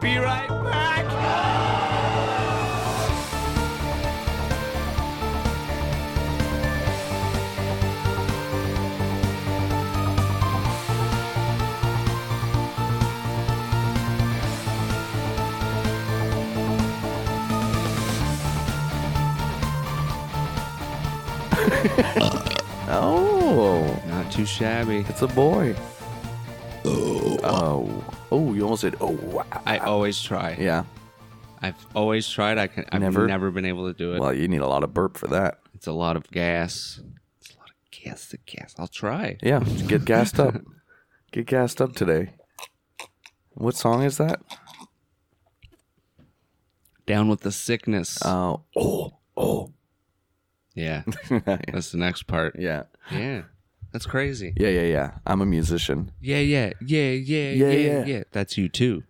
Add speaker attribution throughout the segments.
Speaker 1: be right back.
Speaker 2: Oh,
Speaker 3: Not too shabby.
Speaker 2: it's a boy. Oh. Oh, you almost said, oh, wow.
Speaker 3: I always try.
Speaker 2: Yeah.
Speaker 3: I've always tried. I can. I've
Speaker 2: Never?
Speaker 3: never, been able to do it.
Speaker 2: Well, you need a lot of burp for that.
Speaker 3: It's a lot of gas. It's a lot of gas. The gas. I'll try.
Speaker 2: Yeah. Get gassed up. Get gassed up today. What song is that?
Speaker 3: Down with the sickness.
Speaker 2: Oh, oh, oh.
Speaker 3: yeah,
Speaker 2: yeah.
Speaker 3: that's the next part.
Speaker 2: Yeah,
Speaker 3: Yeah, that's crazy.
Speaker 2: yeah, yeah. I'm a musician.
Speaker 3: Yeah, yeah, yeah, yeah,
Speaker 2: Yeah,
Speaker 3: yeah,
Speaker 2: yeah.
Speaker 3: yeah. That's you too.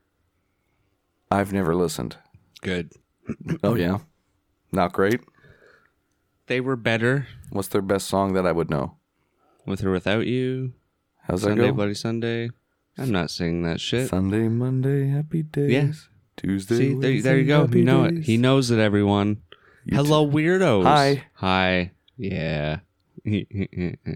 Speaker 2: I've never listened.
Speaker 3: Good.
Speaker 2: Oh, yeah. Not great.
Speaker 3: They were better
Speaker 2: What's their best song that I would know?
Speaker 3: with or without you.
Speaker 2: How's that
Speaker 3: Sunday,
Speaker 2: go?
Speaker 3: bloody Sunday. I'm not singing that shit.
Speaker 2: Sunday, Monday, happy days.
Speaker 3: Yeah.
Speaker 2: Tuesday.
Speaker 3: See, there,
Speaker 2: Wednesday,
Speaker 3: there you go.
Speaker 2: happy
Speaker 3: You know it.
Speaker 2: days.
Speaker 3: He knows it. Everyone.
Speaker 2: You t-
Speaker 3: Hello, weirdos.
Speaker 2: Hi.
Speaker 3: Hi. Yeah.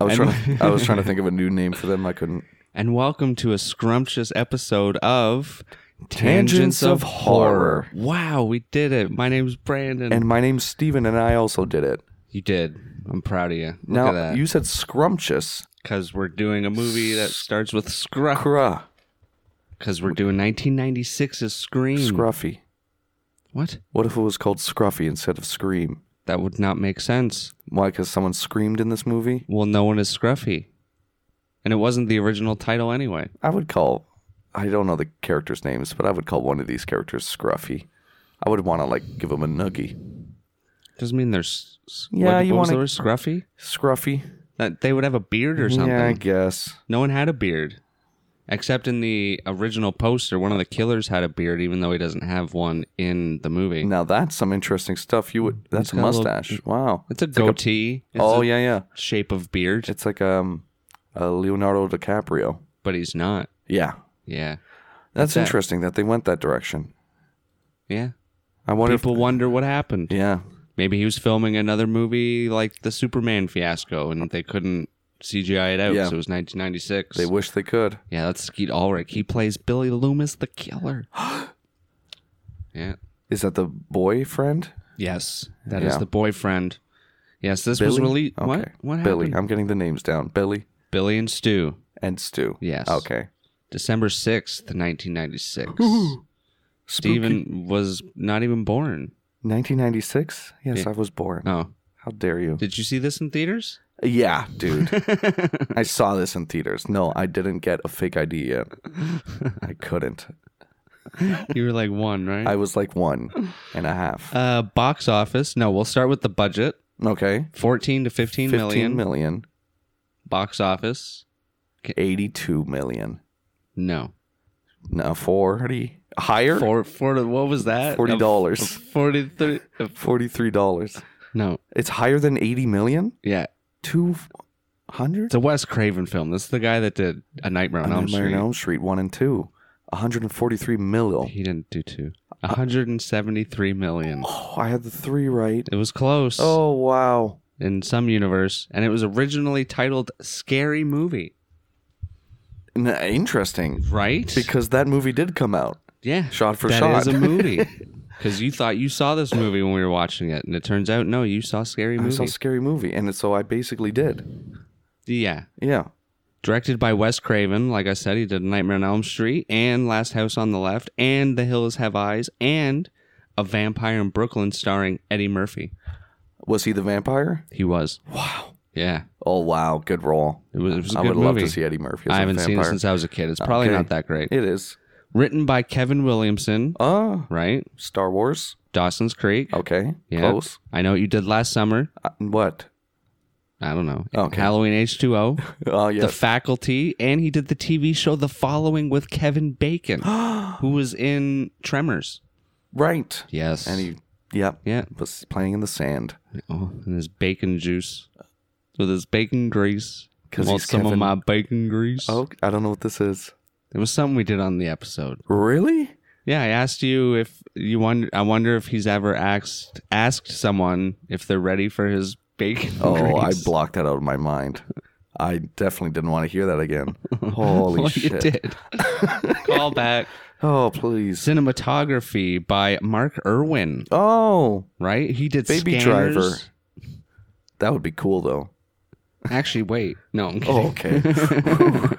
Speaker 2: I was
Speaker 3: And-
Speaker 2: trying. I was trying to think of a new name for them. I couldn't.
Speaker 3: and welcome to a scrumptious episode of
Speaker 2: Tangents of Horror.
Speaker 3: Wow, we did it. My name's Brandon.
Speaker 2: And my name's Steven, and I also did it.
Speaker 3: you did. I'm proud of you. Look at
Speaker 2: Now
Speaker 3: that.
Speaker 2: you said scrumptious.
Speaker 3: Because we're doing a movie that starts with Scruff.
Speaker 2: Cruh.
Speaker 3: Because we're doing 1996's Scream.
Speaker 2: Scruffy.
Speaker 3: What?
Speaker 2: What if it was called Scruffy instead of Scream?
Speaker 3: That would not make sense.
Speaker 2: Why? Because someone screamed in this movie.
Speaker 3: Well, no one is Scruffy. And it wasn't the original title anyway.
Speaker 2: I would call. I don't know the characters' names, but I would call one of these characters Scruffy. I would want to like give him a noogie.
Speaker 3: Doesn't mean there's. s-
Speaker 2: Yeah,
Speaker 3: what,
Speaker 2: you
Speaker 3: what was
Speaker 2: wanna-
Speaker 3: the word? Scruffy?
Speaker 2: Scruffy.
Speaker 3: That they would have a beard or something.
Speaker 2: Yeah, I guess.
Speaker 3: No one had a beard. Except in the original poster, one of the killers had a beard, even though he doesn't have one in the movie.
Speaker 2: Now that's some interesting stuff. You would. That's a
Speaker 3: got a little-
Speaker 2: mustache. wow.
Speaker 3: It's a goatee. It's
Speaker 2: oh
Speaker 3: a
Speaker 2: yeah, yeah.
Speaker 3: shape of beard,
Speaker 2: It's like um, uh, Leonardo DiCaprio.
Speaker 3: but he's not.
Speaker 2: Yeah,
Speaker 3: Yeah.
Speaker 2: that's
Speaker 3: that.
Speaker 2: interesting that they went that direction.
Speaker 3: Yeah.
Speaker 2: I wonder.
Speaker 3: People wonder what happened.
Speaker 2: if, yeah,
Speaker 3: Maybe he was filming another movie like the Superman fiasco and they couldn't CGI it out
Speaker 2: Yeah.
Speaker 3: because it was 1996.
Speaker 2: they wish they could.
Speaker 3: yeah, that's Skeet Ulrich. He plays Billy Loomis the killer. yeah.
Speaker 2: Is that the boyfriend?
Speaker 3: Yes, that is
Speaker 2: Yeah.
Speaker 3: the boyfriend. Yes, this was
Speaker 2: Billy?
Speaker 3: released.
Speaker 2: Okay.
Speaker 3: What? What
Speaker 2: Billy.
Speaker 3: happened?
Speaker 2: I'm getting the names down. Billy
Speaker 3: Billy and Stu.
Speaker 2: and Stu.
Speaker 3: Yes.
Speaker 2: Okay.
Speaker 3: December 6th, 1996.
Speaker 2: Spooky.
Speaker 3: Steven was not even born.
Speaker 2: 1996? Yes,
Speaker 3: Yeah.
Speaker 2: I was born.
Speaker 3: Oh,
Speaker 2: How dare you?
Speaker 3: did you see this in theaters?
Speaker 2: Yeah, dude. I saw this in theaters. No, I didn't get a fake ID yet. I couldn't.
Speaker 3: You were like one, right?
Speaker 2: I was like one and a half.
Speaker 3: Uh, box office. No, we'll start with the budget.
Speaker 2: Okay.
Speaker 3: 14 to 15 million.
Speaker 2: 15 million,
Speaker 3: Box office.
Speaker 2: 82 million.
Speaker 3: No.
Speaker 2: No, 40. Higher?
Speaker 3: Four, four to, what was that?
Speaker 2: Forty
Speaker 3: A f-
Speaker 2: dollars.
Speaker 3: a 43. a f-
Speaker 2: $43.
Speaker 3: No.
Speaker 2: It's higher than 80 million?
Speaker 3: Yeah.
Speaker 2: 200?
Speaker 3: It's a Wes Craven film. This is the guy that did A Nightmare on Elm
Speaker 2: Nightmare on
Speaker 3: Street.
Speaker 2: Elm Street 1 and 2. 143 mil.
Speaker 3: He didn't do two. 173 million.
Speaker 2: Oh, I had the three right.
Speaker 3: It was close.
Speaker 2: Oh, wow.
Speaker 3: in some universe, and it was originally titled Scary Movie,
Speaker 2: N- interesting.
Speaker 3: right?
Speaker 2: Because that movie did come out.
Speaker 3: yeah,
Speaker 2: shot for
Speaker 3: that
Speaker 2: shot.
Speaker 3: is a movie. Because you thought you saw this movie when we were watching it, and it turns out no, you saw Scary
Speaker 2: I
Speaker 3: Movie.
Speaker 2: saw Scary Movie, and so I basically did.
Speaker 3: yeah,
Speaker 2: Yeah.
Speaker 3: directed by Wes Craven. Like I said, he did Nightmare on Elm Street and Last House on the Left and The Hills Have Eyes and A Vampire in Brooklyn, starring Eddie Murphy.
Speaker 2: Was he the vampire?
Speaker 3: He was.
Speaker 2: Wow.
Speaker 3: Yeah,
Speaker 2: Oh wow, good role.
Speaker 3: it was. It was a
Speaker 2: I
Speaker 3: good
Speaker 2: would
Speaker 3: movie.
Speaker 2: love to see Eddie Murphy. As
Speaker 3: I haven't
Speaker 2: a
Speaker 3: seen it
Speaker 2: vampire. Oh,
Speaker 3: since I was a kid. It's probably
Speaker 2: Okay.
Speaker 3: not that great.
Speaker 2: It is.
Speaker 3: Written by Kevin Williamson,
Speaker 2: Uh
Speaker 3: right?
Speaker 2: Star Wars.
Speaker 3: Dawson's Creek.
Speaker 2: Okay.
Speaker 3: Yeah.
Speaker 2: Close.
Speaker 3: I know what you did last summer.
Speaker 2: Uh, what?
Speaker 3: I don't know.
Speaker 2: Okay.
Speaker 3: Halloween H2O,
Speaker 2: Oh
Speaker 3: The
Speaker 2: yes.
Speaker 3: Faculty, and he did the TV show The Following with Kevin Bacon, who was in Tremors.
Speaker 2: right.
Speaker 3: Yes.
Speaker 2: And he. Yep.
Speaker 3: yeah.
Speaker 2: Was playing in the sand.
Speaker 3: Oh, and his bacon juice with his bacon grease.
Speaker 2: 'Cause
Speaker 3: Want
Speaker 2: he's
Speaker 3: some
Speaker 2: Kevin-
Speaker 3: of my bacon grease?
Speaker 2: Oh, I don't know what this is.
Speaker 3: There was something we did on the episode.
Speaker 2: Really?
Speaker 3: Yeah, I asked you if you wonder. I wonder if he's ever asked asked someone if they're ready for his bacon.
Speaker 2: Oh, I
Speaker 3: grease.
Speaker 2: blocked that out of my mind. I definitely didn't want to hear that again. Holy
Speaker 3: Well,
Speaker 2: shit.
Speaker 3: You did. Call back
Speaker 2: Oh, please.
Speaker 3: cinematography by Mark Irwin.
Speaker 2: Oh,
Speaker 3: Right, he did
Speaker 2: Baby
Speaker 3: Scanners.
Speaker 2: Driver. that would be cool though.
Speaker 3: Actually, wait, no, I'm kidding.
Speaker 2: Oh, okay.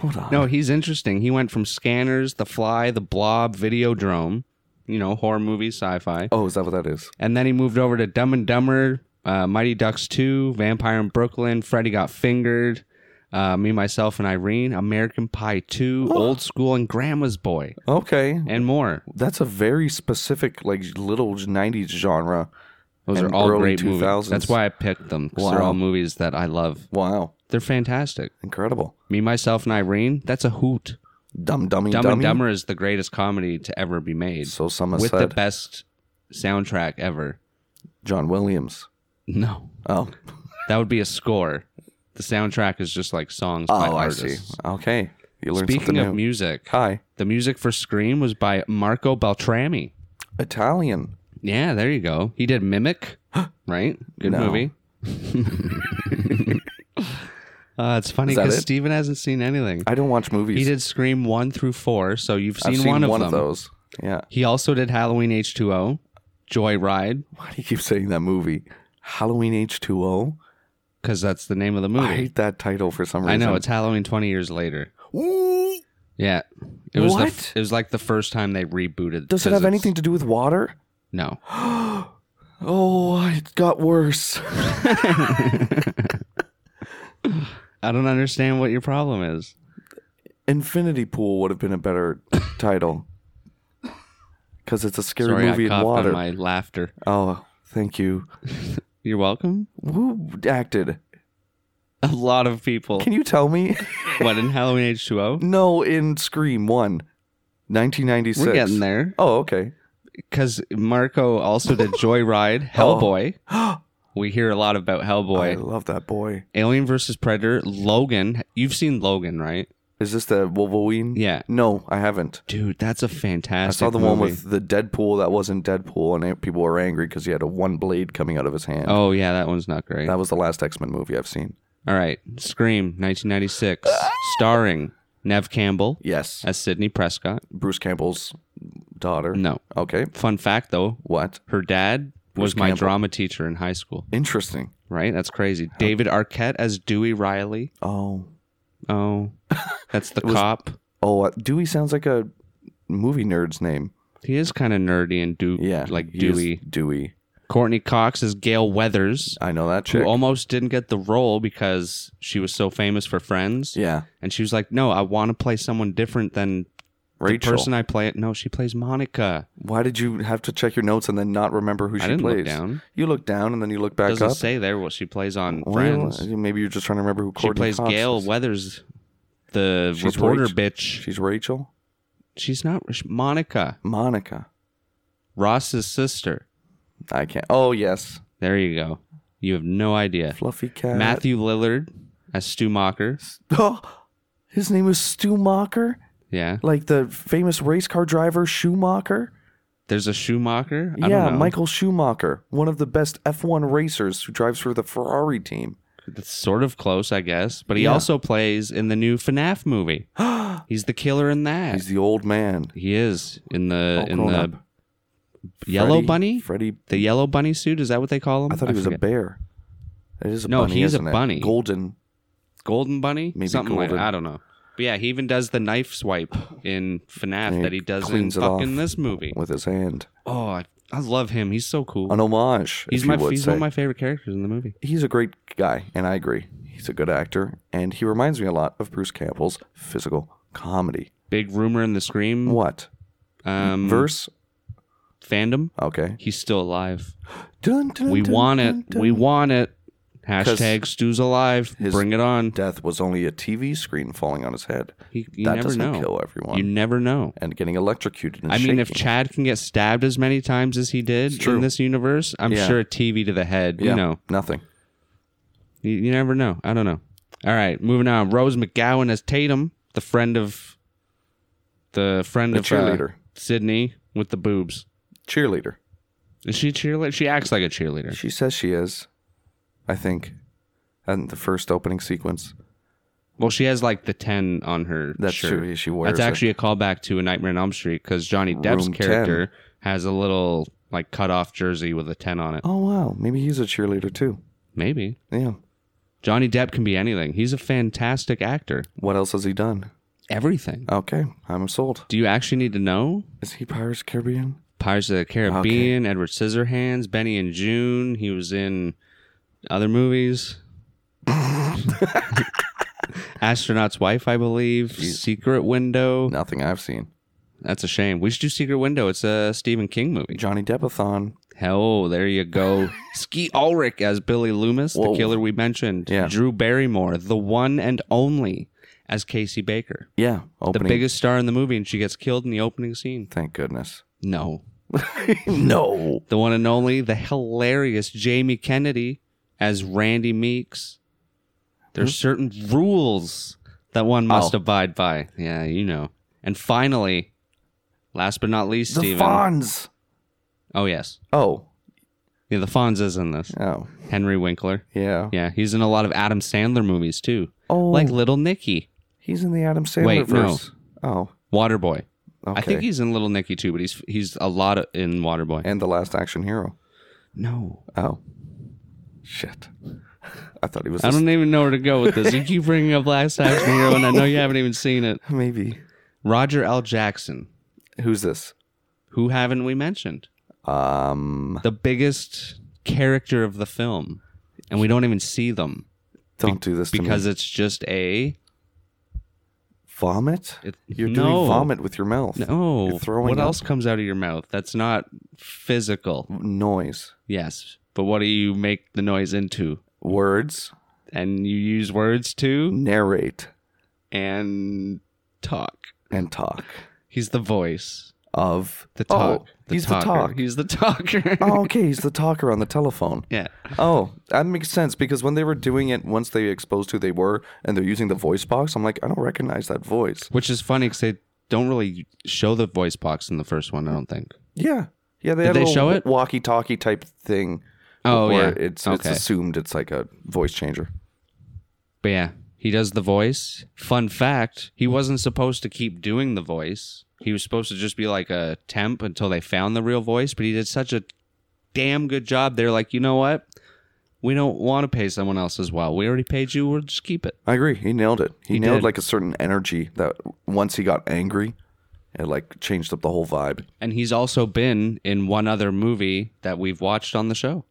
Speaker 2: Hold on.
Speaker 3: No, he's interesting. He went from Scanners, The Fly, The Blob, Videodrome, you know, horror movies, sci-fi,
Speaker 2: Oh, is that what that is?
Speaker 3: and then he moved over to Dumb and Dumber, uh, Mighty Ducks Two, Vampire in Brooklyn, Freddy Got Fingered, uh, Me, Myself and Irene, American Pie Two, Old School, and Grandma's Boy,
Speaker 2: Okay.
Speaker 3: and more.
Speaker 2: That's a very specific, like little '90s genre.
Speaker 3: Those
Speaker 2: And
Speaker 3: are all
Speaker 2: early
Speaker 3: great
Speaker 2: 2000s.
Speaker 3: movies. That's why I picked them. 'cause They're
Speaker 2: Wow.
Speaker 3: all movies that I love.
Speaker 2: Wow,
Speaker 3: They're fantastic.
Speaker 2: incredible.
Speaker 3: Me, myself, and Irene. That's a hoot.
Speaker 2: Dumb Dummy
Speaker 3: Dumb
Speaker 2: Dummy.
Speaker 3: and Dumber is the greatest comedy to ever be made,
Speaker 2: So some have
Speaker 3: with
Speaker 2: said.
Speaker 3: the best soundtrack ever.
Speaker 2: John Williams.
Speaker 3: No,
Speaker 2: Oh,
Speaker 3: that would be a score. The soundtrack is just like songs by
Speaker 2: oh, I
Speaker 3: artists.
Speaker 2: see. Okay, you learned
Speaker 3: Speaking
Speaker 2: something
Speaker 3: of
Speaker 2: new.
Speaker 3: music,
Speaker 2: Hi,
Speaker 3: the music for Scream was by Marco Beltrami.
Speaker 2: Italian.
Speaker 3: Yeah, there you go. He did Mimic, right? Good
Speaker 2: No.
Speaker 3: movie. uh, it's funny
Speaker 2: Is that
Speaker 3: because
Speaker 2: it?
Speaker 3: Steven hasn't seen anything.
Speaker 2: I don't watch movies.
Speaker 3: He did Scream 1 through 4, so you've seen,
Speaker 2: I've seen
Speaker 3: one, of them.
Speaker 2: those. Yeah.
Speaker 3: He also did Halloween H2O, Joyride,
Speaker 2: Why do you keep saying that movie? Halloween H two O.
Speaker 3: because that's the name of the
Speaker 2: I
Speaker 3: movie.
Speaker 2: hate that title for some
Speaker 3: I,
Speaker 2: reason.
Speaker 3: know, it's Halloween 20 years later.
Speaker 2: Ooh,
Speaker 3: Yeah. It was the f-
Speaker 2: What?
Speaker 3: it was like the first time they rebooted.
Speaker 2: does it
Speaker 3: 'cause
Speaker 2: have
Speaker 3: it's-
Speaker 2: anything to do with water?
Speaker 3: No.
Speaker 2: Oh, it got worse.
Speaker 3: I don't understand what your problem is.
Speaker 2: Infinity Pool would have been a better title because it's a scary
Speaker 3: Sorry,
Speaker 2: movie
Speaker 3: I
Speaker 2: in
Speaker 3: coughed
Speaker 2: water.
Speaker 3: on my laughter.
Speaker 2: Oh, thank you.
Speaker 3: You're welcome.
Speaker 2: Who acted?
Speaker 3: A lot of people.
Speaker 2: Can you tell me?
Speaker 3: what in Halloween H2O?
Speaker 2: no, in Scream 1, 1996.
Speaker 3: We're getting there.
Speaker 2: Oh, okay.
Speaker 3: Because Marco also did Joyride, Hellboy. We hear a lot about
Speaker 2: Oh. I
Speaker 3: Hellboy.
Speaker 2: love that boy.
Speaker 3: Alien versus Predator, Logan. You've seen Logan, right?
Speaker 2: Is this the Wolverine?
Speaker 3: Yeah.
Speaker 2: No, I haven't.
Speaker 3: Dude, that's a
Speaker 2: I
Speaker 3: fantastic.
Speaker 2: saw the one
Speaker 3: movie.
Speaker 2: with the Deadpool that wasn't Deadpool, and people were angry because he had a one blade coming out of his hand.
Speaker 3: Oh yeah, that one's not great.
Speaker 2: That was the last X Men movie I've seen.
Speaker 3: All right, Scream, 1996, starring Nev Campbell
Speaker 2: Yes.
Speaker 3: as Sidney Prescott.
Speaker 2: Bruce Campbell's daughter.
Speaker 3: No,
Speaker 2: Okay.
Speaker 3: fun fact though,
Speaker 2: What?
Speaker 3: her dad was
Speaker 2: Bruce
Speaker 3: my
Speaker 2: Campbell.
Speaker 3: drama teacher in high school.
Speaker 2: Interesting.
Speaker 3: Right, that's crazy. David Arquette as Dewey Riley.
Speaker 2: Oh.
Speaker 3: Oh, that's the
Speaker 2: was-
Speaker 3: cop.
Speaker 2: Oh, uh, Dewey sounds like a movie nerd's name.
Speaker 3: He is kind of nerdy and do
Speaker 2: Yeah.
Speaker 3: like
Speaker 2: he is
Speaker 3: Dewey.
Speaker 2: Dewey.
Speaker 3: Courtney Cox as Gail Weathers,
Speaker 2: I know that
Speaker 3: who
Speaker 2: chick.
Speaker 3: almost didn't get the role because she was so famous for Friends.
Speaker 2: yeah.
Speaker 3: And she was like, "No, I want to play someone different than
Speaker 2: Rachel.
Speaker 3: the person I play." No, she plays Monica.
Speaker 2: Why did you have to check your notes and then not remember who she
Speaker 3: I didn't
Speaker 2: plays?
Speaker 3: look down.
Speaker 2: You look down and then you look back
Speaker 3: Doesn't
Speaker 2: up.
Speaker 3: say there what she plays on
Speaker 2: Well,
Speaker 3: Friends.
Speaker 2: Maybe you're just trying to remember who
Speaker 3: she
Speaker 2: Courtney
Speaker 3: plays
Speaker 2: Cox
Speaker 3: Gail
Speaker 2: is.
Speaker 3: Weathers, the
Speaker 2: She's
Speaker 3: reporter
Speaker 2: Rach-
Speaker 3: bitch.
Speaker 2: She's Rachel.
Speaker 3: She's not she's Monica
Speaker 2: Monica.
Speaker 3: Ross's sister.
Speaker 2: I can't. Oh yes,
Speaker 3: There you go. You have no idea.
Speaker 2: fluffy cat.
Speaker 3: Matthew Lillard as Stu Mocker.
Speaker 2: Oh, his name is Stu Mocker,
Speaker 3: Yeah.
Speaker 2: like the famous race car driver Schumacher.
Speaker 3: There's a Schumacher. I
Speaker 2: yeah,
Speaker 3: don't know.
Speaker 2: Michael Schumacher, one of the best F1 racers who drives for the Ferrari team.
Speaker 3: That's sort of close, I guess. But he
Speaker 2: Yeah.
Speaker 3: also plays in the new FNAF movie. He's the killer in that.
Speaker 2: He's the old man.
Speaker 3: he is in the
Speaker 2: All
Speaker 3: in
Speaker 2: grown
Speaker 3: the
Speaker 2: up.
Speaker 3: yellow
Speaker 2: Freddy-
Speaker 3: bunny.
Speaker 2: Freddy.
Speaker 3: The yellow bunny suit is that what they call him?
Speaker 2: I thought he was
Speaker 3: forget.
Speaker 2: a bear. It is a
Speaker 3: No,
Speaker 2: bunny.
Speaker 3: he's a
Speaker 2: isn't it?
Speaker 3: bunny.
Speaker 2: Golden.
Speaker 3: golden bunny,
Speaker 2: Maybe
Speaker 3: something like
Speaker 2: golden.
Speaker 3: that. I don't know. But yeah, he even does the knife swipe in FNAF
Speaker 2: Yeah,
Speaker 3: that he does in
Speaker 2: cleans it off.
Speaker 3: fucking this movie.
Speaker 2: with his hand.
Speaker 3: Oh, I, I love him. He's so cool.
Speaker 2: An homage.
Speaker 3: he's
Speaker 2: if
Speaker 3: my
Speaker 2: you would
Speaker 3: he's
Speaker 2: say.
Speaker 3: one of my favorite characters in the movie.
Speaker 2: He's a great guy, and I agree. He's a good actor, and he reminds me a lot of Bruce Campbell's physical comedy.
Speaker 3: Big rumor in the Scream
Speaker 2: What
Speaker 3: um,
Speaker 2: verse?
Speaker 3: fandom.
Speaker 2: Okay.
Speaker 3: He's still alive.
Speaker 2: Dun, dun,
Speaker 3: We
Speaker 2: dun,
Speaker 3: want
Speaker 2: dun,
Speaker 3: it.
Speaker 2: dun.
Speaker 3: We want it.
Speaker 2: 'Cause
Speaker 3: Hashtag Stu's alive.
Speaker 2: his-
Speaker 3: Bring it on.
Speaker 2: Death was only a TV screen falling on his head.
Speaker 3: He, you
Speaker 2: that
Speaker 3: never
Speaker 2: doesn't
Speaker 3: know.
Speaker 2: kill everyone.
Speaker 3: You never know.
Speaker 2: and getting electrocuted. And
Speaker 3: I mean, if
Speaker 2: shaking.
Speaker 3: Chad can get stabbed as many times as he
Speaker 2: It's
Speaker 3: did
Speaker 2: true.
Speaker 3: in this universe, I'm
Speaker 2: Yeah.
Speaker 3: sure a TV to the head.
Speaker 2: Yeah,
Speaker 3: You know,
Speaker 2: nothing.
Speaker 3: You, you never know. I don't know. All right, moving on. Rose McGowan as Tatum, the friend of the friend
Speaker 2: The
Speaker 3: of uh,
Speaker 2: cheerleader.
Speaker 3: Sydney with the boobs.
Speaker 2: Cheerleader.
Speaker 3: Is she a cheerleader? She acts like a cheerleader.
Speaker 2: She says she is. I think. And the first opening sequence.
Speaker 3: Well, she has like the ten on her.
Speaker 2: That's
Speaker 3: shirt.
Speaker 2: true. She wears
Speaker 3: That's
Speaker 2: it.
Speaker 3: actually a callback to a Nightmare on Elm Street because Johnny Depp's
Speaker 2: Room 10.
Speaker 3: character has a little like cut off jersey with a ten on it.
Speaker 2: Oh wow, maybe he's a cheerleader too.
Speaker 3: Maybe
Speaker 2: Yeah.
Speaker 3: Johnny Depp can be anything. He's a fantastic actor.
Speaker 2: What else has he done?
Speaker 3: Everything.
Speaker 2: Okay, I'm sold.
Speaker 3: Do you actually need to know?
Speaker 2: Is he Pirates of the Caribbean?
Speaker 3: Pirates of the Caribbean, Edward Scissorhands, Benny and June. He was in other movies. Astronaut's Wife, I believe. Secret Window.
Speaker 2: Nothing I've seen.
Speaker 3: That's a shame. We should do Secret Window. It's a Stephen King movie.
Speaker 2: Johnny Deppathon.
Speaker 3: Hell, there you go. Ski Ulrich as Billy Loomis,
Speaker 2: Whoa.
Speaker 3: the killer we mentioned.
Speaker 2: Yeah.
Speaker 3: Drew Barrymore, the one and only, as Casey Baker.
Speaker 2: Yeah,
Speaker 3: The
Speaker 2: opening.
Speaker 3: biggest star in the movie, and she gets killed in the opening scene.
Speaker 2: Thank goodness.
Speaker 3: No.
Speaker 2: no.
Speaker 3: The one and only, the hilarious Jamie Kennedy as Randy Meeks. There's certain rules that one must
Speaker 2: Hmm? Oh.
Speaker 3: abide by. Yeah, you know. And finally, last but not least,
Speaker 2: The
Speaker 3: Steven.
Speaker 2: Fonz.
Speaker 3: Oh, yes.
Speaker 2: Oh.
Speaker 3: Yeah, the Fonz is in this.
Speaker 2: Oh.
Speaker 3: Henry Winkler.
Speaker 2: Yeah.
Speaker 3: Yeah, he's in a lot of Adam Sandler movies too.
Speaker 2: Oh.
Speaker 3: Like Little Nicky,
Speaker 2: He's in the Adam Sandler
Speaker 3: Wait, no.
Speaker 2: verse. Oh.
Speaker 3: Waterboy.
Speaker 2: Okay.
Speaker 3: I think he's in Little Nicky too, but he's he's a lot of, in Waterboy.
Speaker 2: and the last action hero.
Speaker 3: No.
Speaker 2: Oh. Shit. I thought he was
Speaker 3: I don't even know where to go with this. You keep bringing up Last Action Hero, and I know you haven't even seen it.
Speaker 2: maybe.
Speaker 3: Roger L. Jackson,
Speaker 2: Who's this?
Speaker 3: who haven't we mentioned?
Speaker 2: Um
Speaker 3: The biggest character of the film, and we don't even see them
Speaker 2: don't do this to me.
Speaker 3: because it's just a
Speaker 2: vomit?
Speaker 3: It-
Speaker 2: You're
Speaker 3: No.
Speaker 2: doing vomit with your mouth.
Speaker 3: no.
Speaker 2: You're throwing
Speaker 3: oh, What
Speaker 2: up.
Speaker 3: else comes out of your mouth? That's not physical.
Speaker 2: Noise.
Speaker 3: Yes, but what do you make the noise into?
Speaker 2: Words.
Speaker 3: And you use words to
Speaker 2: Narrate
Speaker 3: and talk.
Speaker 2: and talk.
Speaker 3: He's the voice,
Speaker 2: Of
Speaker 3: the
Speaker 2: Oh,
Speaker 3: talk, the
Speaker 2: he's
Speaker 3: talker.
Speaker 2: the talk.
Speaker 3: He's the talker.
Speaker 2: oh, okay, he's the talker on the telephone.
Speaker 3: yeah.
Speaker 2: Oh, that makes sense because when they were doing it, once they exposed who they were and they're using the voice box, I'm like, I don't recognize that voice.
Speaker 3: Which is funny because they don't really show the voice box in the first one. I don't think.
Speaker 2: Yeah, yeah. They
Speaker 3: Did
Speaker 2: had
Speaker 3: they
Speaker 2: a
Speaker 3: show it?
Speaker 2: walkie-talkie type thing.
Speaker 3: Oh,
Speaker 2: where
Speaker 3: yeah.
Speaker 2: It's it's
Speaker 3: Okay.
Speaker 2: assumed it's like a voice changer.
Speaker 3: But yeah, he does the voice. Fun fact: he wasn't supposed to keep doing the voice. He was supposed to just be like a temp until they found the real voice. But he did such a damn good job. They're like, you know what? We don't want to pay someone else as well. We already paid you. We'll just keep it.
Speaker 2: I agree. He nailed it. He, nailed
Speaker 3: did.
Speaker 2: like a certain energy that once he got angry, it like changed up the whole vibe.
Speaker 3: And he's also been in one other movie that we've watched on the show.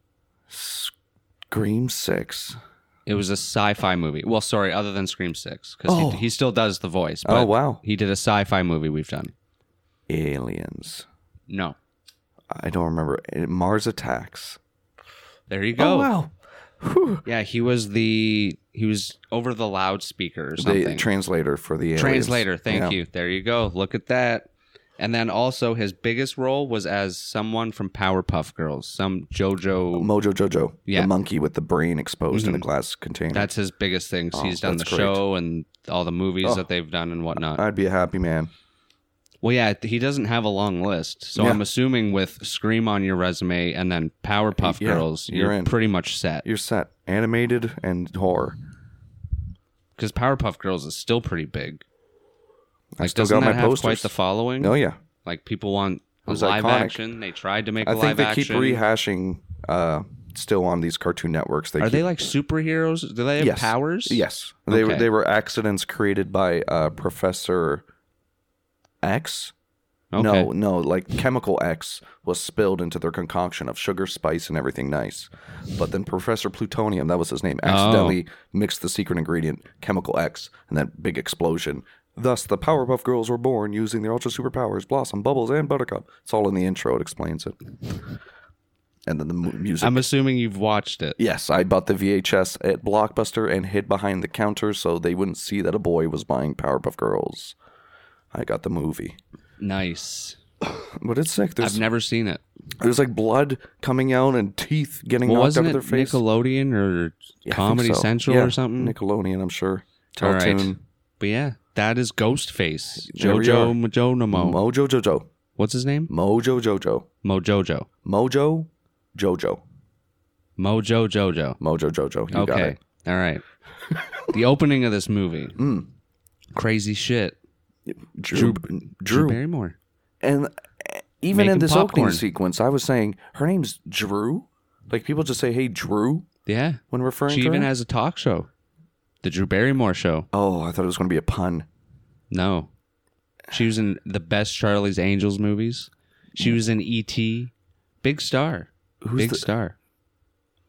Speaker 2: Scream Six.
Speaker 3: It was a sci-fi movie. Well, sorry, other than Scream Six, because
Speaker 2: Oh.
Speaker 3: he, he still does the voice. But
Speaker 2: Oh, wow.
Speaker 3: he did a sci-fi movie we've done.
Speaker 2: Aliens.
Speaker 3: No,
Speaker 2: I don't remember. Eh, Mars Attacks.
Speaker 3: there you go.
Speaker 2: Oh, wow.
Speaker 3: Yeah, he was the he was over the loudspeaker or something.
Speaker 2: The translator for the aliens.
Speaker 3: Translator, thank
Speaker 2: Yeah.
Speaker 3: you. There you go. Look at that. And then also his biggest role was as someone from Powerpuff Girls, some JoJo.
Speaker 2: Mojo Jojo.
Speaker 3: Yeah. Mm-hmm.
Speaker 2: The monkey with the brain exposed in a glass container.
Speaker 3: That's his biggest thing. 'cause
Speaker 2: Oh,
Speaker 3: he's done the
Speaker 2: that's great. Oh.
Speaker 3: show and all the movies that they've done and whatnot.
Speaker 2: I'd be a happy man.
Speaker 3: well, yeah, he doesn't have a long list, so
Speaker 2: Yeah.
Speaker 3: I'm assuming with Scream on your resume and then Powerpuff
Speaker 2: Yeah,
Speaker 3: Girls,
Speaker 2: you're
Speaker 3: you're,
Speaker 2: in.
Speaker 3: pretty much set.
Speaker 2: You're set. Animated and horror.
Speaker 3: Because Powerpuff Girls is still pretty big.
Speaker 2: I
Speaker 3: Like,
Speaker 2: still
Speaker 3: doesn't
Speaker 2: got my
Speaker 3: that have
Speaker 2: posters.
Speaker 3: quite the following?
Speaker 2: oh yeah.
Speaker 3: Like people want a
Speaker 2: was
Speaker 3: live
Speaker 2: iconic.
Speaker 3: action. They tried to make a
Speaker 2: I think
Speaker 3: live
Speaker 2: they
Speaker 3: action.
Speaker 2: keep rehashing uh still on these cartoon networks. They
Speaker 3: Are
Speaker 2: keep,
Speaker 3: they like superheroes? Do they have
Speaker 2: yes.
Speaker 3: powers?
Speaker 2: Yes. They were
Speaker 3: Okay.
Speaker 2: they were accidents created by uh Professor X.
Speaker 3: Okay.
Speaker 2: No, no, like chemical X was spilled into their concoction of sugar, spice, and everything nice. But then Professor Plutonium, that was his name,
Speaker 3: Oh.
Speaker 2: accidentally mixed the secret ingredient, chemical X, and that big explosion. Thus, the Powerpuff Girls were born using their ultra superpowers, Blossom, Bubbles, and Buttercup. It's all in the intro. It explains it. And then the mu- music.
Speaker 3: I'm assuming you've watched it.
Speaker 2: yes, I bought the VHS at Blockbuster and hid behind the counter so they wouldn't see that a boy was buying Powerpuff Girls. I got the movie.
Speaker 3: Nice.
Speaker 2: But it's sick. There's
Speaker 3: I've never seen it.
Speaker 2: There's like blood coming out and teeth getting
Speaker 3: Well,
Speaker 2: knocked out
Speaker 3: wasn't
Speaker 2: of
Speaker 3: it
Speaker 2: their face.
Speaker 3: Nickelodeon or
Speaker 2: Yeah, I think
Speaker 3: Comedy
Speaker 2: so.
Speaker 3: Central
Speaker 2: Yeah,
Speaker 3: or something?
Speaker 2: Nickelodeon, I'm sure.
Speaker 3: All right.
Speaker 2: Teletoon.
Speaker 3: But yeah, That is Ghostface.
Speaker 2: There we
Speaker 3: Jojo
Speaker 2: are.
Speaker 3: Mojonomo.
Speaker 2: Mojo Jojo.
Speaker 3: What's his name?
Speaker 2: Mojo Jojo.
Speaker 3: Mojojo.
Speaker 2: Mojo Jojo.
Speaker 3: Mojo Jojo.
Speaker 2: Mojo Jojo. You got
Speaker 3: Okay.
Speaker 2: it. Mm.
Speaker 3: All right. the opening of this movie. Crazy shit.
Speaker 2: Drew.
Speaker 3: Drew
Speaker 2: Drew.
Speaker 3: Barrymore.
Speaker 2: And uh, even in
Speaker 3: Making
Speaker 2: this
Speaker 3: popcorn.
Speaker 2: opening sequence, I was saying her name's Drew. Like people just say, "Hey, Drew,"
Speaker 3: Yeah.
Speaker 2: when referring
Speaker 3: She
Speaker 2: to
Speaker 3: even
Speaker 2: her.
Speaker 3: has a talk show. The Drew Barrymore show.
Speaker 2: oh, I thought it was going to be a pun.
Speaker 3: No. She was in the best Charlie's Angels movies. She was in E.T. Big star.
Speaker 2: Who's
Speaker 3: Big
Speaker 2: the-
Speaker 3: star.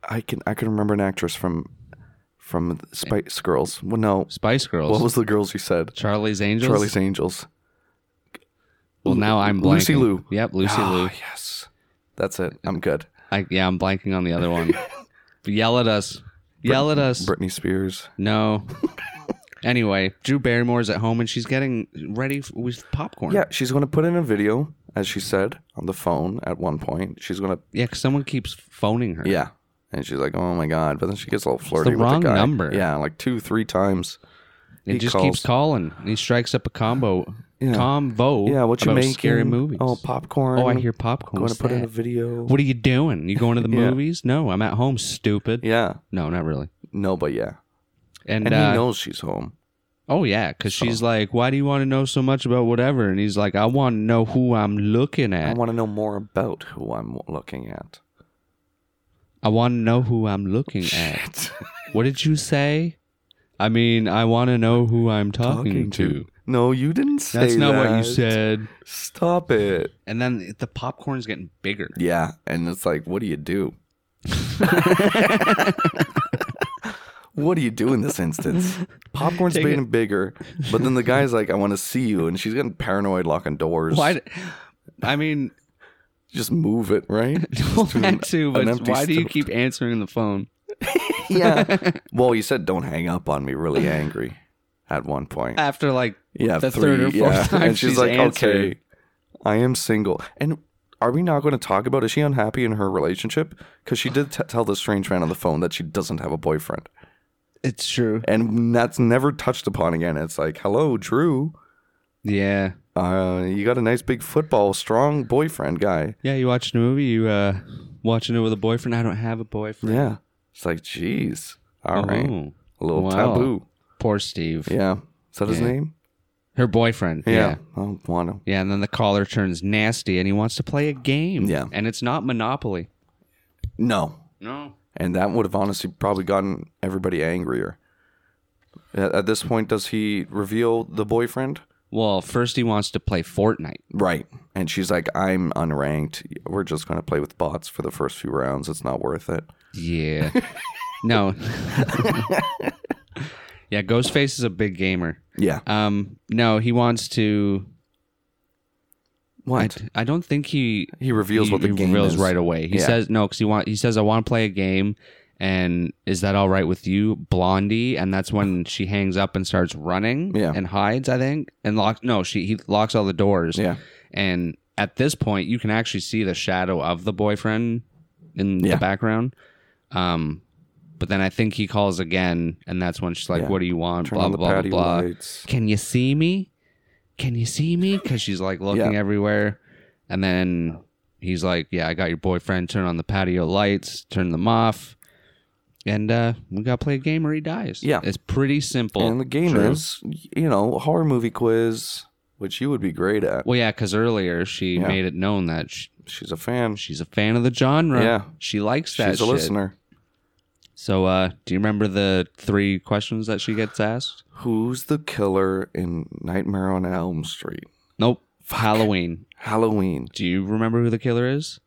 Speaker 2: I can I can remember an actress from from Spice Girls. Well, no,
Speaker 3: Spice Girls.
Speaker 2: what was the girls you said?
Speaker 3: Charlie's Angels?
Speaker 2: Charlie's Angels.
Speaker 3: well, now I'm blanking.
Speaker 2: Lucy Liu.
Speaker 3: Yep, Lucy Liu.
Speaker 2: Ah, yes, that's it. I'm good.
Speaker 3: I, yeah, I'm blanking on the other one. Yell at us. Yell at us.
Speaker 2: Britney Spears.
Speaker 3: No. anyway, Drew Barrymore's at home and she's getting ready f- with popcorn.
Speaker 2: Yeah, she's going to put in a video, as she said on the phone at one point. She's going to
Speaker 3: Yeah, 'cause someone keeps phoning her.
Speaker 2: yeah, and she's like, "Oh my god!" But then she gets all flirty with
Speaker 3: wrong
Speaker 2: the guy.
Speaker 3: number.
Speaker 2: Yeah, like two, three times.
Speaker 3: It
Speaker 2: He
Speaker 3: just
Speaker 2: calls.
Speaker 3: keeps calling. And he strikes up a combo.
Speaker 2: Yeah.
Speaker 3: Combo.
Speaker 2: Yeah, what you
Speaker 3: about
Speaker 2: making?
Speaker 3: Scary movies.
Speaker 2: Oh, popcorn.
Speaker 3: Oh, I hear popcorn.
Speaker 2: Going to
Speaker 3: What's
Speaker 2: put in
Speaker 3: that?
Speaker 2: a video.
Speaker 3: What are you doing? You going to the
Speaker 2: Yeah.
Speaker 3: movies? No, I'm at home, stupid.
Speaker 2: Yeah.
Speaker 3: No, not really.
Speaker 2: No, but yeah.
Speaker 3: And,
Speaker 2: And
Speaker 3: uh,
Speaker 2: he knows she's home.
Speaker 3: oh yeah, because she's like, "Why do you want to know so much about whatever?" And he's like, "I want to know who I'm looking
Speaker 2: I
Speaker 3: at.
Speaker 2: want to know more about who I'm looking at.
Speaker 3: I want to know who I'm looking at." What did you say? I mean, I want to know who I'm talking, to.
Speaker 2: No, you didn't say
Speaker 3: That's not what you
Speaker 2: that.
Speaker 3: said.
Speaker 2: Stop it.
Speaker 3: And then the popcorn's getting bigger.
Speaker 2: Yeah, and it's like, what do you do? what do you do in this instance? Popcorn's
Speaker 3: Take
Speaker 2: getting bigger, but then the guy's like, I want to see you, and she's getting paranoid locking doors.
Speaker 3: Why? d- I mean,
Speaker 2: Just move it, right?
Speaker 3: don't have to, but
Speaker 2: an
Speaker 3: why
Speaker 2: empty
Speaker 3: do you
Speaker 2: stool.
Speaker 3: keep answering the phone?
Speaker 2: yeah. Well, you said don't hang up on me really angry at one point.
Speaker 3: After like
Speaker 2: Yeah,
Speaker 3: the
Speaker 2: three,
Speaker 3: third or fourth
Speaker 2: yeah.
Speaker 3: time
Speaker 2: And she's,
Speaker 3: she's
Speaker 2: like,
Speaker 3: answering.
Speaker 2: okay, I am single. And are we not going to talk about is she unhappy in her relationship? Because she did t- tell this strange man on the phone that she doesn't have a boyfriend,
Speaker 3: it's true.
Speaker 2: and that's never touched upon again. It's like, hello, Drew.
Speaker 3: Yeah,
Speaker 2: Uh, you got a nice big football, strong boyfriend guy.
Speaker 3: yeah. You watching a movie? You uh, watching it with a boyfriend? I don't have a boyfriend.
Speaker 2: Yeah, it's like, jeez, all Oh, right,
Speaker 3: Ooh.
Speaker 2: a little
Speaker 3: Oh. Wow.
Speaker 2: taboo.
Speaker 3: Poor Steve.
Speaker 2: Yeah, is that his name?
Speaker 3: Her boyfriend.
Speaker 2: Yeah, Oh,
Speaker 3: yeah.
Speaker 2: I don't want to.
Speaker 3: Yeah, and then the caller turns nasty and he wants to play a game.
Speaker 2: Yeah.
Speaker 3: And it's not Monopoly.
Speaker 2: No,
Speaker 3: No.
Speaker 2: and that would have honestly probably gotten everybody angrier. At, at this point, does he reveal the boyfriend?
Speaker 3: Well, first he wants to play Fortnite.
Speaker 2: Right, and she's like, "I'm unranked. We're just gonna play with bots for the first few rounds. It's not worth it."
Speaker 3: Yeah. no. yeah, Ghostface is a big gamer.
Speaker 2: Yeah,
Speaker 3: Um, no, he wants to I,
Speaker 2: what
Speaker 3: I don't think he
Speaker 2: he reveals
Speaker 3: he
Speaker 2: what the game
Speaker 3: reveals
Speaker 2: is.
Speaker 3: right away. He
Speaker 2: Yeah.
Speaker 3: says no cuz he want he says I want to play a game and is that all right with you, Blondie? And that's when she hangs up and starts running
Speaker 2: Yeah.
Speaker 3: and hides, I think. And locks no, she he locks all the doors.
Speaker 2: Yeah,
Speaker 3: And at this point, you can actually see the shadow of the boyfriend in
Speaker 2: Yeah.
Speaker 3: the background. Um, but then I think he calls again, and that's when she's like,
Speaker 2: Yeah.
Speaker 3: "What do you want?"
Speaker 2: turn
Speaker 3: blah
Speaker 2: on the
Speaker 3: blah blah
Speaker 2: patio
Speaker 3: blah.
Speaker 2: lights.
Speaker 3: Can you see me? Can you see me? Because she's like looking
Speaker 2: Yeah.
Speaker 3: everywhere, and then he's like, "Yeah, I got your boyfriend. Turn on the patio lights. Turn them off." And uh, we gotta play a game or he dies.
Speaker 2: Yeah.
Speaker 3: it's pretty simple.
Speaker 2: And the game
Speaker 3: True.
Speaker 2: is, you know, horror movie quiz, which you would be great at.
Speaker 3: well, yeah, because earlier she
Speaker 2: Yeah.
Speaker 3: made it known that she,
Speaker 2: She's a fan.
Speaker 3: She's a fan of the genre.
Speaker 2: Yeah.
Speaker 3: She likes that
Speaker 2: She's a
Speaker 3: shit.
Speaker 2: listener.
Speaker 3: So uh do you remember the three questions that she gets asked?
Speaker 2: Who's the killer in Nightmare on Elm Street?
Speaker 3: Nope. Halloween.
Speaker 2: Halloween.
Speaker 3: Do you remember who the killer is?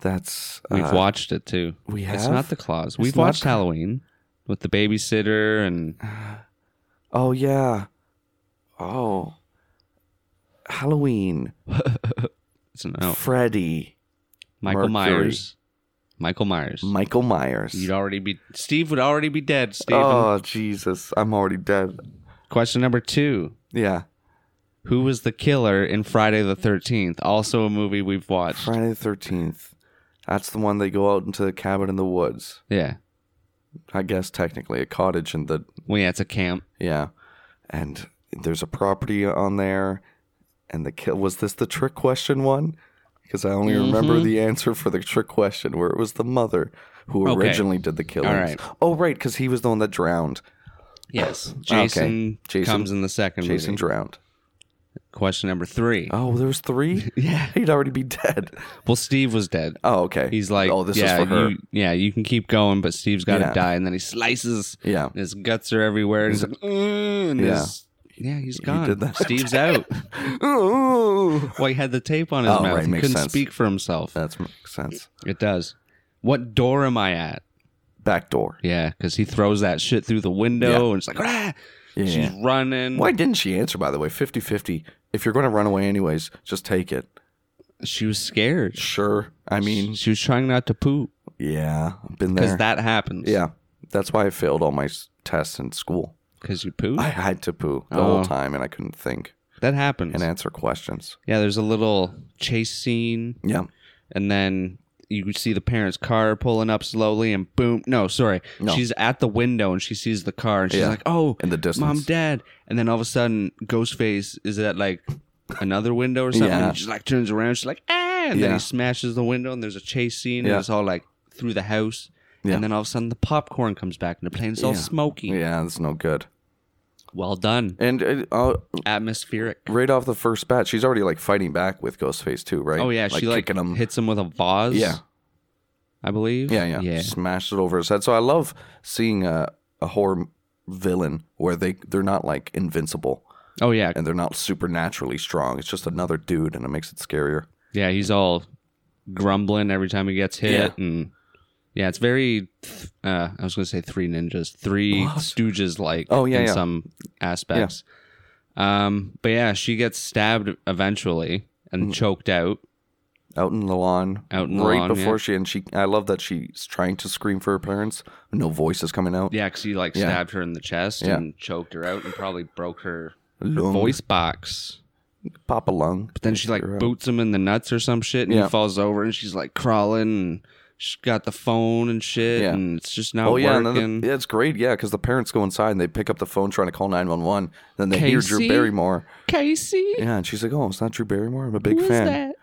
Speaker 2: That's
Speaker 3: We've
Speaker 2: uh,
Speaker 3: watched it too.
Speaker 2: we
Speaker 3: It's
Speaker 2: have?
Speaker 3: not the claws. We've
Speaker 2: not-
Speaker 3: watched Halloween with the babysitter and
Speaker 2: Oh yeah. Oh. Halloween.
Speaker 3: it's no,
Speaker 2: Freddy.
Speaker 3: Michael
Speaker 2: Mercury.
Speaker 3: Myers. Michael Myers.
Speaker 2: Michael Myers.
Speaker 3: You'd already be Steve would already be dead, Steven.
Speaker 2: oh Jesus. I'm already dead.
Speaker 3: Question number two.
Speaker 2: Yeah.
Speaker 3: Who was the killer in Friday the thirteenth? Also a movie we've watched.
Speaker 2: Friday the thirteenth. That's the one they go out into the cabin in the woods.
Speaker 3: yeah.
Speaker 2: I guess technically a cottage in the
Speaker 3: Well, yeah, it's a camp.
Speaker 2: yeah, and there's a property on there, and the kill was this the trick question one? Because I only
Speaker 3: Mm-hmm.
Speaker 2: remember the answer for the trick question where it was the mother who
Speaker 3: Okay.
Speaker 2: originally did the killings.
Speaker 3: right.
Speaker 2: Oh right, because he was the one that drowned.
Speaker 3: Yes. Jason,
Speaker 2: Jason-
Speaker 3: comes in the second
Speaker 2: Jason
Speaker 3: movie.
Speaker 2: drowned.
Speaker 3: Question number three.
Speaker 2: Oh, there was three. yeah, he'd already be dead.
Speaker 3: Well, Steve was dead.
Speaker 2: Oh okay.
Speaker 3: He's like,
Speaker 2: oh, this
Speaker 3: yeah,
Speaker 2: is for her.
Speaker 3: You, yeah, you can keep going, but Steve's got to
Speaker 2: Yeah.
Speaker 3: die. And then he slices.
Speaker 2: Yeah.
Speaker 3: and his guts are everywhere. And he's like, "Mm," and his- yeah, he's gone.
Speaker 2: did that.
Speaker 3: Steve's out.
Speaker 2: Ooh.
Speaker 3: Well, he had the tape on his
Speaker 2: Oh,
Speaker 3: mouth.
Speaker 2: right,
Speaker 3: he
Speaker 2: makes
Speaker 3: couldn't
Speaker 2: sense.
Speaker 3: speak for himself.
Speaker 2: That makes sense.
Speaker 3: It does. What door am I at?
Speaker 2: Back door.
Speaker 3: Yeah, because he throws that shit through the window, and it's like, ah, she's running.
Speaker 2: Why didn't she answer, by the way? 50 50. If you're going to run away anyways, just take it.
Speaker 3: She was scared.
Speaker 2: Sure. I mean,
Speaker 3: She was trying not to poop
Speaker 2: yeah, I've been there.
Speaker 3: because that happens.
Speaker 2: yeah. That's why I failed all my s- tests in school.
Speaker 3: because you poop.
Speaker 2: I had to poo the
Speaker 3: Mm. Oh.
Speaker 2: whole time and I couldn't think
Speaker 3: that happens.
Speaker 2: and answer questions.
Speaker 3: yeah, there's a little chase scene,
Speaker 2: Yeah.
Speaker 3: and then you could see the parents' car pulling up slowly, and boom. No, sorry,
Speaker 2: No.
Speaker 3: she's at the window and she sees the car, and she's
Speaker 2: Yeah.
Speaker 3: like, "Oh,
Speaker 2: In the distance.
Speaker 3: mom, dad," and then all of a sudden, Ghostface is at like another window or something.
Speaker 2: Yeah.
Speaker 3: And she like turns around, she's like, "Ah!" And then
Speaker 2: Yeah.
Speaker 3: he smashes the window, and there's a chase scene,
Speaker 2: Yeah.
Speaker 3: and it's all like through the house,
Speaker 2: Yeah.
Speaker 3: and then all of a sudden, the popcorn comes back into play, and it's all
Speaker 2: Yeah.
Speaker 3: smoky.
Speaker 2: Yeah, that's no good.
Speaker 3: Well done,
Speaker 2: And uh, uh,
Speaker 3: atmospheric.
Speaker 2: right off the first bat, she's already like fighting back with Ghostface too, right?
Speaker 3: Oh yeah, she like
Speaker 2: kicking him.
Speaker 3: hits him with a vase.
Speaker 2: Yeah.
Speaker 3: I believe.
Speaker 2: Yeah, yeah,
Speaker 3: yeah.
Speaker 2: Smashed it over his head. So I love seeing a, a horror villain where they they're not like invincible
Speaker 3: Oh yeah,
Speaker 2: and they're not supernaturally strong. It's just another dude, and it makes it scarier.
Speaker 3: yeah. He's all grumbling every time he gets hit, and yeah, it's very. th- Uh, I was gonna say three ninjas, three stooges like.
Speaker 2: Oh, yeah,
Speaker 3: in
Speaker 2: yeah.
Speaker 3: some aspects. Um, but yeah, she gets stabbed eventually
Speaker 2: Mm.
Speaker 3: and choked out.
Speaker 2: Out in the lawn,
Speaker 3: Out in the
Speaker 2: right
Speaker 3: lawn,
Speaker 2: before
Speaker 3: yeah.
Speaker 2: she and she. I love that she's trying to scream for her parents. No voice is coming out.
Speaker 3: Yeah, because he like
Speaker 2: Yeah.
Speaker 3: stabbed her in the chest
Speaker 2: Yeah.
Speaker 3: and choked her out and probably broke her
Speaker 2: Lung.
Speaker 3: voice box.
Speaker 2: Pop a lung.
Speaker 3: But then she like boots him in the nuts or some shit, and
Speaker 2: Yeah.
Speaker 3: he falls over, and she's like crawling, and she's got the phone and shit,
Speaker 2: Yeah.
Speaker 3: and it's just not
Speaker 2: Oh yeah, and
Speaker 3: working.
Speaker 2: then the- yeah, it's great. Yeah, because the parents go inside and they pick up the phone trying to call nine one one. Then they hear Drew
Speaker 3: Casey?
Speaker 2: Barrymore.
Speaker 3: Casey,
Speaker 2: Yeah, and she's like, "Oh, it's not Drew Barrymore. I'm a big
Speaker 3: who's
Speaker 2: fan."
Speaker 3: that?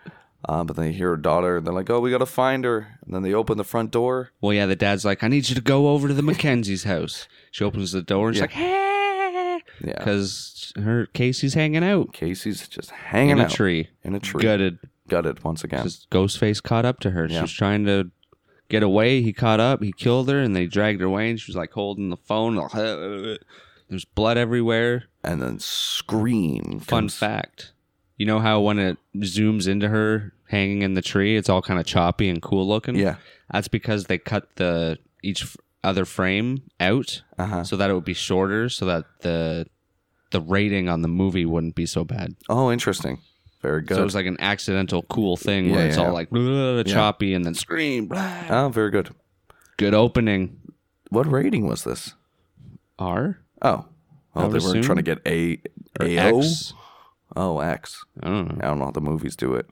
Speaker 2: Uh, but they hear her daughter, and they're like, "Oh, we gotta find her." And then they open the front door.
Speaker 3: Well, yeah, the dad's like, I need you to go over to the Mackenzie's house. She opens the door and she's like, hey,
Speaker 2: Yeah.
Speaker 3: because her Casey's hanging out
Speaker 2: Casey's just hanging
Speaker 3: in
Speaker 2: out
Speaker 3: a tree,
Speaker 2: in a tree,
Speaker 3: gutted.
Speaker 2: gutted once again.
Speaker 3: Just Ghostface caught up to her. She was trying to get away. He caught up. He killed her, and they dragged her away. And she was like holding the phone. There's blood everywhere.
Speaker 2: and then scream.
Speaker 3: Fun
Speaker 2: comes-
Speaker 3: fact. You know how when it zooms into her hanging in the tree, it's all kind of choppy and cool looking?
Speaker 2: Yeah.
Speaker 3: That's because they cut the each f- other frame out
Speaker 2: Uh-huh.
Speaker 3: so that it would be shorter so that the the rating on the movie wouldn't be so bad.
Speaker 2: Oh, interesting. Very good.
Speaker 3: So it was like an accidental cool thing where
Speaker 2: Yeah,
Speaker 3: it's
Speaker 2: yeah,
Speaker 3: all
Speaker 2: yeah.
Speaker 3: like "Blah," choppy and then scream. blah.
Speaker 2: oh, very good.
Speaker 3: Good opening.
Speaker 2: What rating was this?
Speaker 3: R?
Speaker 2: Oh,
Speaker 3: I
Speaker 2: oh,
Speaker 3: would
Speaker 2: they weren't
Speaker 3: assume.
Speaker 2: trying to get a
Speaker 3: Or
Speaker 2: AO?
Speaker 3: X?
Speaker 2: Oh, X.
Speaker 3: I don't know.
Speaker 2: I don't know how the movies do it.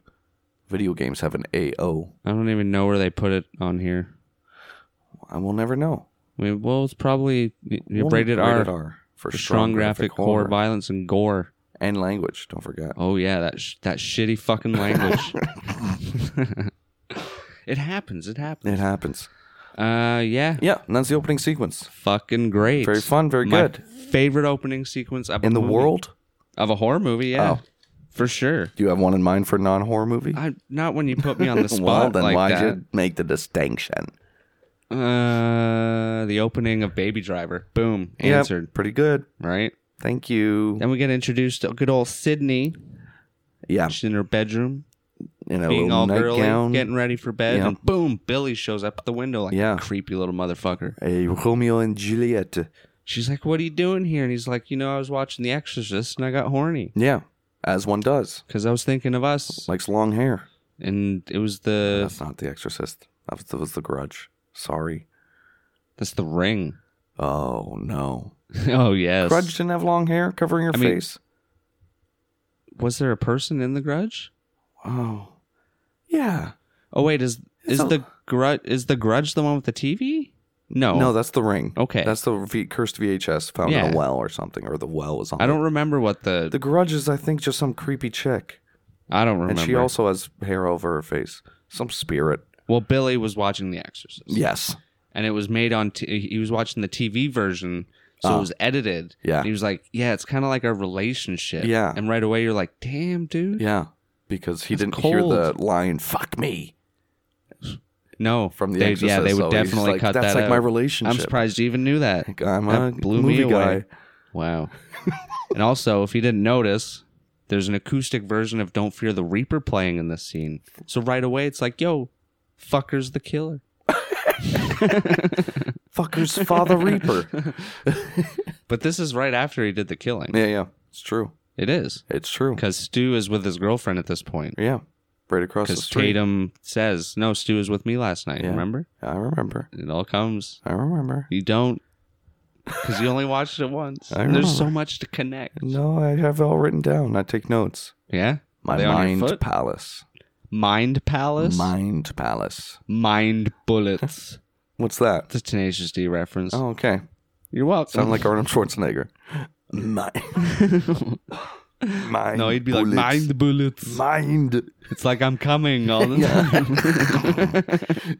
Speaker 2: Video games have an AO.
Speaker 3: I don't even know where they put it on here.
Speaker 2: I will never know.
Speaker 3: I mean, well, it's probably y- y-
Speaker 2: We'll-
Speaker 3: rated, R.
Speaker 2: for
Speaker 3: for strong, graphic, horror, violence, and gore.
Speaker 2: and language. Don't forget.
Speaker 3: Oh yeah, that sh- that shitty fucking language. it happens. It happens.
Speaker 2: It happens.
Speaker 3: Uh, yeah.
Speaker 2: Yeah, and that's the opening sequence.
Speaker 3: Fucking great.
Speaker 2: Very fun. Very
Speaker 3: My
Speaker 2: good.
Speaker 3: Favorite opening sequence of a
Speaker 2: In the
Speaker 3: movie-
Speaker 2: world,
Speaker 3: of a horror movie. Yeah,
Speaker 2: Oh.
Speaker 3: for sure.
Speaker 2: do you have one in mind for a non-horror movie?
Speaker 3: I not when you put me on the spot
Speaker 2: well, then
Speaker 3: like
Speaker 2: why'd
Speaker 3: that.
Speaker 2: you make the distinction?
Speaker 3: Uh, the opening of Baby Driver. Boom.
Speaker 2: Yeah,
Speaker 3: Answered.
Speaker 2: pretty good.
Speaker 3: Right.
Speaker 2: Thank you.
Speaker 3: Then we get introduced to good old Sydney.
Speaker 2: Yeah,
Speaker 3: She's in her bedroom.
Speaker 2: in a
Speaker 3: being
Speaker 2: little
Speaker 3: all girly,
Speaker 2: nightgown,
Speaker 3: getting ready for bed,
Speaker 2: Yeah.
Speaker 3: and boom, Billy shows up at the window like
Speaker 2: Yeah.
Speaker 3: a creepy little motherfucker.
Speaker 2: a Romeo and Juliet.
Speaker 3: She's like, "What are you doing here?" And he's like, "You know, I was watching The Exorcist and I got horny
Speaker 2: Yeah, as one does.
Speaker 3: because I was thinking of us,
Speaker 2: Likes long hair.
Speaker 3: and it was the
Speaker 2: That's not The Exorcist. That was, that was The Grudge. Sorry.
Speaker 3: that's the ring.
Speaker 2: Oh no.
Speaker 3: oh yes,
Speaker 2: Grudge didn't have long hair covering her
Speaker 3: I mean-
Speaker 2: face.
Speaker 3: was there a person in the Grudge?
Speaker 2: oh, yeah.
Speaker 3: Oh wait, is is
Speaker 2: So-
Speaker 3: the grudge is the Grudge the one with the TV? No.
Speaker 2: No, that's the ring.
Speaker 3: Oh. Okay.
Speaker 2: That's the v- cursed VHS found in
Speaker 3: Yeah.
Speaker 2: a well or something, or the well was on.
Speaker 3: I don't
Speaker 2: it.
Speaker 3: remember what the,
Speaker 2: The Grudge is, I think, just some creepy chick,
Speaker 3: I don't remember.
Speaker 2: and she also has hair over her face. Some spirit.
Speaker 3: well, Billy was watching The Exorcist.
Speaker 2: Yes.
Speaker 3: and it was made on. T- he was watching the TV version, so it
Speaker 2: Ah.
Speaker 3: was edited.
Speaker 2: Yeah.
Speaker 3: and he was like, "Yeah, it's kind of like our relationship."
Speaker 2: Yeah.
Speaker 3: and right away you're like, "Damn, dude,
Speaker 2: Yeah. Because he
Speaker 3: That's
Speaker 2: didn't hear the
Speaker 3: cold.
Speaker 2: line "fuck me"
Speaker 3: no."
Speaker 2: from the
Speaker 3: they,
Speaker 2: Exorcist.
Speaker 3: yeah, they would
Speaker 2: so he's
Speaker 3: definitely
Speaker 2: like,
Speaker 3: cut
Speaker 2: That's
Speaker 3: that
Speaker 2: like my
Speaker 3: out.
Speaker 2: relationship.
Speaker 3: I'm surprised you even knew that.
Speaker 2: Like, I'm a
Speaker 3: That blew me
Speaker 2: movie
Speaker 3: away.
Speaker 2: guy.
Speaker 3: Wow. and also, if you didn't notice, there's an acoustic version of Don't Fear the Reaper playing in this scene. So right away, it's like, yo, fucker's the killer.
Speaker 2: Fucker's father Reaper.
Speaker 3: But this is right after he did the killing.
Speaker 2: Yeah, yeah. It's true.
Speaker 3: It is.
Speaker 2: It's true.
Speaker 3: Because Stu is with his girlfriend at this point.
Speaker 2: Yeah. Right across the
Speaker 3: Because
Speaker 2: street.
Speaker 3: Tatum says, no, Stu was with me last night.
Speaker 2: Yeah.
Speaker 3: Remember?
Speaker 2: I remember.
Speaker 3: It all comes.
Speaker 2: I remember.
Speaker 3: You don't. Because you only watched it once.
Speaker 2: I
Speaker 3: And There's
Speaker 2: remember.
Speaker 3: so much to connect.
Speaker 2: No, I have it all written down. I take notes.
Speaker 3: Yeah?
Speaker 2: My
Speaker 3: They on your
Speaker 2: mind
Speaker 3: foot?
Speaker 2: palace.
Speaker 3: Mind Palace?
Speaker 2: Mind palace.
Speaker 3: Mind Bullets.
Speaker 2: What's that?
Speaker 3: the Tenacious D reference.
Speaker 2: Oh, okay.
Speaker 3: You're welcome.
Speaker 2: Sound like Arnold Schwarzenegger. Mind. mind.
Speaker 3: no, he'd be like,
Speaker 2: bullets.
Speaker 3: mind the bullets.
Speaker 2: Mind.
Speaker 3: It's like I'm coming all the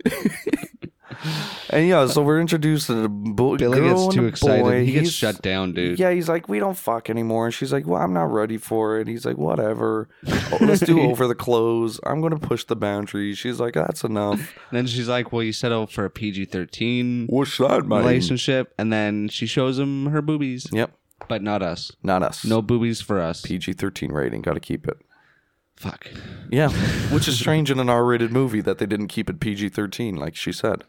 Speaker 3: time.
Speaker 2: And yeah, so we're introduced to the bo-
Speaker 3: Billy
Speaker 2: girl
Speaker 3: gets
Speaker 2: and
Speaker 3: too
Speaker 2: a
Speaker 3: excited.
Speaker 2: Boy.
Speaker 3: he gets
Speaker 2: He's-
Speaker 3: shut down, dude.
Speaker 2: Yeah, he's like, we don't fuck anymore. And she's like, well, I'm not ready for it. He's like, whatever. Oh, let's do over the clothes. I'm going to push the boundaries. She's like, that's enough.
Speaker 3: And then she's like, "Well, you settled for a PG-13
Speaker 2: What's that,
Speaker 3: relationship," and then she shows him her boobies,
Speaker 2: Yep.
Speaker 3: but not us.
Speaker 2: Not us.
Speaker 3: No boobies for us.
Speaker 2: PG 13 rating. Got to keep it.
Speaker 3: Fuck.
Speaker 2: Yeah. Which is strange in an R rated movie that they didn't keep it PG 13, like she said.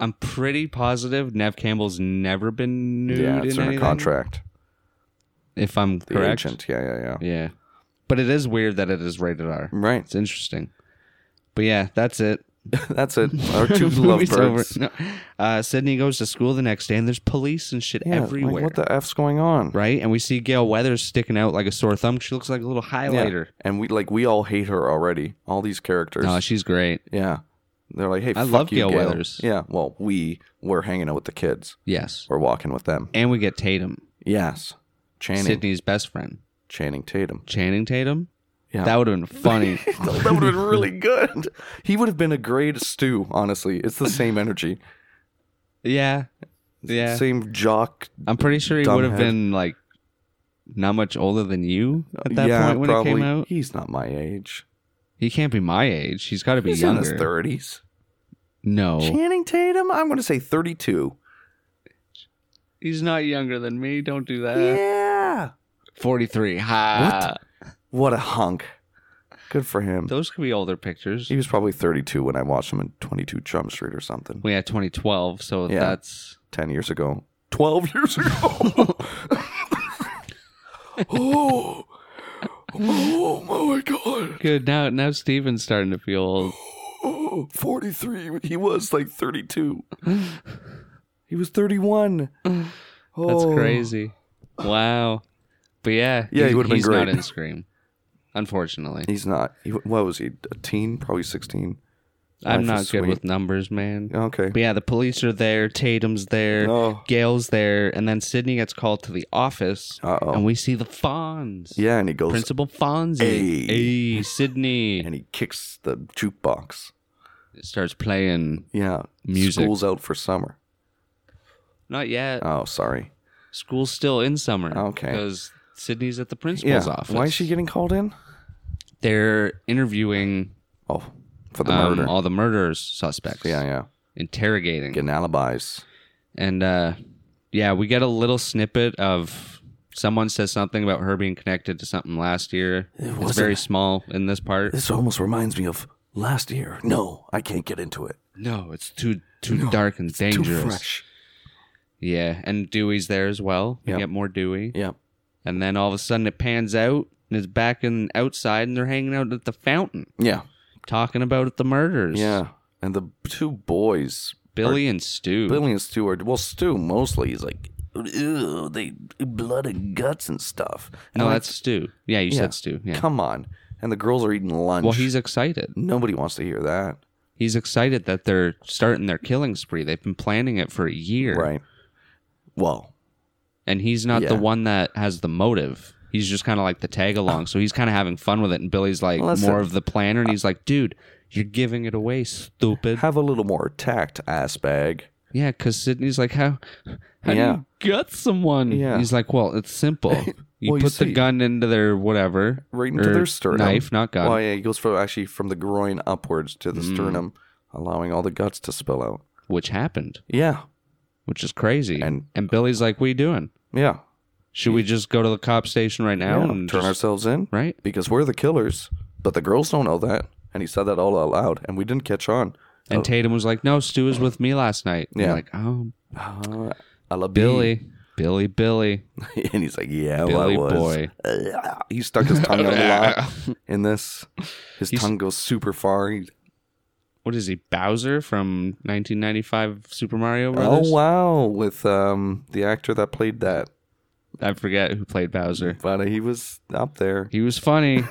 Speaker 3: I'm pretty positive Nev Campbell's never been nude
Speaker 2: yeah, it's
Speaker 3: in
Speaker 2: in
Speaker 3: anything,
Speaker 2: her contract.
Speaker 3: If I'm
Speaker 2: The
Speaker 3: correct.
Speaker 2: agent. Yeah, yeah, yeah.
Speaker 3: Yeah, but it is weird that it is rated R.
Speaker 2: Right.
Speaker 3: It's interesting. But yeah, that's it.
Speaker 2: That's it. Our two
Speaker 3: Movie's over.
Speaker 2: lovebirds.
Speaker 3: No. Uh, Sydney goes to school the next day, and there's police and shit
Speaker 2: Yeah, like,
Speaker 3: everywhere.
Speaker 2: what the F's going on?
Speaker 3: right? And we see Gail Weathers sticking out like a sore thumb. She looks like a little
Speaker 2: Yeah.
Speaker 3: highlighter.
Speaker 2: And we like we all hate her already. All these characters.
Speaker 3: No, she's great.
Speaker 2: Yeah. They're like, hey,
Speaker 3: I
Speaker 2: fuck
Speaker 3: love
Speaker 2: you,
Speaker 3: Gail
Speaker 2: Gail
Speaker 3: Weathers.
Speaker 2: Yeah. Well, we were hanging out with the kids.
Speaker 3: Yes.
Speaker 2: We're walking with them.
Speaker 3: And we get Tatum,
Speaker 2: Yes. Channing.
Speaker 3: Sydney's best friend,
Speaker 2: Channing Tatum.
Speaker 3: Channing Tatum.
Speaker 2: Yeah.
Speaker 3: That would have been funny.
Speaker 2: that would have been really good. He would have been a great stew, honestly. It's the same energy.
Speaker 3: yeah. Yeah.
Speaker 2: Same jock.
Speaker 3: I'm pretty sure he would have
Speaker 2: Dumbhead.
Speaker 3: been like not much older than you at that
Speaker 2: yeah,
Speaker 3: point when
Speaker 2: probably.
Speaker 3: it came out.
Speaker 2: He's not my age.
Speaker 3: He can't be my age. He's got to be
Speaker 2: He's in his
Speaker 3: younger. Oh.
Speaker 2: 30s.
Speaker 3: no.
Speaker 2: Channing Tatum, I'm going to say 32.
Speaker 3: He's not younger than me. Don't do that.
Speaker 2: yeah.
Speaker 3: 43. Ha.
Speaker 2: What a hunk. Good for him.
Speaker 3: Those could be older pictures.
Speaker 2: He was probably 32 when I watched him in 22 Chum Street or something.
Speaker 3: We had 2012, so
Speaker 2: Yeah.
Speaker 3: that's
Speaker 2: 10 years ago, 12 years ago. oh, oh my God.
Speaker 3: Good. Now now Steven's starting to feel old.
Speaker 2: Oh, 43. He was like 32. He was 31.
Speaker 3: That's
Speaker 2: Oh.
Speaker 3: crazy. Wow. But yeah,
Speaker 2: Yeah, he would've been
Speaker 3: he's not
Speaker 2: great.
Speaker 3: in Scream. Unfortunately.
Speaker 2: He's not. He, what was he? A teen? Probably 16.
Speaker 3: I'm
Speaker 2: Life
Speaker 3: not
Speaker 2: is
Speaker 3: good
Speaker 2: sweet.
Speaker 3: with numbers, man.
Speaker 2: Okay. Oh.
Speaker 3: But yeah, the police are there, Tatum's there,
Speaker 2: No.
Speaker 3: Gail's there, and then Sydney gets called to the office
Speaker 2: Uh-oh.
Speaker 3: and we see the Fonz.
Speaker 2: Yeah, and he goes
Speaker 3: Principal Fonzie.
Speaker 2: Hey.
Speaker 3: Hey, Sydney
Speaker 2: and he kicks the jukebox.
Speaker 3: starts playing.
Speaker 2: Yeah.
Speaker 3: Music.
Speaker 2: School's out for summer.
Speaker 3: Not yet.
Speaker 2: Oh, sorry.
Speaker 3: School's still in summer.
Speaker 2: Okay.
Speaker 3: Because Sydney's at the
Speaker 2: Yeah.
Speaker 3: principal's office.
Speaker 2: Why is she getting called in?
Speaker 3: They're interviewing
Speaker 2: Oh, for the
Speaker 3: um,
Speaker 2: murder.
Speaker 3: all the murderers suspects.
Speaker 2: yeah, yeah.
Speaker 3: interrogating.
Speaker 2: Getting alibis.
Speaker 3: And uh, yeah, we get a little snippet of someone says something about her being connected to something last year. It's
Speaker 2: wasn't-
Speaker 3: very small in this part.
Speaker 2: This almost reminds me of last year. No, I can't get into it.
Speaker 3: No, it's too too dark and
Speaker 2: Too
Speaker 3: dangerous.
Speaker 2: fresh.
Speaker 3: Yeah, and Dewey's there as well. We
Speaker 2: Yep.
Speaker 3: get more Dewey,
Speaker 2: Yeah.
Speaker 3: and then all of a sudden it pans out and it's back in outside, and they're hanging out at the fountain
Speaker 2: Yeah.
Speaker 3: talking about the murders.
Speaker 2: Yeah. And the two boys,
Speaker 3: Billy and Stu.
Speaker 2: Billy and Stu, are, well, Stu mostly is like, ew, they blood and guts and stuff. And
Speaker 3: no,
Speaker 2: I'm like,
Speaker 3: that's Stu. Yeah, you
Speaker 2: Yeah.
Speaker 3: said Stu. Yeah.
Speaker 2: Come on. And the girls are eating lunch.
Speaker 3: Well, he's excited.
Speaker 2: Nobody wants to hear that.
Speaker 3: He's excited that they're starting their killing spree. They've been planning it for a year.
Speaker 2: Right. Well,
Speaker 3: And he's not the
Speaker 2: Yeah.
Speaker 3: one that has the motive. He's just kind of like the tag along. So he's kind of having fun with it. And Billy's like
Speaker 2: Listen.
Speaker 3: more of the planner. And he's like, dude, you're giving it away, stupid.
Speaker 2: have a little more tact, ass bag.
Speaker 3: Yeah, because Sydney's like, how, how
Speaker 2: Yeah.
Speaker 3: do you gut someone?
Speaker 2: Yeah.
Speaker 3: He's like, well, it's simple. You
Speaker 2: Well, you
Speaker 3: put the
Speaker 2: see-
Speaker 3: gun into their whatever,
Speaker 2: Right into
Speaker 3: or
Speaker 2: their sternum.
Speaker 3: Er, knife, not gun. Mm.
Speaker 2: Well, yeah, he goes from actually from the groin upwards to the sternum, allowing all the guts to spill out.
Speaker 3: which happened,
Speaker 2: Yeah.
Speaker 3: which is crazy.
Speaker 2: And-
Speaker 3: and Billy's like, what are you doing?
Speaker 2: Yeah.
Speaker 3: Should we just go to the cop station right now
Speaker 2: yeah.
Speaker 3: and
Speaker 2: Turn
Speaker 3: just-
Speaker 2: ourselves in.
Speaker 3: right?
Speaker 2: Because we're the killers, but the girls don't know that. And he said that all out loud, and we didn't catch on.
Speaker 3: And Tatum was like, no, Stu was with me last night. And
Speaker 2: Oh. Yeah.
Speaker 3: like, oh,
Speaker 2: Uh, I love
Speaker 3: Billy, Billy, Billy.
Speaker 2: and he's like, "Yeah,
Speaker 3: Billy
Speaker 2: well, Oh, I was." He stuck his tongue out a lot in this. His
Speaker 3: He's-
Speaker 2: tongue goes super far. He-
Speaker 3: What is he, Bowser from 1995 Super Mario Brothers?
Speaker 2: oh wow! With um the actor that played that,
Speaker 3: I forget who played Bowser.
Speaker 2: but he was up there.
Speaker 3: He was funny.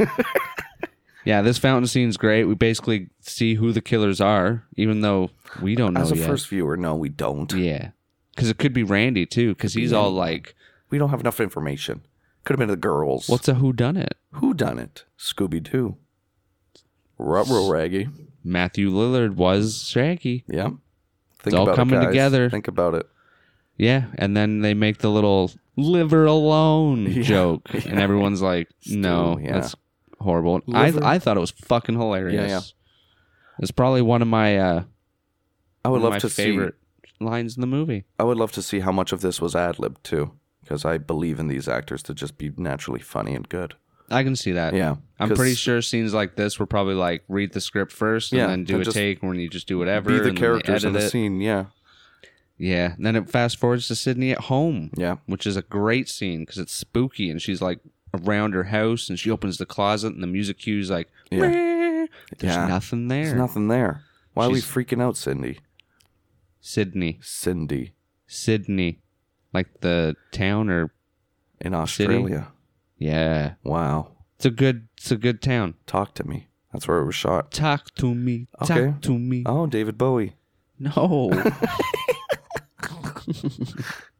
Speaker 3: yeah, this fountain scene's great. We basically see who the killers are, even though we don't know
Speaker 2: As a
Speaker 3: yet.
Speaker 2: first viewer, no, we don't.
Speaker 3: yeah, because it could be Randy too, because he's all like,
Speaker 2: We don't have enough information. Could have been the girls.
Speaker 3: "What's a who done it?"
Speaker 2: Who done it? Scooby Doo. Rubber Raggy.
Speaker 3: Matthew Lillard was Shaggy.
Speaker 2: Yeah. Think
Speaker 3: all coming
Speaker 2: guys.
Speaker 3: together.
Speaker 2: Think about it.
Speaker 3: Yeah, and then they make the little "liver alone" joke, and everyone's like, "No,
Speaker 2: yeah.
Speaker 3: that's horrible." I
Speaker 2: Liver.
Speaker 3: I thought it was fucking hilarious.
Speaker 2: yeah.
Speaker 3: It's probably one of my uh,
Speaker 2: I would
Speaker 3: one of
Speaker 2: love
Speaker 3: my
Speaker 2: to see
Speaker 3: favorite lines in the movie.
Speaker 2: I would love to see how much of this was ad lib too, because I believe in these actors to just be naturally funny and good.
Speaker 3: I can see that.
Speaker 2: Yeah,
Speaker 3: I'm
Speaker 2: 'cause-
Speaker 3: pretty sure scenes like this were probably like read the script first and
Speaker 2: Yeah,
Speaker 3: then do
Speaker 2: and
Speaker 3: a
Speaker 2: just
Speaker 3: take when you just do whatever.
Speaker 2: Be
Speaker 3: and
Speaker 2: the
Speaker 3: then they
Speaker 2: characters in
Speaker 3: edit
Speaker 2: the
Speaker 3: it.
Speaker 2: scene. Yeah,
Speaker 3: Yeah. And then it fast forwards to Sydney at home.
Speaker 2: Yeah.
Speaker 3: Which is a great scene because it's spooky and she's like around her house and she opens the closet and the music cue's like,
Speaker 2: Yeah.
Speaker 3: "Meow." there's
Speaker 2: Yeah.
Speaker 3: nothing there.
Speaker 2: there's nothing there. Why
Speaker 3: She's-
Speaker 2: are we freaking out, Cindy?
Speaker 3: Sydney.
Speaker 2: Cindy
Speaker 3: Sydney. Like the town or
Speaker 2: in Australia.
Speaker 3: yeah.
Speaker 2: Wow,
Speaker 3: It's a good it's a good town.
Speaker 2: talk to me. That's where it was shot.
Speaker 3: Talk to me. Talk
Speaker 2: Okay.
Speaker 3: to me.
Speaker 2: Oh, David Bowie.
Speaker 3: No.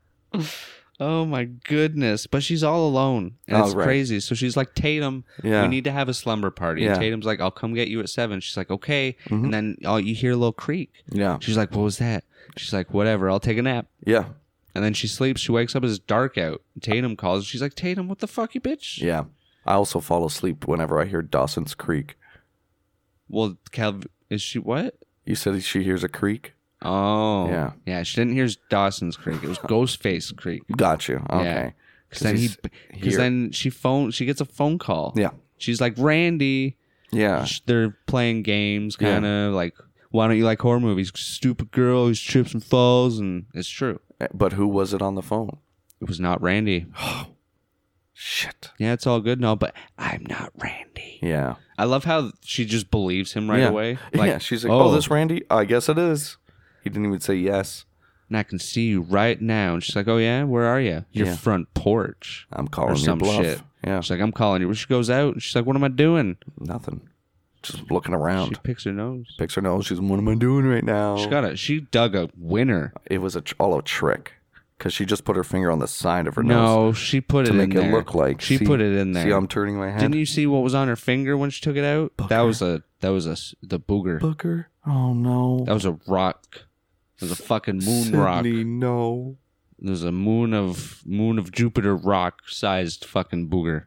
Speaker 3: oh my goodness. But she's all alone. And
Speaker 2: Oh,
Speaker 3: it's
Speaker 2: right.
Speaker 3: crazy. So she's like, Tatum,
Speaker 2: Yeah.
Speaker 3: we need to have a slumber party. And
Speaker 2: Yeah. Mm-hmm.
Speaker 3: Tatum's like, I'll come get you at seven. She's like, okay. And then oh, you hear a little creak.
Speaker 2: Yeah,
Speaker 3: She's like, what was that? She's like, whatever, I'll take a nap.
Speaker 2: yeah,
Speaker 3: And then she sleeps. She wakes up, it's dark out. Tatum calls. She's like, Tatum, what the fuck, you bitch?
Speaker 2: yeah. I also fall asleep whenever I hear Dawson's Creek.
Speaker 3: Well, Cal, is she what?
Speaker 2: You said she hears a creek.
Speaker 3: Oh.
Speaker 2: Yeah.
Speaker 3: Yeah, she didn't hear Dawson's Creek. It was Ghostface Creek.
Speaker 2: Got you. Okay.
Speaker 3: Because then he,
Speaker 2: he's
Speaker 3: because
Speaker 2: here.
Speaker 3: then she phone, she gets a phone call.
Speaker 2: Yeah.
Speaker 3: She's like, Randy,
Speaker 2: Yeah.
Speaker 3: sh- they're playing games, kind of like, why don't you like horror movies? Stupid girl who trips and falls, and it's true.
Speaker 2: But who was it on the phone?
Speaker 3: It was not Randy. Oh.
Speaker 2: Shit.
Speaker 3: Yeah, it's all good and all, but I'm not Randy.
Speaker 2: Yeah.
Speaker 3: I love how she just believes him right
Speaker 2: yeah.
Speaker 3: away.
Speaker 2: yeah, she's like, oh. this Randy? I guess it is. He didn't even say yes.
Speaker 3: and I can see you right now." And she's like, "Oh yeah, where are you? Your
Speaker 2: Yeah.
Speaker 3: front porch."
Speaker 2: I'm
Speaker 3: Or
Speaker 2: calling you
Speaker 3: some
Speaker 2: bluff.
Speaker 3: shit.
Speaker 2: Yeah,
Speaker 3: She's like, I'm calling you. She goes out and she's like, What am I doing?
Speaker 2: nothing. Just looking
Speaker 3: She
Speaker 2: around.
Speaker 3: picks her nose.
Speaker 2: Picks her nose. She's, what am I doing right now?
Speaker 3: She got a she dug a winner.
Speaker 2: it was a, tr- all a trick because she just put her finger on the side of her nose
Speaker 3: No, she put
Speaker 2: to
Speaker 3: it
Speaker 2: make
Speaker 3: in there.
Speaker 2: it look like.
Speaker 3: she
Speaker 2: see-
Speaker 3: put it in there.
Speaker 2: See, I'm turning my head.
Speaker 3: Didn't you see what was on her finger when she took it out? That was a that was a s- the booger.
Speaker 2: Booker? Oh no.
Speaker 3: That was a rock. It was a fucking moon
Speaker 2: Sydney,
Speaker 3: rock.
Speaker 2: no.
Speaker 3: It was a moon of moon of Jupiter rock sized fucking booger.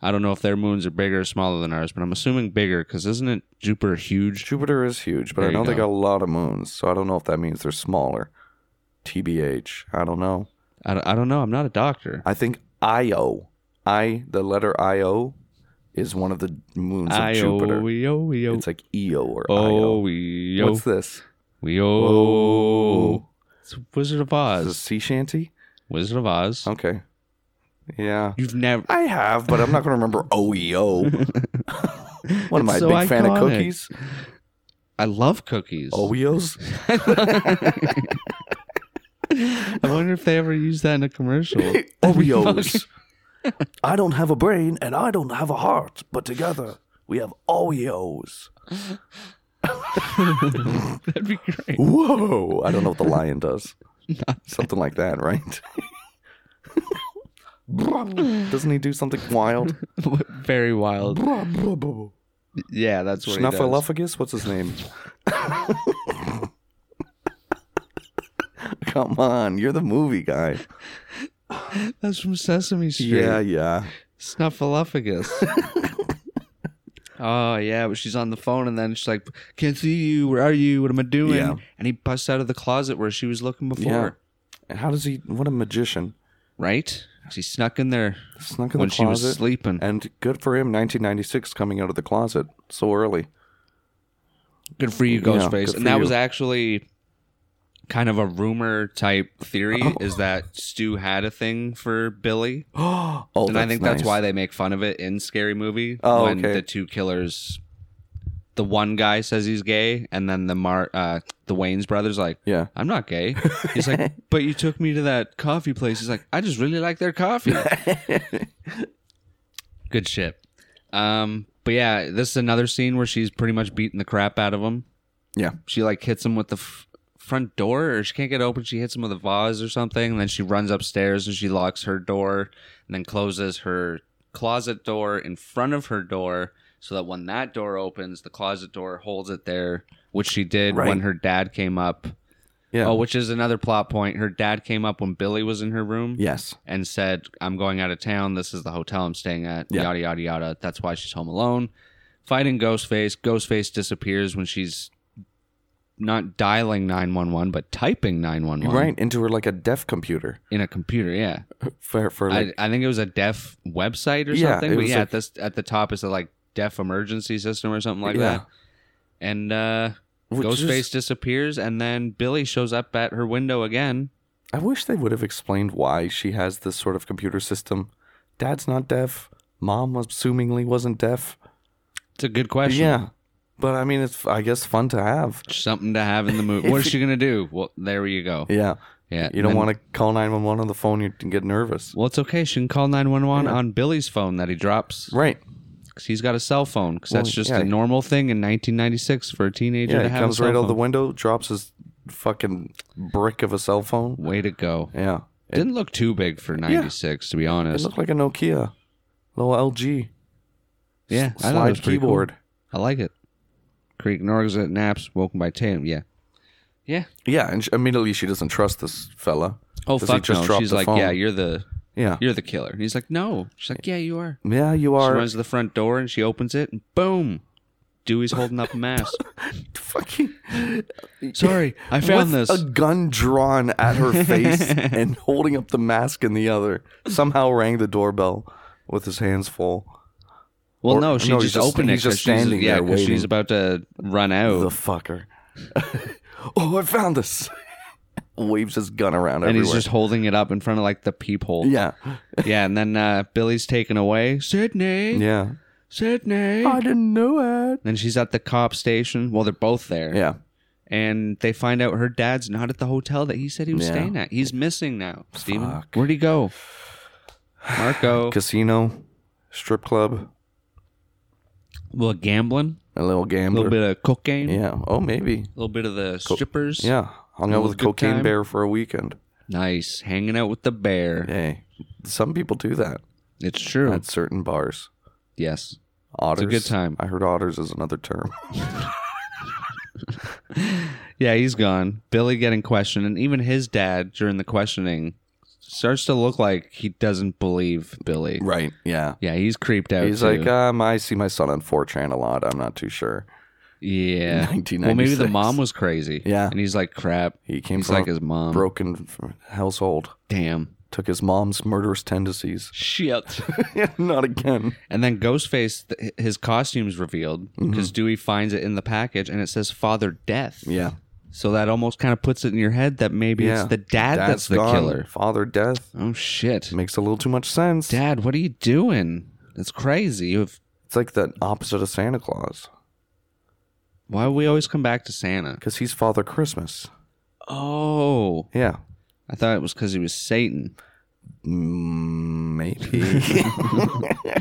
Speaker 3: I don't know if their moons are bigger or smaller than ours, but I'm assuming bigger because isn't it Jupiter huge?
Speaker 2: Jupiter is huge, but
Speaker 3: There
Speaker 2: I
Speaker 3: you
Speaker 2: know they
Speaker 3: go.
Speaker 2: got a lot of moons, so I don't know if that means they're smaller. TBH. I don't know.
Speaker 3: I, don't- I don't know. I'm not a doctor.
Speaker 2: I think Io, I the letter Io, is one of the moons of Jupiter.
Speaker 3: Jupiter.
Speaker 2: It's like Io or
Speaker 3: Oh,
Speaker 2: Io.
Speaker 3: we
Speaker 2: What's this?
Speaker 3: We
Speaker 2: Oh,
Speaker 3: It's Wizard of
Speaker 2: is this
Speaker 3: Oz.
Speaker 2: sea shanty?
Speaker 3: Wizard of Oz.
Speaker 2: Okay, yeah,
Speaker 3: You've never.
Speaker 2: I have, but I'm not gonna remember OEO. What am
Speaker 3: It's
Speaker 2: I, a
Speaker 3: so
Speaker 2: big fan of
Speaker 3: iconic.
Speaker 2: cookies? E
Speaker 3: I love cookies.
Speaker 2: Oh, OEOs?
Speaker 3: I wonder if they ever use that in a commercial.
Speaker 2: Oreos. I don't have a brain and I don't have a heart, but together we have Oreos.
Speaker 3: That'd be great.
Speaker 2: Whoa! I don't know what the lion does. something like that, right? Doesn't he do something wild?
Speaker 3: Very wild. Yeah, that's what he does.
Speaker 2: Snuffleupagus? What's his name? Come on, you're the movie guy.
Speaker 3: That's from Sesame Street.
Speaker 2: Yeah, yeah.
Speaker 3: Snuffleupagus. oh yeah, but she's on the phone and then she's like, "Can't see you. Where are you? What am I doing?"
Speaker 2: Yeah.
Speaker 3: And he busts out of the closet where she was looking before.
Speaker 2: Yeah. And how does he? What a magician!
Speaker 3: Right? She snuck in there
Speaker 2: Snuck in
Speaker 3: when
Speaker 2: the
Speaker 3: she
Speaker 2: closet.
Speaker 3: was sleeping.
Speaker 2: And good for him, 1996, coming out of the closet so early.
Speaker 3: Good for you,
Speaker 2: Yeah,
Speaker 3: Ghostface.
Speaker 2: good
Speaker 3: and
Speaker 2: for
Speaker 3: that
Speaker 2: you.
Speaker 3: was actually kind of a rumor type theory is that Stu had a thing for Billy.
Speaker 2: oh,
Speaker 3: and I think that's
Speaker 2: nice.
Speaker 3: why they make fun of it in Scary Movie
Speaker 2: Oh,
Speaker 3: when
Speaker 2: okay.
Speaker 3: the two killers the one guy says he's gay and then the Mar uh the Wayne's brothers like
Speaker 2: Yeah.
Speaker 3: I'm not gay. He's like, but you took me to that coffee place. He's like, I just really like their coffee. Good shit. Um, but yeah, this is another scene where she's pretty much beating the crap out of him.
Speaker 2: Yeah.
Speaker 3: She like hits him with the f- front door, or she can't get open. She hits him with a vase or something. And then she runs upstairs and she locks her door and then closes her closet door in front of her door so that when that door opens, the closet door holds it there, which she did
Speaker 2: Right.
Speaker 3: when her dad came up.
Speaker 2: Yeah.
Speaker 3: Oh, which is another plot point. Her dad came up when Billy was in her room
Speaker 2: yes.
Speaker 3: and said, I'm going out of town. This is the hotel I'm staying at.
Speaker 2: Yeah.
Speaker 3: Yada, yada, yada. That's why she's home alone. Fighting Ghostface. Ghostface disappears when she's not dialing 911, but typing 911
Speaker 2: Right into her like a deaf computer
Speaker 3: in a computer. Yeah.
Speaker 2: for for like
Speaker 3: I, I think it was a deaf website or
Speaker 2: Yeah,
Speaker 3: something.
Speaker 2: it
Speaker 3: But
Speaker 2: was
Speaker 3: yeah,
Speaker 2: like-
Speaker 3: at, this, at the top is a like deaf emergency system or something like
Speaker 2: Yeah.
Speaker 3: that. And uh,
Speaker 2: Which is-
Speaker 3: Ghostface disappears, and then Billy shows up at her window again.
Speaker 2: I wish they would have explained why she has this sort of computer system. Dad's not deaf. Mom was assumingly wasn't deaf.
Speaker 3: It's a good question.
Speaker 2: Yeah. But I mean, it's I guess fun to have.
Speaker 3: Something to have in the movie. what is she gonna do? Well, there you go.
Speaker 2: Yeah.
Speaker 3: Yeah,
Speaker 2: You don't want to call nine one one on the phone. You can get nervous.
Speaker 3: Well, it's okay. She can call nine one one on Billy's phone that he drops
Speaker 2: Right.
Speaker 3: because he's got a cell phone. Because that's
Speaker 2: Well,
Speaker 3: just
Speaker 2: yeah.
Speaker 3: a normal thing in 1996 for a teenager
Speaker 2: Yeah.
Speaker 3: to
Speaker 2: he
Speaker 3: have
Speaker 2: comes
Speaker 3: a cell
Speaker 2: right out
Speaker 3: phone.
Speaker 2: of the window, drops his fucking brick of a cell phone.
Speaker 3: Way to go!
Speaker 2: Yeah. It,
Speaker 3: Didn't look too big for '96, to be
Speaker 2: it
Speaker 3: honest.
Speaker 2: looked like a Nokia, little LG
Speaker 3: yeah, I thought it
Speaker 2: slide
Speaker 3: was pretty cool.
Speaker 2: keyboard.
Speaker 3: I like it. Creek Norgs at naps, woken by Tatum. Yeah, yeah.
Speaker 2: Yeah, and she, immediately she doesn't trust this fella.
Speaker 3: Oh
Speaker 2: 'Cause he
Speaker 3: fuck
Speaker 2: just
Speaker 3: no!
Speaker 2: dropped
Speaker 3: She's
Speaker 2: the
Speaker 3: like,
Speaker 2: phone.
Speaker 3: yeah, you're the
Speaker 2: yeah,
Speaker 3: you're the killer. And he's like, no. She's like, yeah, you are.
Speaker 2: yeah, you
Speaker 3: She
Speaker 2: are.
Speaker 3: runs to the front door and she opens it, and boom, Dewey's holding up a mask.
Speaker 2: fucking
Speaker 3: Sorry, I found
Speaker 2: with
Speaker 3: this.
Speaker 2: a gun drawn at her face and holding up the mask in the other. Somehow rang the doorbell with his hands full.
Speaker 3: well,
Speaker 2: or-
Speaker 3: no, she
Speaker 2: no, he's
Speaker 3: just
Speaker 2: just-
Speaker 3: opened it.
Speaker 2: he's just
Speaker 3: 'cause she's-
Speaker 2: standing
Speaker 3: yeah,
Speaker 2: there
Speaker 3: 'cause She's
Speaker 2: waiting.
Speaker 3: about to run out,
Speaker 2: The fucker. oh, I found this. Waves his gun around
Speaker 3: and
Speaker 2: everywhere.
Speaker 3: he's just holding it up in front of like the peephole.
Speaker 2: yeah,
Speaker 3: yeah. And then uh, Billy's taken away. Sydney,
Speaker 2: yeah.
Speaker 3: Sydney.
Speaker 2: I didn't know it.
Speaker 3: Then she's at the cop station. Well, they're both there.
Speaker 2: Yeah,
Speaker 3: and they find out her dad's not at the hotel that he said he was
Speaker 2: Yeah.
Speaker 3: staying at. He's missing now. Steven,
Speaker 2: Fuck.
Speaker 3: where'd he go? Marco.
Speaker 2: casino, strip club,
Speaker 3: A little gambling,
Speaker 2: a little
Speaker 3: a
Speaker 2: gambler.
Speaker 3: little bit of cocaine, a
Speaker 2: Yeah. Oh, maybe.
Speaker 3: little bit of the strippers.
Speaker 2: Yeah. Hung out
Speaker 3: Little
Speaker 2: with
Speaker 3: good
Speaker 2: Cocaine
Speaker 3: time.
Speaker 2: Bear for a weekend.
Speaker 3: Nice. Hanging out with the bear.
Speaker 2: Hey, some people do that
Speaker 3: It's true.
Speaker 2: at certain bars.
Speaker 3: yes.
Speaker 2: Otters.
Speaker 3: good time.
Speaker 2: I heard otters is another term.
Speaker 3: Yeah, he's gone. Billy getting questioned, and even his dad during the questioning starts to look like he doesn't believe Billy.
Speaker 2: right. Yeah.
Speaker 3: Yeah, he's uh, creeped out.
Speaker 2: He's
Speaker 3: too.
Speaker 2: like, um, I see my son on 4chan a lot. I'm not too sure.
Speaker 3: yeah.
Speaker 2: 1996.
Speaker 3: Well, maybe the mom was crazy.
Speaker 2: Yeah.
Speaker 3: and he's like, crap.
Speaker 2: He came
Speaker 3: He's
Speaker 2: from
Speaker 3: like um,
Speaker 2: a
Speaker 3: his mom.
Speaker 2: broken f- household.
Speaker 3: Damn.
Speaker 2: Took his mom's murderous tendencies.
Speaker 3: Shit.
Speaker 2: not again.
Speaker 3: and then Ghostface, th- his costume's revealed because Dewey finds it in the package, and it says "Father Death."
Speaker 2: Yeah.
Speaker 3: So that almost kind of puts it in your head that maybe
Speaker 2: yeah.
Speaker 3: it's the dad
Speaker 2: Dad's
Speaker 3: that's the
Speaker 2: gone.
Speaker 3: killer.
Speaker 2: Father death.
Speaker 3: Oh shit,
Speaker 2: Makes a little too much sense.
Speaker 3: Dad, what are you doing? It's crazy. You've,
Speaker 2: It's like the opposite of Santa Claus
Speaker 3: why we always come back to Santa?
Speaker 2: because he's Father Christmas.
Speaker 3: Oh,
Speaker 2: Yeah.
Speaker 3: I thought it was because he was Satan.
Speaker 2: Mm, Maybe.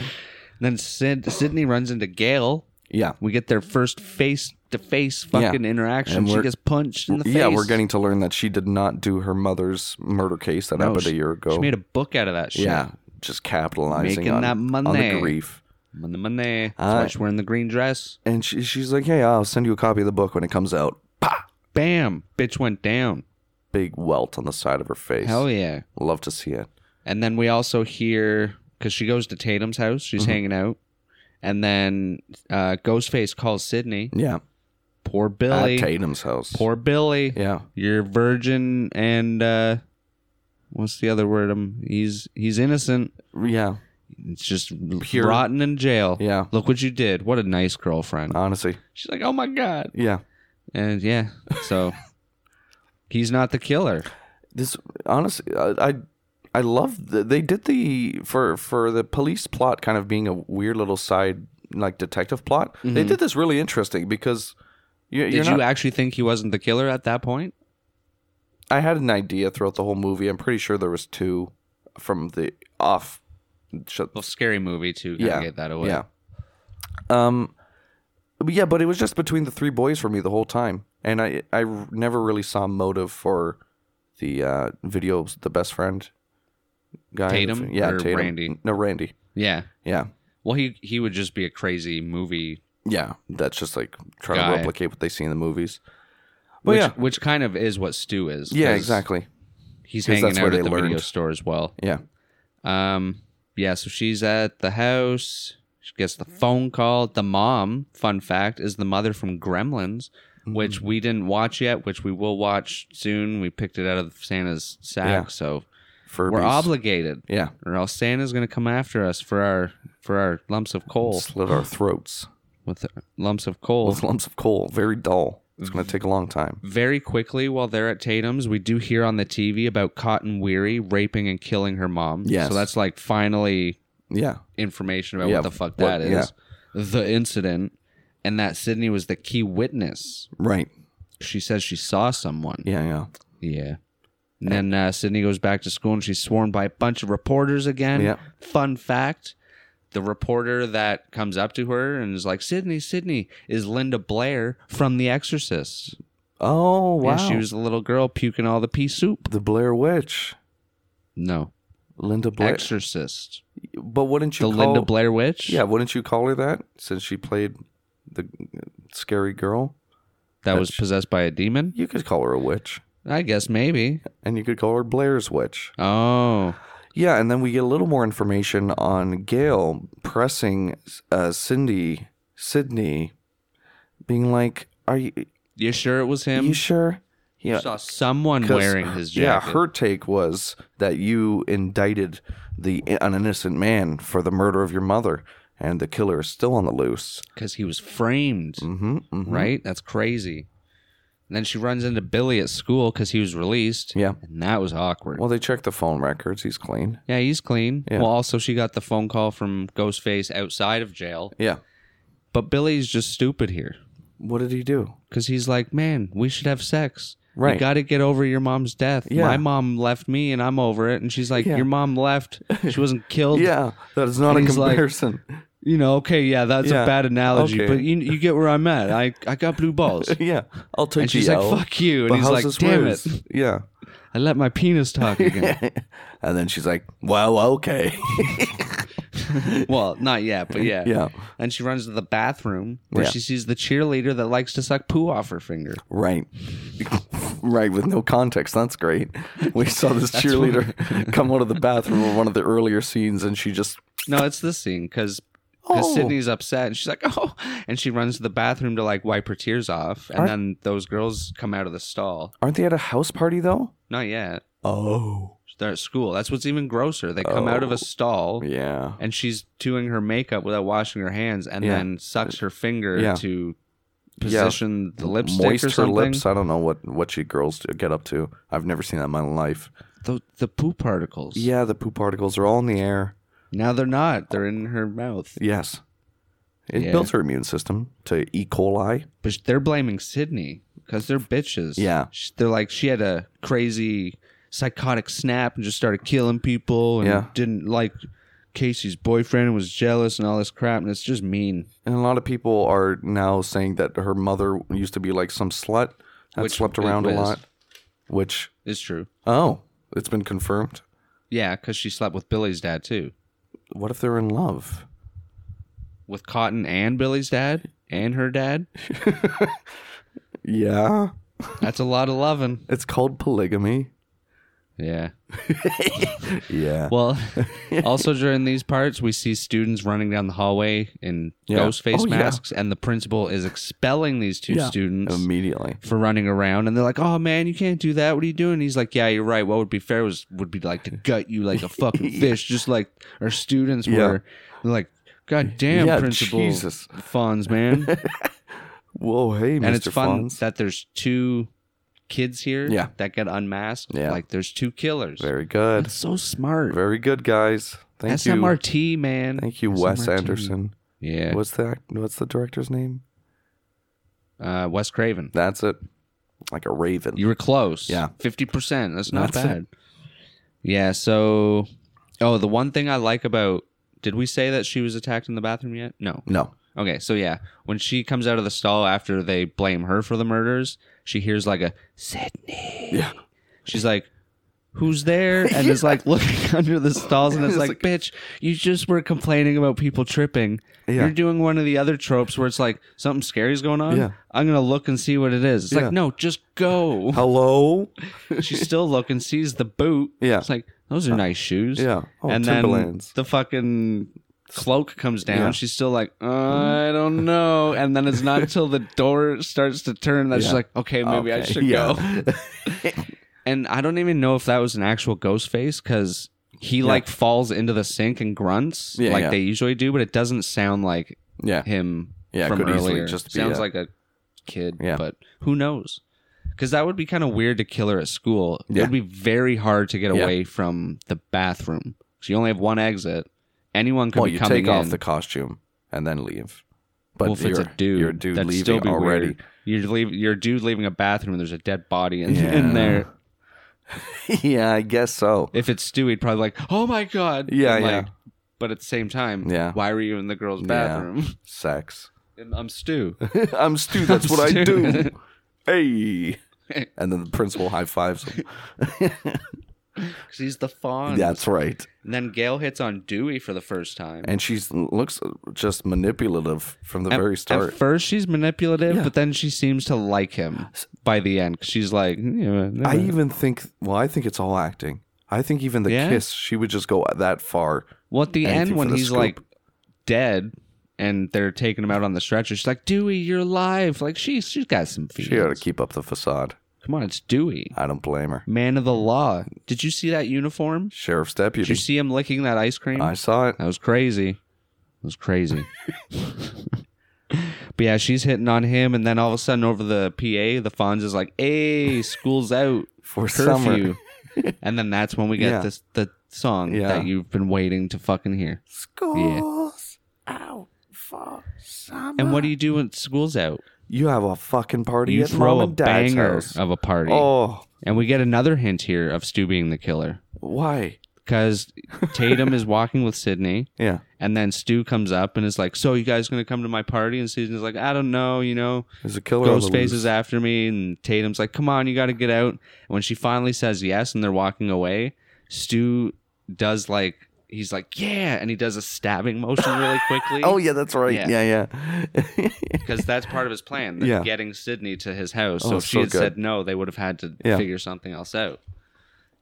Speaker 3: And then Sid, Sydney runs into Gail.
Speaker 2: Yeah.
Speaker 3: We get their first face to face fucking interaction.
Speaker 2: And
Speaker 3: She
Speaker 2: we're-
Speaker 3: gets punched in the face.
Speaker 2: Yeah, we're getting to learn that she did not do her mother's murder case that
Speaker 3: No,
Speaker 2: happened a
Speaker 3: Oh, she-
Speaker 2: year ago.
Speaker 3: She made a book out of that shit.
Speaker 2: yeah, just capitalizing
Speaker 3: Making
Speaker 2: on,
Speaker 3: that
Speaker 2: on
Speaker 3: money.
Speaker 2: the grief.
Speaker 3: Money, money. That's
Speaker 2: Uh,
Speaker 3: why she's wearing the green dress.
Speaker 2: And she, she's like, "Hey, I'll send you a copy of the book when it comes out." Bah!
Speaker 3: Bam. Bitch went down.
Speaker 2: Big welt on the side of her face.
Speaker 3: Hell yeah.
Speaker 2: Love to see it.
Speaker 3: And then we also hear because she goes to Tatum's house. She's
Speaker 2: Mm-hmm.
Speaker 3: hanging out. And then uh, Ghostface calls Sydney.
Speaker 2: Yeah,
Speaker 3: Poor Billy.
Speaker 2: at Tatum's house.
Speaker 3: Poor Billy.
Speaker 2: yeah,
Speaker 3: You're virgin and uh, what's the other word? Um, he's he's innocent.
Speaker 2: yeah.
Speaker 3: It's just
Speaker 2: Pure.
Speaker 3: rotten in jail.
Speaker 2: Yeah.
Speaker 3: Look what you did. What a nice girlfriend.
Speaker 2: Honestly,
Speaker 3: She's like, oh my god.
Speaker 2: yeah.
Speaker 3: And yeah, so he's not the killer.
Speaker 2: This honestly, I. I I love that they did the for for the police plot kind of being a weird little side like detective plot. They did this really interesting because you,
Speaker 3: Mm-hmm. Did
Speaker 2: you're not
Speaker 3: you actually think he wasn't the killer at that point?
Speaker 2: I had an idea throughout the whole movie. I'm pretty sure there was two from the off. Shut,
Speaker 3: Well, scary movie too. Gotta
Speaker 2: yeah,
Speaker 3: get that away.
Speaker 2: Yeah. Um, but yeah, but it was just between the three boys for me the whole time, and I I never really saw motive for the uh, video the best friend guy.
Speaker 3: Tatum
Speaker 2: yeah,
Speaker 3: or
Speaker 2: Tatum.
Speaker 3: Randy?
Speaker 2: No, Randy.
Speaker 3: yeah.
Speaker 2: Yeah,
Speaker 3: Well, he he would just be a crazy movie,
Speaker 2: yeah. That's just like trying
Speaker 3: Guy.
Speaker 2: to replicate what they see in the movies. Well,
Speaker 3: which
Speaker 2: yeah,
Speaker 3: which kind of is what Stu is.
Speaker 2: yeah,
Speaker 3: 'cause
Speaker 2: exactly.
Speaker 3: He's
Speaker 2: 'Cause
Speaker 3: hanging
Speaker 2: that's
Speaker 3: out
Speaker 2: where
Speaker 3: at
Speaker 2: they
Speaker 3: the video
Speaker 2: learned.
Speaker 3: store as well.
Speaker 2: Yeah,
Speaker 3: Um, yeah. So she's at the house. She gets the phone call. The mom, fun fact, is the mother from Gremlins,
Speaker 2: Mm.
Speaker 3: which we didn't watch yet, which we will watch soon. We picked it out of Santa's sack,
Speaker 2: Yeah.
Speaker 3: so
Speaker 2: for
Speaker 3: we're obligated.
Speaker 2: Yeah,
Speaker 3: or else Santa's gonna come after us for our for our lumps of coal
Speaker 2: slit our throats.
Speaker 3: with lumps of coal.
Speaker 2: with lumps of coal. Very dull. It's
Speaker 3: Mm-hmm.
Speaker 2: going to take a long time.
Speaker 3: Very quickly, while they're at Tatum's, we do hear on the TV about Cotton Weary raping and killing her mom.
Speaker 2: Yes.
Speaker 3: so that's like finally
Speaker 2: Yeah.
Speaker 3: information about
Speaker 2: Yeah,
Speaker 3: what the fuck that
Speaker 2: what-
Speaker 3: is.
Speaker 2: yeah.
Speaker 3: The incident, and that Sydney was the key witness.
Speaker 2: Right.
Speaker 3: She says she saw someone.
Speaker 2: Yeah. Yeah.
Speaker 3: Yeah. And then uh, Sydney goes back to school and she's sworn by a bunch of reporters again.
Speaker 2: Yeah.
Speaker 3: Fun fact the reporter that comes up to her and is like, Sydney, Sydney, is Linda Blair from The Exorcist.
Speaker 2: Oh wow.
Speaker 3: Yeah, she was a little girl puking all the pea soup.
Speaker 2: the Blair Witch.
Speaker 3: No.
Speaker 2: Linda Blair.
Speaker 3: Exorcist.
Speaker 2: But wouldn't you
Speaker 3: The
Speaker 2: call
Speaker 3: Linda Blair witch?
Speaker 2: Yeah, wouldn't you call her that since she played the scary girl?
Speaker 3: That was possessed by a demon?
Speaker 2: You could call her a witch,
Speaker 3: I guess maybe.
Speaker 2: and you could call her Blair's witch.
Speaker 3: Oh.
Speaker 2: Yeah, and then we get a little more information on Gail pressing uh, Cindy, Sydney, being like, "Are you?
Speaker 3: You sure it was
Speaker 2: Are
Speaker 3: him?
Speaker 2: you sure?" Yeah,
Speaker 3: saw someone
Speaker 2: 'Cause
Speaker 3: wearing his
Speaker 2: her- Yeah,
Speaker 3: jacket.
Speaker 2: her take was that you indicted the an innocent man for the murder of your mother, and the killer is still on the loose.
Speaker 3: because he was framed,
Speaker 2: Mm-hmm.
Speaker 3: right? That's crazy. And then she runs into Billy at school because he was released.
Speaker 2: Yeah.
Speaker 3: and that was awkward.
Speaker 2: Well, they checked the phone records; he's clean.
Speaker 3: yeah, he's clean.
Speaker 2: Yeah.
Speaker 3: Well, also she got the phone call from Ghostface outside of jail,
Speaker 2: Yeah.
Speaker 3: but Billy's just stupid here
Speaker 2: What did he do?
Speaker 3: because he's like, "Man, we should have sex." You
Speaker 2: Right.
Speaker 3: got to get over your mom's death.
Speaker 2: Yeah.
Speaker 3: My mom left me and I'm over it. And she's like,
Speaker 2: Yeah.
Speaker 3: Your mom left. She wasn't killed.
Speaker 2: Yeah, that is not
Speaker 3: And
Speaker 2: a
Speaker 3: he's like-
Speaker 2: comparison.
Speaker 3: You know, okay, yeah, that's a
Speaker 2: Yeah.
Speaker 3: bad analogy,
Speaker 2: Okay.
Speaker 3: but you, you get where I'm at. I, I got blue balls.
Speaker 2: yeah, I'll take
Speaker 3: And she's like,
Speaker 2: GL,
Speaker 3: fuck you. And
Speaker 2: but
Speaker 3: he's
Speaker 2: how's
Speaker 3: like,
Speaker 2: this
Speaker 3: damn
Speaker 2: worse?"
Speaker 3: it.
Speaker 2: Yeah.
Speaker 3: I let my penis talk again.
Speaker 2: And then she's like, well, okay.
Speaker 3: well, not yet, but yeah.
Speaker 2: Yeah.
Speaker 3: And she runs to the bathroom where
Speaker 2: Yeah.
Speaker 3: she sees the cheerleader that likes to suck poo off her finger.
Speaker 2: Right. right, with no context. That's great. We saw this cheerleader come out of the bathroom in one of the earlier scenes and she just
Speaker 3: No, it's this scene because
Speaker 2: Oh.
Speaker 3: Sydney's upset and she's like, oh, and she runs to the bathroom to like wipe her tears off. And
Speaker 2: Aren't-
Speaker 3: then those girls come out of the stall.
Speaker 2: aren't they at a house party though?
Speaker 3: Not yet.
Speaker 2: Oh.
Speaker 3: They're at school. That's what's even grosser. They come out of a stall.
Speaker 2: Yeah.
Speaker 3: And she's doing her makeup without washing her hands, and
Speaker 2: Yeah.
Speaker 3: then sucks her finger
Speaker 2: Yeah.
Speaker 3: to position the lipstick
Speaker 2: Moist
Speaker 3: or
Speaker 2: her
Speaker 3: something.
Speaker 2: lips. I don't know what, what she girls do- get up to. I've never seen that in my life.
Speaker 3: The, the poo particles.
Speaker 2: Yeah, the poop particles are all in the air.
Speaker 3: Now they're not. They're in her mouth.
Speaker 2: Yes. It
Speaker 3: Yeah.
Speaker 2: builds her immune system to E. coli.
Speaker 3: But they're blaming Sydney because they're bitches.
Speaker 2: Yeah.
Speaker 3: Sh- They're like, she had a crazy psychotic snap and just started killing people and
Speaker 2: Yeah.
Speaker 3: didn't like Casey's boyfriend and was jealous and all this crap, and it's just mean.
Speaker 2: And a lot of people are now saying that her mother used to be like some slut that
Speaker 3: Which
Speaker 2: slept
Speaker 3: it
Speaker 2: around a
Speaker 3: was.
Speaker 2: lot. Which
Speaker 3: It's true.
Speaker 2: oh, it's been confirmed.
Speaker 3: Yeah, because she slept with Billy's dad too,
Speaker 2: What if they're in love?
Speaker 3: with Cotton and Billy's dad and her dad.
Speaker 2: Yeah,
Speaker 3: That's a lot of loving.
Speaker 2: it's called polygamy.
Speaker 3: Yeah.
Speaker 2: Yeah,
Speaker 3: Well, also during these parts, we see students running down the hallway in
Speaker 2: Yeah.
Speaker 3: ghost face
Speaker 2: Oh, yeah.
Speaker 3: masks, and the principal is expelling these two
Speaker 2: Yeah.
Speaker 3: students
Speaker 2: immediately.
Speaker 3: for running around. And they're like, "Oh man, you can't do that. What are you doing?" he's like, "Yeah, you're right. What would be fair was would be like to gut you like a fucking fish, just like our students
Speaker 2: Yeah.
Speaker 3: were." They're like, "God damn,
Speaker 2: Yeah,
Speaker 3: principal
Speaker 2: Jesus.
Speaker 3: Fonz, man!"
Speaker 2: Whoa, hey, Mr.
Speaker 3: and it's fun
Speaker 2: Fonz.
Speaker 3: that there's two kids here
Speaker 2: Yeah.
Speaker 3: that get unmasked.
Speaker 2: Yeah.
Speaker 3: Like there's two killers.
Speaker 2: Very good,
Speaker 3: That's so smart.
Speaker 2: very good, guys. Thank you,
Speaker 3: SMRT, man.
Speaker 2: thank you, Wes
Speaker 3: SMRT.
Speaker 2: Anderson.
Speaker 3: Yeah.
Speaker 2: What's that? What's the director's name?
Speaker 3: Uh, Wes Craven.
Speaker 2: That's it. Like a raven.
Speaker 3: You were close.
Speaker 2: Yeah.
Speaker 3: 50%. That's not
Speaker 2: That's
Speaker 3: bad. Yeah. So, oh, the one thing I like about, did we say that she was attacked in the bathroom yet? No.
Speaker 2: no.
Speaker 3: Okay. So, yeah. When she comes out of the stall after they blame her for the murders, she hears like a Sydney.
Speaker 2: Yeah.
Speaker 3: She's like, Who's there? And it's like looking under the stalls, and it's,
Speaker 2: It's
Speaker 3: like,
Speaker 2: like-
Speaker 3: bitch, you just were complaining about people tripping.
Speaker 2: Yeah.
Speaker 3: You're doing one of the other tropes where it's like something scary's going on.
Speaker 2: Yeah.
Speaker 3: I'm gonna look and see what it is. It's
Speaker 2: Yeah.
Speaker 3: like, no, just go.
Speaker 2: Hello.
Speaker 3: She's still looking, sees the boot.
Speaker 2: Yeah. Uh,
Speaker 3: It's like, those are nice shoes.
Speaker 2: Yeah. Oh,
Speaker 3: and then
Speaker 2: Timberlands.
Speaker 3: the fucking cloak comes down.
Speaker 2: Yeah. Mm-hmm.
Speaker 3: She's still like, "Uh, I don't know. And then it's not until the door starts to turn that she's
Speaker 2: Yeah.
Speaker 3: like, okay, maybe I
Speaker 2: Okay,
Speaker 3: should go. And I don't even know if that was an actual ghost face because he like falls into the sink and grunts
Speaker 2: Yeah,
Speaker 3: like
Speaker 2: yeah.
Speaker 3: they usually do, but it doesn't sound like
Speaker 2: yeah.
Speaker 3: him
Speaker 2: Yeah, it
Speaker 3: from
Speaker 2: could easily
Speaker 3: earlier.
Speaker 2: just be
Speaker 3: Sounds
Speaker 2: a-
Speaker 3: like a kid,
Speaker 2: Yeah.
Speaker 3: but who knows? Because that would be kind of weird to kill her at school. It
Speaker 2: Yeah.
Speaker 3: would be very hard to get
Speaker 2: Yeah.
Speaker 3: away from the bathroom. So you only have one exit. Anyone could
Speaker 2: Well,
Speaker 3: be
Speaker 2: you
Speaker 3: coming
Speaker 2: take off
Speaker 3: in.
Speaker 2: the costume and then leave. But
Speaker 3: well, if it's a
Speaker 2: you're-
Speaker 3: dude,
Speaker 2: you're a dude
Speaker 3: that'd
Speaker 2: leaving
Speaker 3: still be
Speaker 2: already.
Speaker 3: Weird. You're leave, you're a dude leaving a bathroom. and There's a dead body in,
Speaker 2: Yeah.
Speaker 3: in there.
Speaker 2: yeah, I guess so.
Speaker 3: If it's Stewie, he'd probably like, oh my god.
Speaker 2: Yeah,
Speaker 3: And,
Speaker 2: yeah.
Speaker 3: like, but at the same time,
Speaker 2: Yeah.
Speaker 3: why were you in the girl's bathroom?
Speaker 2: Sex.
Speaker 3: And I'm Stu.
Speaker 2: I'm Stu. That's
Speaker 3: I'm
Speaker 2: what
Speaker 3: Stu.
Speaker 2: I do. hey. And then the principal high fives him.
Speaker 3: 'Cause he's the fawn.
Speaker 2: That's right.
Speaker 3: And then Gail hits on Dewey for the first time.
Speaker 2: And she looks just manipulative from the
Speaker 3: At-
Speaker 2: very
Speaker 3: At
Speaker 2: start.
Speaker 3: first, she's manipulative,
Speaker 2: Yeah.
Speaker 3: but then she seems to like him by the end. 'cause She's like, "Mm, yeah,
Speaker 2: I
Speaker 3: yeah."
Speaker 2: even think, well, I think it's all acting. I think even the
Speaker 3: Yeah?
Speaker 2: kiss, she would just go that far.
Speaker 3: well, at the
Speaker 2: anything
Speaker 3: end, when
Speaker 2: for the
Speaker 3: he's
Speaker 2: scoop.
Speaker 3: like dead and they're taking him out on the stretcher, she's like, Dewey, you're alive. Like, she's, she's got some feelings.
Speaker 2: She ought to keep up the facade.
Speaker 3: Come on, it's Dewey,
Speaker 2: I don't blame her.
Speaker 3: man of the law. Did you see that uniform?
Speaker 2: Sheriff's
Speaker 3: Did you
Speaker 2: deputy.
Speaker 3: see him licking that ice cream?
Speaker 2: I saw it.
Speaker 3: That was crazy. That was crazy. but yeah, she's hitting on him, and then all of a sudden, over the PA, the Fonz is like, "Hey, school's out
Speaker 2: For
Speaker 3: curfew,"
Speaker 2: summer.
Speaker 3: and then that's when we get
Speaker 2: Yeah.
Speaker 3: this the song
Speaker 2: Yeah.
Speaker 3: that you've been waiting to fucking hear.
Speaker 2: School's out for summer.
Speaker 3: And what do you do when school's out?
Speaker 2: You have a fucking party
Speaker 3: You
Speaker 2: at
Speaker 3: throw
Speaker 2: mom
Speaker 3: a
Speaker 2: and dad's
Speaker 3: banger
Speaker 2: house.
Speaker 3: of a party,
Speaker 2: Oh,
Speaker 3: and we get another hint here of Stu being the killer
Speaker 2: why?
Speaker 3: because Tatum is walking with Sydney.
Speaker 2: Yeah.
Speaker 3: And then Stu comes up and is like, "So you guys gonna come to my party?" And Susan's like, "I don't know, you know,
Speaker 2: There's a killer on the
Speaker 3: Ghostface
Speaker 2: loose.
Speaker 3: is after me, and Tatum's like, "Come on, you got to get out." And when she finally says yes, and they're walking away, Stu does like he's like, "Yeah," and he does a stabbing motion really quickly.
Speaker 2: Oh, yeah, that's right.
Speaker 3: Yeah.
Speaker 2: Yeah, yeah.
Speaker 3: because that's part of his plan, the
Speaker 2: Yeah.
Speaker 3: getting Sydney to his house.
Speaker 2: Oh,
Speaker 3: so if she
Speaker 2: so
Speaker 3: had
Speaker 2: good.
Speaker 3: said no, they would have had to
Speaker 2: Yeah.
Speaker 3: figure something else out.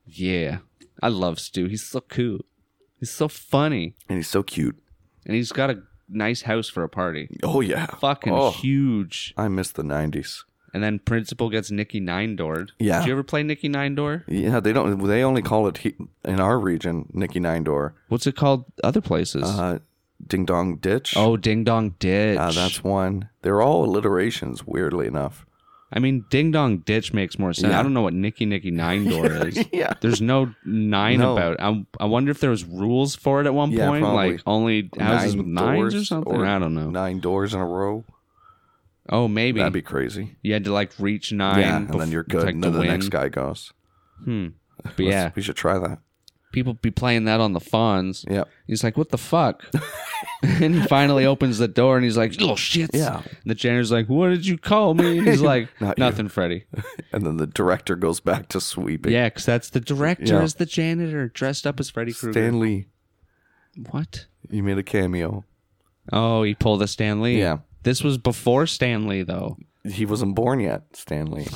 Speaker 3: Yeah, I love Stu. He's so cool. He's so funny,
Speaker 2: and he's so cute.
Speaker 3: and he's got a nice house for a party.
Speaker 2: Oh, yeah.
Speaker 3: Fucking
Speaker 2: Oh,
Speaker 3: huge.
Speaker 2: I miss the 90s.
Speaker 3: And then Principal gets Nikki Nine Door.
Speaker 2: Yeah.
Speaker 3: Did you ever play Nikki Nine Door?
Speaker 2: Yeah, they don't. They only call it he, in our region, Nicky Nine Door,
Speaker 3: What's it called other places?
Speaker 2: uh, Ding Dong Ditch.
Speaker 3: oh, Ding Dong Ditch.
Speaker 2: Uh, that's one. They're all alliterations, weirdly enough.
Speaker 3: I mean, Ding Dong Ditch makes more sense.
Speaker 2: Yeah.
Speaker 3: I don't know what Nicky Nicky Nine Door is.
Speaker 2: Yeah.
Speaker 3: There's no nine
Speaker 2: No.
Speaker 3: about. it. I, I wonder if there was rules for it at one
Speaker 2: Yeah,
Speaker 3: point,
Speaker 2: probably.
Speaker 3: like only houses with nines or
Speaker 2: doors
Speaker 3: something.
Speaker 2: or
Speaker 3: I don't know.
Speaker 2: Nine doors in a row.
Speaker 3: Oh, maybe
Speaker 2: That'd be crazy.
Speaker 3: you had to like reach nine.
Speaker 2: yeah, and then
Speaker 3: bef-
Speaker 2: you're good,
Speaker 3: like,
Speaker 2: and
Speaker 3: to
Speaker 2: then the
Speaker 3: win.
Speaker 2: next guy goes.
Speaker 3: Hmm. But
Speaker 2: Let's-
Speaker 3: yeah,
Speaker 2: we should try that.
Speaker 3: people be playing that on the fawns.
Speaker 2: Yeah.
Speaker 3: He's like, what the fuck? and he finally opens the door and he's like, little shits.
Speaker 2: Yeah.
Speaker 3: And the janitor's like, what did you call me? And he's like,
Speaker 2: Not you.
Speaker 3: nothing, Freddy.
Speaker 2: And then the director goes back to sweeping.
Speaker 3: Yeah, because that's the director
Speaker 2: Yeah.
Speaker 3: as the janitor dressed up as Freddy Krueger.
Speaker 2: Stanley,
Speaker 3: what?
Speaker 2: you made a cameo.
Speaker 3: Oh, he pulled a Stan Lee.
Speaker 2: Yeah.
Speaker 3: This was before Stan Lee, though.
Speaker 2: He wasn't born yet, Stanley.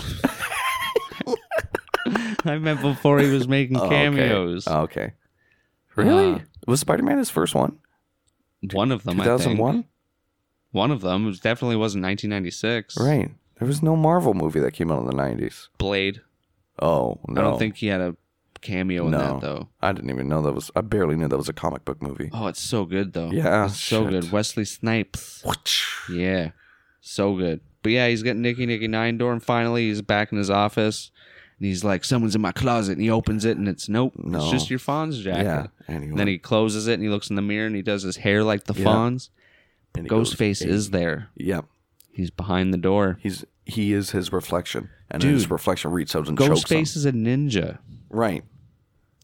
Speaker 3: I meant before he was making cameos.
Speaker 2: Oh, okay. Really?
Speaker 3: Uh,
Speaker 2: was Spider Man his first one?
Speaker 3: One of them, I think.
Speaker 2: 2001?
Speaker 3: One of them. It definitely wasn't 1996.
Speaker 2: Right. There was no Marvel movie that came out in the 90s.
Speaker 3: Blade.
Speaker 2: Oh, no.
Speaker 3: I don't think he had a cameo in
Speaker 2: No.
Speaker 3: that, though.
Speaker 2: I didn't even know that was. I barely knew that was a comic book movie.
Speaker 3: Oh, it's so good though.
Speaker 2: Yeah,
Speaker 3: it's so
Speaker 2: shit.
Speaker 3: good. Wesley Snipes. Yeah, so good. But yeah, he's getting Nicky Nicky Nine Door, and finally he's back in his office, and he's like, "Someone's in my closet," and he opens it, and it's nope,
Speaker 2: No.
Speaker 3: it's just your Fonz jacket.
Speaker 2: Yeah. Anyway.
Speaker 3: And then he closes it, and he looks in the mirror, and he does his hair like the
Speaker 2: Yeah.
Speaker 3: Fonz.
Speaker 2: And he goes,
Speaker 3: Ghostface
Speaker 2: "Hey."
Speaker 3: is there.
Speaker 2: Yep.
Speaker 3: He's behind the door.
Speaker 2: He's he is his reflection, and then his
Speaker 3: Dude.
Speaker 2: reflection reaches out and chokes him.
Speaker 3: Ghostface is a ninja
Speaker 2: Right.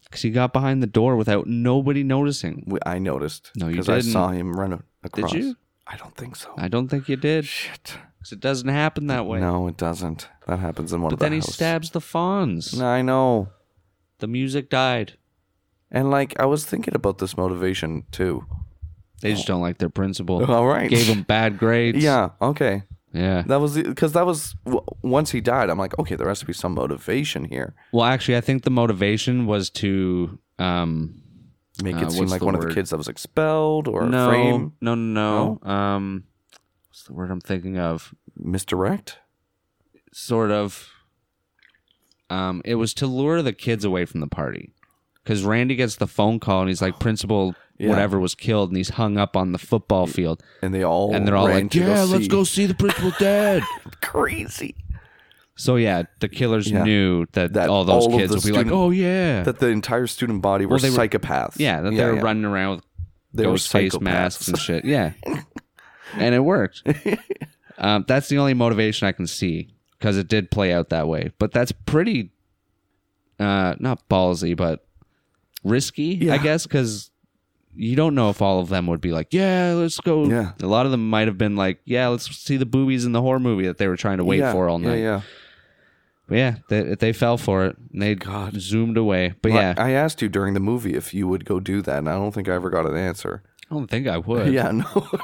Speaker 3: because he got behind the door without nobody noticing.
Speaker 2: We, I noticed.
Speaker 3: No, you
Speaker 2: I
Speaker 3: didn't.
Speaker 2: saw him run a- across.
Speaker 3: you?
Speaker 2: I don't think so.
Speaker 3: I don't think you did
Speaker 2: Shit.
Speaker 3: 'cause it doesn't happen that way.
Speaker 2: No, it doesn't. That happens in one
Speaker 3: But
Speaker 2: of the
Speaker 3: then he
Speaker 2: house.
Speaker 3: stabs the Fonz.
Speaker 2: I know.
Speaker 3: The music died.
Speaker 2: And like I was thinking about this motivation too.
Speaker 3: They just don't like their principal.
Speaker 2: All right.
Speaker 3: Gave them bad grades.
Speaker 2: Yeah. Okay.
Speaker 3: Yeah.
Speaker 2: That was because that was w- once he died. I'm like, okay, there has to be some motivation here.
Speaker 3: Well, actually, I think the motivation was to. Um,
Speaker 2: Make
Speaker 3: Uh,
Speaker 2: it seem
Speaker 3: what's
Speaker 2: like
Speaker 3: the
Speaker 2: one of
Speaker 3: word?
Speaker 2: the kids that was expelled or
Speaker 3: no,
Speaker 2: frame
Speaker 3: no, no, no. Um, what's the word I'm thinking of?
Speaker 2: misdirect.
Speaker 3: Sort of. Um, it was to lure the kids away from the party. Because Randy gets the phone call and he's like, Principal,
Speaker 2: Yeah.
Speaker 3: whatever was killed, and he's hung up on the football field.
Speaker 2: And they all
Speaker 3: And they're all
Speaker 2: ran
Speaker 3: like,
Speaker 2: to
Speaker 3: Yeah, let's
Speaker 2: see.
Speaker 3: go see the principal dead.
Speaker 2: crazy.
Speaker 3: so, yeah, the killers
Speaker 2: Yeah.
Speaker 3: knew that,
Speaker 2: That
Speaker 3: all those
Speaker 2: all of
Speaker 3: kids
Speaker 2: the
Speaker 3: would be like,
Speaker 2: student-
Speaker 3: oh, yeah.
Speaker 2: That the entire student body were
Speaker 3: Well, they were-
Speaker 2: psychopaths.
Speaker 3: Yeah, that they were running around with
Speaker 2: They were
Speaker 3: ghost face masks
Speaker 2: psychopaths.
Speaker 3: and shit. Yeah, and it worked. um, that's the only motivation I can see because it did play out that way. But that's pretty, uh, not ballsy, but risky, I
Speaker 2: Yeah.
Speaker 3: guess, because you don't know if all of them would be like, "Yeah, let's go."
Speaker 2: Yeah.
Speaker 3: a lot of them might have been like, "Yeah, let's see the boobies in the horror movie that they were trying to wait
Speaker 2: Yeah,
Speaker 3: for all
Speaker 2: yeah,
Speaker 3: night."
Speaker 2: Yeah,
Speaker 3: But yeah, they, they fell for it. And they God. zoomed away. But yeah,
Speaker 2: Like, I asked you during the movie if you would go do that, and I don't think I ever got an answer.
Speaker 3: I don't think I would.
Speaker 2: Yeah, no.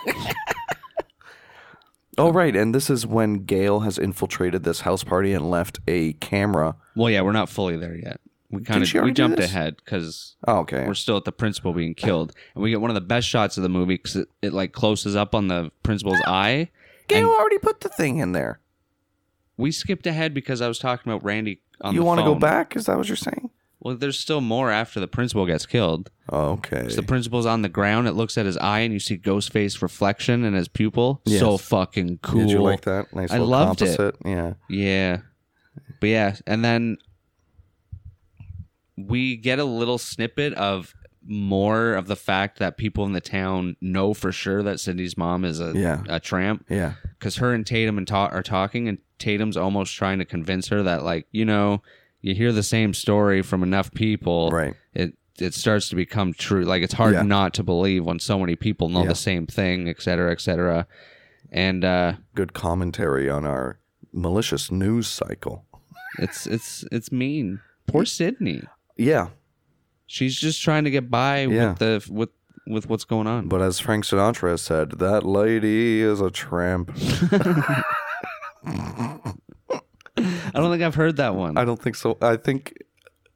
Speaker 2: oh, right. And this is when Gail has infiltrated this house party and left a camera.
Speaker 3: Well, yeah, we're not fully there yet. We kind of
Speaker 2: she
Speaker 3: we
Speaker 2: already do
Speaker 3: jumped
Speaker 2: this?
Speaker 3: ahead because
Speaker 2: Oh, okay.
Speaker 3: we're still at the principal being killed, and we get one of the best shots of the movie because it, it like closes up on the principal's eye.
Speaker 2: Gail already put the thing in there.
Speaker 3: We skipped ahead because I was talking about Randy on
Speaker 2: You
Speaker 3: the
Speaker 2: want to go
Speaker 3: phone.
Speaker 2: back? Is that what you're saying?
Speaker 3: Well, there's still more after the principal gets killed.
Speaker 2: Oh, okay.
Speaker 3: The principal's on the ground. It looks at his eye, and you see Ghostface reflection in his pupil.
Speaker 2: Yes.
Speaker 3: So fucking cool.
Speaker 2: Did you like that? Nice
Speaker 3: I
Speaker 2: little
Speaker 3: loved it.
Speaker 2: composite. Yeah.
Speaker 3: Yeah. But yeah, and then we get a little snippet of more of the fact that people in the town know for sure that Cindy's mom is a,
Speaker 2: Yeah.
Speaker 3: a tramp
Speaker 2: Yeah.
Speaker 3: because her and Tatum and Ta- are talking, and Tatum's almost trying to convince her that, like, you know, you hear the same story from enough people,
Speaker 2: Right.
Speaker 3: It it starts to become true. Like it's hard
Speaker 2: Yeah.
Speaker 3: not to believe when so many people know
Speaker 2: Yeah.
Speaker 3: the same thing, et cetera, et cetera. And uh,
Speaker 2: Good commentary on our malicious news cycle.
Speaker 3: it's it's it's mean. Poor Sydney.
Speaker 2: Yeah.
Speaker 3: She's just trying to get by
Speaker 2: Yeah.
Speaker 3: with the with with what's going on.
Speaker 2: But as Frank Sinatra said, that lady is a tramp.
Speaker 3: I don't think I've heard that one.
Speaker 2: I don't think so. I think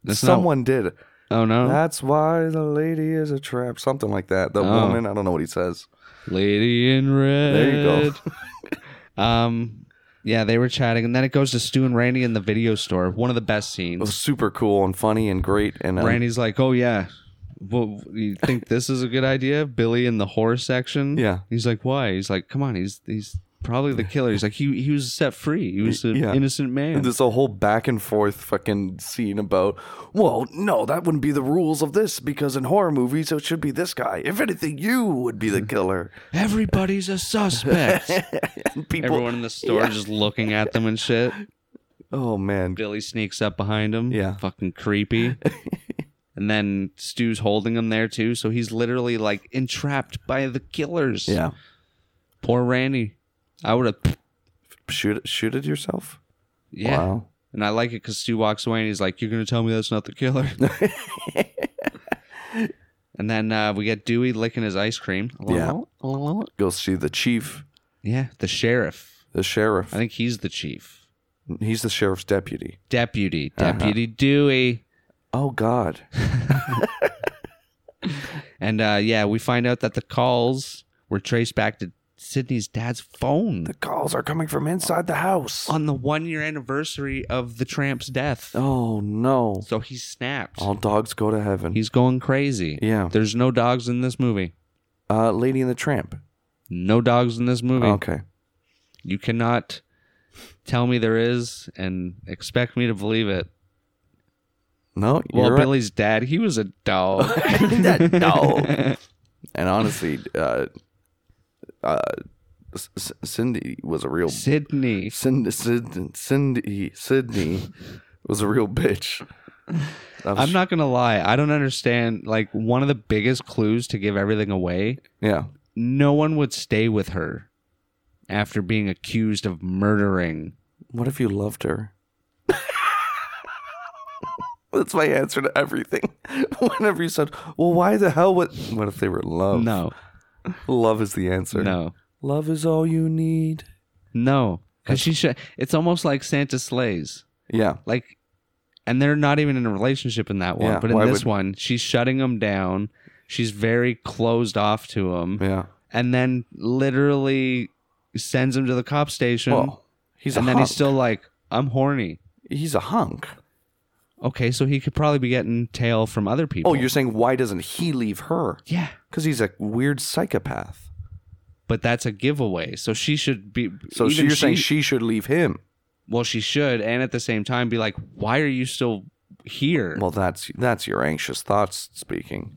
Speaker 3: That's not-
Speaker 2: someone did.
Speaker 3: oh no,
Speaker 2: That's why the lady is a tramp. Something like that. The
Speaker 3: Oh.
Speaker 2: woman, I don't know what he says.
Speaker 3: Lady in Red.
Speaker 2: There you go.
Speaker 3: go. um, yeah, they were chatting, and then it goes to Stu and Randy in the video store. One of the best
Speaker 2: It
Speaker 3: scenes.
Speaker 2: was super cool and funny and great. And um,
Speaker 3: Randy's like, "Oh yeah, well, you think this is a good idea?" Billy in the horror section.
Speaker 2: Yeah.
Speaker 3: He's like, "Why?" He's like, "Come on, he's he's probably the killer." He's like, "He he was set free. He was an
Speaker 2: Yeah.
Speaker 3: innocent man."
Speaker 2: there's a whole back and forth fucking scene about, well, no, that wouldn't be the rules of this because in horror movies it should be this guy. If anything, you would be
Speaker 3: Mm-hmm.
Speaker 2: the killer.
Speaker 3: Everybody's a suspect.
Speaker 2: and people,
Speaker 3: Everyone in the store just looking at them and shit.
Speaker 2: oh man,
Speaker 3: Billy sneaks up behind him.
Speaker 2: Yeah.
Speaker 3: Fucking creepy. And then Stu's holding him there too, so he's literally like entrapped by the killers.
Speaker 2: Yeah.
Speaker 3: Poor Randy. I would have.
Speaker 2: Shoot shoot it yourself?
Speaker 3: Yeah.
Speaker 2: Wow.
Speaker 3: And I like it because Stu walks away and he's like, "You're gonna tell me that's not the killer." and then uh, we get Dewey licking his ice cream.
Speaker 2: Yeah. Go see the chief,
Speaker 3: Yeah. The sheriff.
Speaker 2: the sheriff.
Speaker 3: I think he's the chief.
Speaker 2: He's the sheriff's deputy.
Speaker 3: Deputy.
Speaker 2: Uh-huh.
Speaker 3: Deputy Dewey.
Speaker 2: Oh God.
Speaker 3: And uh, yeah, we find out that the calls were traced back to Sydney's dad's phone
Speaker 2: The calls are coming from inside the house.
Speaker 3: on the one year anniversary of the tramp's death.
Speaker 2: Oh no.
Speaker 3: So he snapped.
Speaker 2: All dogs go to heaven.
Speaker 3: He's going crazy.
Speaker 2: Yeah.
Speaker 3: There's no dogs in this movie.
Speaker 2: Uh, Lady and the Tramp.
Speaker 3: No dogs in this movie.
Speaker 2: Okay.
Speaker 3: You cannot tell me there is and expect me to believe it.
Speaker 2: No,
Speaker 3: Well,
Speaker 2: you're
Speaker 3: Billy's dad, he was a dog.
Speaker 2: right. that dog. And honestly, uh, uh, S- S- Cindy was a real
Speaker 3: Sydney.
Speaker 2: Cindy, Cindy, Cindy, Sydney was a real bitch. That was-
Speaker 3: I'm not going to lie. I don't understand. Like, one of the biggest clues to give everything away
Speaker 2: Yeah.
Speaker 3: no one would stay with her after being accused of murdering.
Speaker 2: What if you loved her? That's my answer to everything. Whenever you said, "Well, why the hell would?" What if they were in love?
Speaker 3: No,
Speaker 2: love is the answer.
Speaker 3: no,
Speaker 2: love is all you need.
Speaker 3: no. Because she should. It's almost like Santa slays.
Speaker 2: Yeah,
Speaker 3: Like, and they're not even in a relationship in that one.
Speaker 2: Yeah,
Speaker 3: but in
Speaker 2: why
Speaker 3: this
Speaker 2: would-
Speaker 3: one, she's shutting him down. She's very closed off to him,
Speaker 2: yeah.
Speaker 3: and then literally sends him to the cop station.
Speaker 2: Well, he's
Speaker 3: and
Speaker 2: a
Speaker 3: then
Speaker 2: hunk.
Speaker 3: he's still like, "I'm horny."
Speaker 2: he's a hunk.
Speaker 3: Okay, so he could probably be getting tail from other people.
Speaker 2: Oh, you're saying why doesn't he leave her?
Speaker 3: yeah.
Speaker 2: Because he's a weird psychopath.
Speaker 3: but that's a giveaway. So she should be.
Speaker 2: So she,
Speaker 3: even
Speaker 2: you're saying she should leave him?
Speaker 3: Well, she should, and at the same time, be like, "Why are you still here?"
Speaker 2: Well, that's that's your anxious thoughts speaking.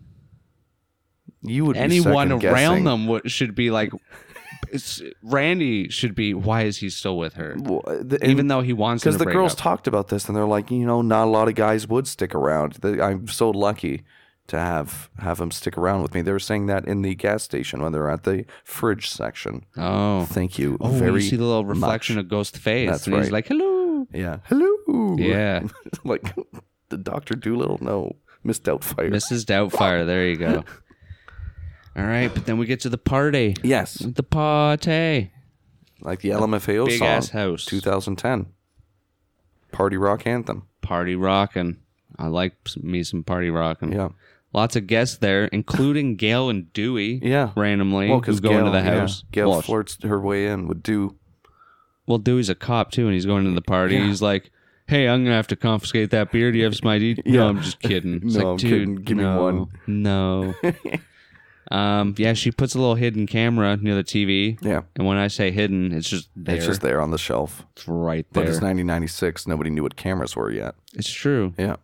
Speaker 2: You would
Speaker 3: Anyone
Speaker 2: be
Speaker 3: around
Speaker 2: second guessing.
Speaker 3: them would, should be like, it's- "Randy should be. Why is he still with her?"
Speaker 2: Well, the- and-
Speaker 3: Even though he wants
Speaker 2: because
Speaker 3: to
Speaker 2: the
Speaker 3: break
Speaker 2: girls
Speaker 3: up.
Speaker 2: talked about this and they're like, you know, not a lot of guys would stick around. The- I'm so lucky to have have them stick around with me. They were saying that in the gas station when they were at the fridge section.
Speaker 3: oh,
Speaker 2: Thank you
Speaker 3: oh,
Speaker 2: very
Speaker 3: you see the little reflection
Speaker 2: much.
Speaker 3: of Ghost Face,
Speaker 2: That's
Speaker 3: and he's
Speaker 2: right.
Speaker 3: like, "Hello."
Speaker 2: yeah, hello.
Speaker 3: Yeah,
Speaker 2: like the Doctor Doolittle. No, Miss Doubtfire.
Speaker 3: Mrs. Doubtfire. There you go. All right, but then we get to the party.
Speaker 2: yes,
Speaker 3: The party.
Speaker 2: like the LMFAO
Speaker 3: Big
Speaker 2: song,
Speaker 3: ass house.
Speaker 2: 2010 party rock anthem.
Speaker 3: party rocking. I like s- me some party rocking.
Speaker 2: Yeah.
Speaker 3: Lots of guests there, including Gail and Dewey.
Speaker 2: Yeah.
Speaker 3: Randomly.
Speaker 2: Well,
Speaker 3: who's
Speaker 2: because
Speaker 3: going
Speaker 2: Gail,
Speaker 3: to the
Speaker 2: yeah,
Speaker 3: house.
Speaker 2: Gail
Speaker 3: well,
Speaker 2: flirts her way in with Do.
Speaker 3: well, Dewey's a cop too, and he's going to the party. He's like, Hey, I'm gonna have to confiscate that beer. Do you have some ID? No,
Speaker 2: Yeah.
Speaker 3: I'm just kidding. It's
Speaker 2: No,
Speaker 3: like,
Speaker 2: I'm
Speaker 3: dude,
Speaker 2: kidding. Give me
Speaker 3: no,
Speaker 2: one."
Speaker 3: No. um, yeah, she puts a little hidden camera near the TV.
Speaker 2: Yeah.
Speaker 3: And when I say hidden, it's just there.
Speaker 2: It's just there on the shelf.
Speaker 3: It's right
Speaker 2: But
Speaker 3: there.
Speaker 2: it's 1996. Nobody knew what cameras were yet.
Speaker 3: it's true.
Speaker 2: Yeah.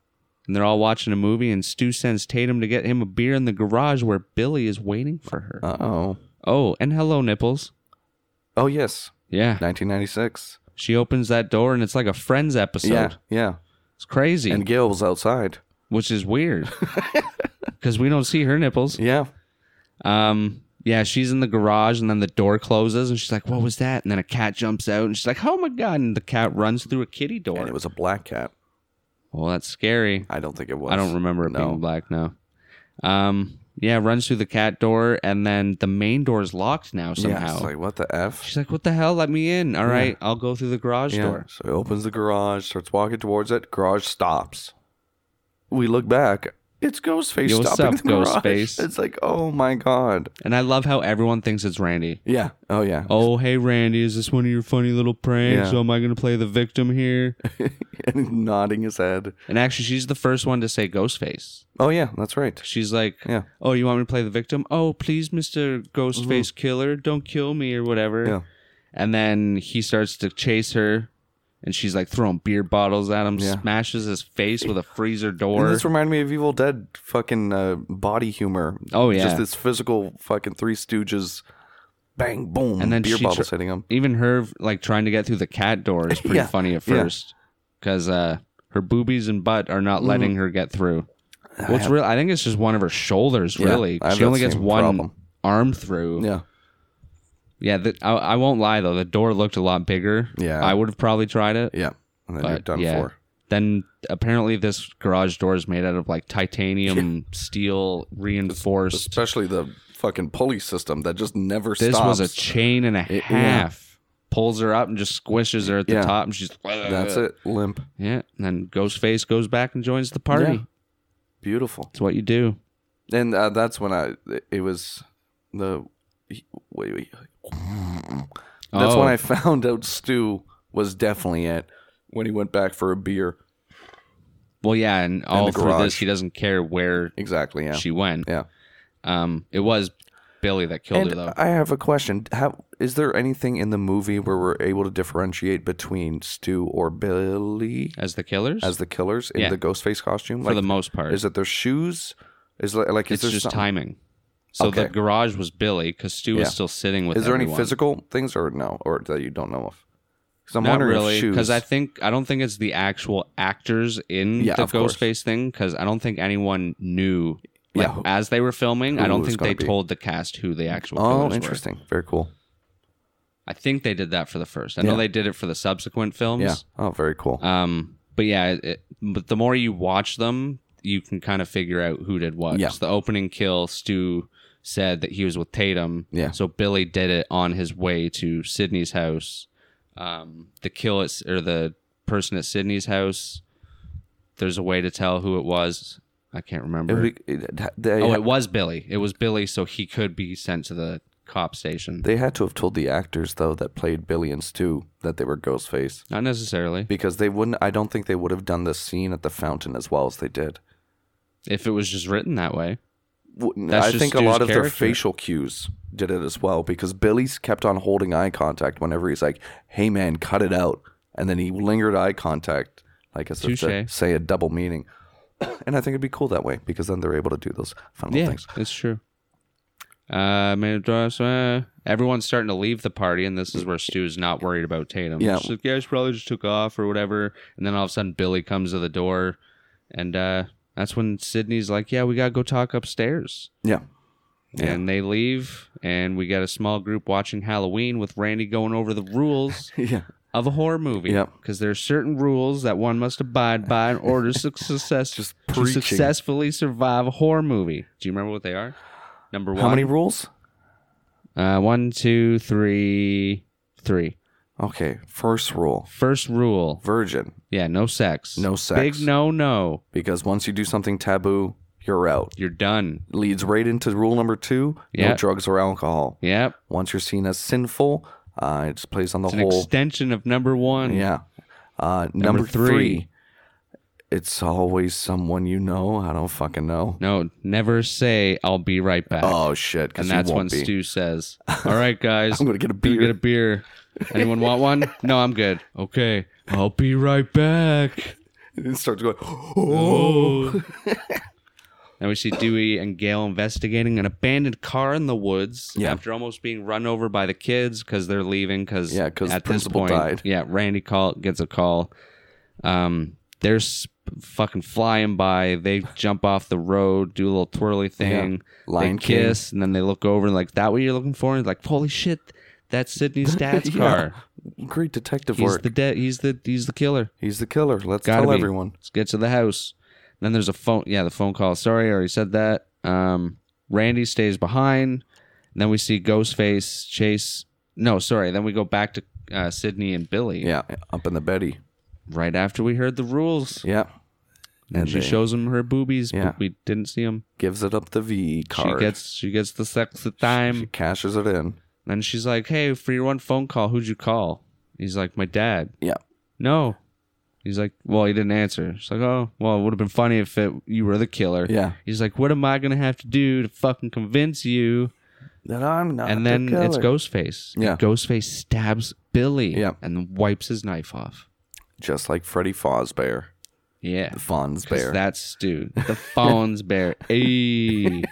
Speaker 3: and they're all watching a movie and Stu sends Tatum to get him a beer in the garage where Billy is waiting for her.
Speaker 2: Uh oh.
Speaker 3: oh, and hello nipples.
Speaker 2: Oh yes,
Speaker 3: Yeah.
Speaker 2: 1996.
Speaker 3: She opens that door and it's like a friends episode.
Speaker 2: yeah, yeah.
Speaker 3: It's crazy,
Speaker 2: And Gail was outside.
Speaker 3: which is weird. Cuz we don't see her nipples.
Speaker 2: Yeah.
Speaker 3: Um yeah, she's in the garage and then the door closes and she's like, "What was that?" And then a cat jumps out and she's like, "Oh my god." And the cat runs through a kitty door.
Speaker 2: And it was a black cat.
Speaker 3: well, that's scary.
Speaker 2: I don't think it was.
Speaker 3: I don't remember it
Speaker 2: No.
Speaker 3: being black. No. Um. Yeah, runs through the cat door, and then the main door is locked now
Speaker 2: Yeah.
Speaker 3: somehow.
Speaker 2: It's like what the f?
Speaker 3: She's like, "What the hell? Let me in! All right, I'll go through the garage
Speaker 2: Yeah.
Speaker 3: door."
Speaker 2: So he opens the garage, starts walking towards it. Garage stops. We look back. It's Ghostface
Speaker 3: Yo, what's
Speaker 2: stopping
Speaker 3: up,
Speaker 2: the garage.
Speaker 3: Ghostface?
Speaker 2: It's like, oh my god.
Speaker 3: And I love how everyone thinks it's Randy.
Speaker 2: Yeah. Oh yeah.
Speaker 3: Oh, hey, Randy, is this one of your funny little pranks?
Speaker 2: Yeah.
Speaker 3: Am I going to play the victim here?
Speaker 2: and he's nodding his head.
Speaker 3: and actually, she's the first one to say Ghostface.
Speaker 2: Oh yeah, that's right.
Speaker 3: She's like,
Speaker 2: Yeah.
Speaker 3: "Oh, you want me to play the victim? Oh, please, Mister Ghostface Killer, don't kill me or whatever."
Speaker 2: Mm-hmm. Yeah.
Speaker 3: And then he starts to chase her, and she's like throwing beer bottles at him,
Speaker 2: Yeah.
Speaker 3: smashes his face with a freezer
Speaker 2: And
Speaker 3: door.
Speaker 2: this reminded me of Evil Dead fucking uh, body humor.
Speaker 3: Oh, yeah.
Speaker 2: just this physical fucking Three Stooges, bang boom,
Speaker 3: And
Speaker 2: and
Speaker 3: then
Speaker 2: then beer
Speaker 3: she
Speaker 2: bottles
Speaker 3: tr-
Speaker 2: hitting him.
Speaker 3: Even her like trying to get through the cat door is pretty
Speaker 2: Yeah.
Speaker 3: funny at
Speaker 2: Yeah. Mm-hmm.
Speaker 3: first, because uh, her boobies and butt are not letting her get through. Well, it's real. I think it's just one of her shoulders.
Speaker 2: Yeah,
Speaker 3: Really,
Speaker 2: I have
Speaker 3: she only
Speaker 2: that
Speaker 3: gets
Speaker 2: same
Speaker 3: one
Speaker 2: problem.
Speaker 3: arm through.
Speaker 2: Yeah.
Speaker 3: Yeah, th- I, I won't lie though. The door looked a lot bigger.
Speaker 2: Yeah.
Speaker 3: I would have probably tried it.
Speaker 2: Yeah. And then you're
Speaker 3: but
Speaker 2: done
Speaker 3: yeah.
Speaker 2: for.
Speaker 3: Then apparently this garage door is made out of like titanium steel reinforced.
Speaker 2: Especially the fucking pulley system that just never
Speaker 3: This was
Speaker 2: stops.
Speaker 3: a chain and a
Speaker 2: It- yeah.
Speaker 3: half. Pulls her up and just squishes her at the
Speaker 2: Yeah.
Speaker 3: top, and she's
Speaker 2: That's
Speaker 3: Uh,
Speaker 2: it. Limp.
Speaker 3: Yeah, and then Ghostface goes back and joins the party.
Speaker 2: Yeah. Beautiful.
Speaker 3: It's what you do.
Speaker 2: And uh, that's when I. It was the. Wait, wait. That's when
Speaker 3: Oh.
Speaker 2: I found out Stu was definitely it when he went back for a beer.
Speaker 3: Well, yeah, and all
Speaker 2: the
Speaker 3: through this,
Speaker 2: garage.
Speaker 3: he doesn't care where
Speaker 2: Exactly. Yeah.
Speaker 3: she went.
Speaker 2: yeah.
Speaker 3: Um, it was Billy that killed her, though.
Speaker 2: And uh, I have a question. How is there anything in the movie where we're able to differentiate between Stu or Billy
Speaker 3: as the killers,
Speaker 2: as the killers in
Speaker 3: Yeah.
Speaker 2: the Ghostface costume?
Speaker 3: for the most part,
Speaker 2: is it their shoes? Is like, like is
Speaker 3: it's
Speaker 2: there
Speaker 3: just
Speaker 2: some-
Speaker 3: timing. So the
Speaker 2: Okay.
Speaker 3: garage was Billy because Stu was
Speaker 2: Yeah.
Speaker 3: still sitting with.
Speaker 2: Is there any
Speaker 3: everyone.
Speaker 2: physical things or no, or that you don't know of? Because I'm
Speaker 3: Not
Speaker 2: wondering if
Speaker 3: really,
Speaker 2: shoes.
Speaker 3: because I think I don't think it's the actual actors in
Speaker 2: Yeah,
Speaker 3: the
Speaker 2: of course.
Speaker 3: Ghostface thing because I don't think anyone knew. Like,
Speaker 2: Yeah, who-
Speaker 3: as they were filming, I
Speaker 2: who
Speaker 3: don't
Speaker 2: it's
Speaker 3: think
Speaker 2: gonna
Speaker 3: they
Speaker 2: be.
Speaker 3: told the cast who the actual killers
Speaker 2: oh,
Speaker 3: were.
Speaker 2: interesting. Very cool.
Speaker 3: I think they did that for the first. I know
Speaker 2: Yeah.
Speaker 3: they did it for the subsequent
Speaker 2: Yeah.
Speaker 3: films.
Speaker 2: Oh, very cool.
Speaker 3: Um, but yeah, it, it- but the more you watch them, you can kind of figure out who did what.
Speaker 2: Yeah.
Speaker 3: The opening kill, Stu said that he was with Tatum.
Speaker 2: Yeah.
Speaker 3: So Billy did it on his way to Sydney's house. Um, the kill at, or the person at Sydney's house. There's a way to tell who it was. I can't
Speaker 2: It
Speaker 3: remember.
Speaker 2: would be- it- they,
Speaker 3: oh, it was Billy. It was Billy, so he could be sent to the cop station.
Speaker 2: they had to have told the actors though that played Billy and Stu that they were Ghostface
Speaker 3: Not necessarily.
Speaker 2: because they wouldn't. I don't think they would have done the scene at the fountain as well as they did.
Speaker 3: If it was just written that way.
Speaker 2: Wouldn't-
Speaker 3: That's
Speaker 2: I
Speaker 3: just
Speaker 2: think a
Speaker 3: Stu's
Speaker 2: lot of their
Speaker 3: character.
Speaker 2: facial cues did it as well because Billy's kept on holding eye contact whenever he's like, "Hey man, cut it out," and then he lingered eye contact, like as if to
Speaker 3: Touche.
Speaker 2: say a double meaning. And I think it'd be cool that way because then they're able to do those fun little
Speaker 3: yeah,
Speaker 2: things.
Speaker 3: It's true. Uh, man, it drives, uh, everyone's starting to leave the party, and this is where Stu's not worried about Tatum.
Speaker 2: Yeah.
Speaker 3: She's like, yeah, she probably just took off or whatever. And then all of a sudden, Billy comes to the door, and uh, that's when Sydney's like, yeah, we gotta go talk upstairs.
Speaker 2: Yeah,
Speaker 3: And they leave, and we got a small group watching Halloween with Randy going over the rules
Speaker 2: yeah,
Speaker 3: of a horror movie.
Speaker 2: Yep.
Speaker 3: Because there are certain rules that one must abide by in order to, success,
Speaker 2: Just
Speaker 3: to
Speaker 2: preaching.
Speaker 3: successfully survive a horror movie. Do you remember what they are? Number one.
Speaker 2: How many rules?
Speaker 3: Uh, one, two, three, three.
Speaker 2: Okay, first rule:
Speaker 3: First rule.
Speaker 2: virgin,
Speaker 3: Yeah, no sex.
Speaker 2: No sex.
Speaker 3: Big no, no.
Speaker 2: because once you do something taboo, you're out.
Speaker 3: You're done.
Speaker 2: Leads right into rule number two:
Speaker 3: Yeah.
Speaker 2: no drugs or alcohol.
Speaker 3: Yep.
Speaker 2: Once you're seen as sinful, uh, it just plays on the
Speaker 3: It's an
Speaker 2: whole
Speaker 3: extension of number one.
Speaker 2: Yeah. Uh, number,
Speaker 3: three.
Speaker 2: three. It's always someone you know. I don't fucking know.
Speaker 3: No, never say, I'll be right back.
Speaker 2: Oh shit!
Speaker 3: and
Speaker 2: Because
Speaker 3: that's when
Speaker 2: won't be.
Speaker 3: Stu says, All right, guys.
Speaker 2: I'm gonna get a
Speaker 3: gonna
Speaker 2: beer."
Speaker 3: get a beer. Anyone want one? No, I'm good. Okay. I'll be right back.
Speaker 2: it starts going. Oh.
Speaker 3: Now we see Dewey and Gail investigating an abandoned car in the woods
Speaker 2: Yeah.
Speaker 3: after almost being run over by the kids because they're leaving. Because
Speaker 2: Yeah, 'cause the principal died.
Speaker 3: Yeah, Randy call gets a call. Um, they're s- fucking flying by. They jump off the road, do a little twirly thing.
Speaker 2: Lion
Speaker 3: they
Speaker 2: King.
Speaker 3: kiss, and then they look over and like, that what you're looking for? And like, holy shit, that's Sydney's dad's
Speaker 2: Yeah.
Speaker 3: car.
Speaker 2: Great detective
Speaker 3: He's
Speaker 2: work.
Speaker 3: the de- He's the he's the killer.
Speaker 2: He's the killer. Let's
Speaker 3: Gotta
Speaker 2: tell
Speaker 3: be.
Speaker 2: everyone.
Speaker 3: Let's get to the house. then there's a phone. Yeah, the phone call. Sorry, I already said that. Um, Randy stays behind. And then we see Ghostface chase. No, sorry. Then we go back to uh, Sydney and Billy.
Speaker 2: Yeah, up in the Betty.
Speaker 3: Right after we heard the rules,
Speaker 2: Yeah,
Speaker 3: and she
Speaker 2: they-
Speaker 3: shows him her boobies,
Speaker 2: Yeah.
Speaker 3: but we didn't see them.
Speaker 2: gives it up the V card.
Speaker 3: She gets she gets the sex at time.
Speaker 2: She cashes it in.
Speaker 3: then she's like, "Hey, for your one phone call, who'd you call?" He's like, "My dad."
Speaker 2: Yeah,
Speaker 3: No. He's like, well, he didn't answer. She's like, oh, well, it would have been funny if it, you were the killer.
Speaker 2: Yeah.
Speaker 3: He's like, what am I gonna have to do to fucking convince you?
Speaker 2: that I'm not.
Speaker 3: And
Speaker 2: Ah, the
Speaker 3: then it's
Speaker 2: killer.
Speaker 3: Ghostface.
Speaker 2: Yeah.
Speaker 3: Ghostface stabs Billy.
Speaker 2: Yeah.
Speaker 3: And wipes his knife off.
Speaker 2: just like Freddy Fazbear.
Speaker 3: Yeah.
Speaker 2: Fonsbear.
Speaker 3: That's dude. The phone's bear. Ayy.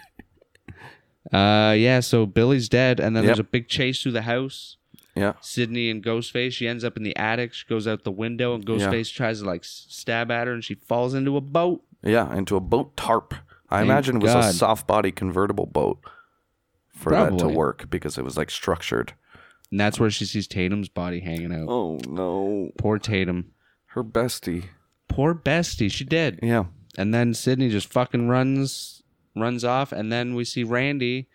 Speaker 3: Uh yeah, so Billy's dead, and then
Speaker 2: Yep.
Speaker 3: there's a big chase through the house.
Speaker 2: yeah,
Speaker 3: Sydney and Ghostface. She ends up in the attic. She goes out the window, and
Speaker 2: Yeah.
Speaker 3: Ghostface tries to like s- stab at her, and she falls into a boat.
Speaker 2: Yeah, into a boat tarp. I
Speaker 3: Thank
Speaker 2: imagine it was a
Speaker 3: God.
Speaker 2: soft body convertible boat for that to
Speaker 3: Probably.
Speaker 2: work because it was like structured.
Speaker 3: And that's where she sees Tatum's body hanging out.
Speaker 2: Oh no.
Speaker 3: Poor Tatum.
Speaker 2: Her bestie.
Speaker 3: Poor bestie. She did.
Speaker 2: Yeah.
Speaker 3: And then Sydney just fucking runs runs off. And then we see Randy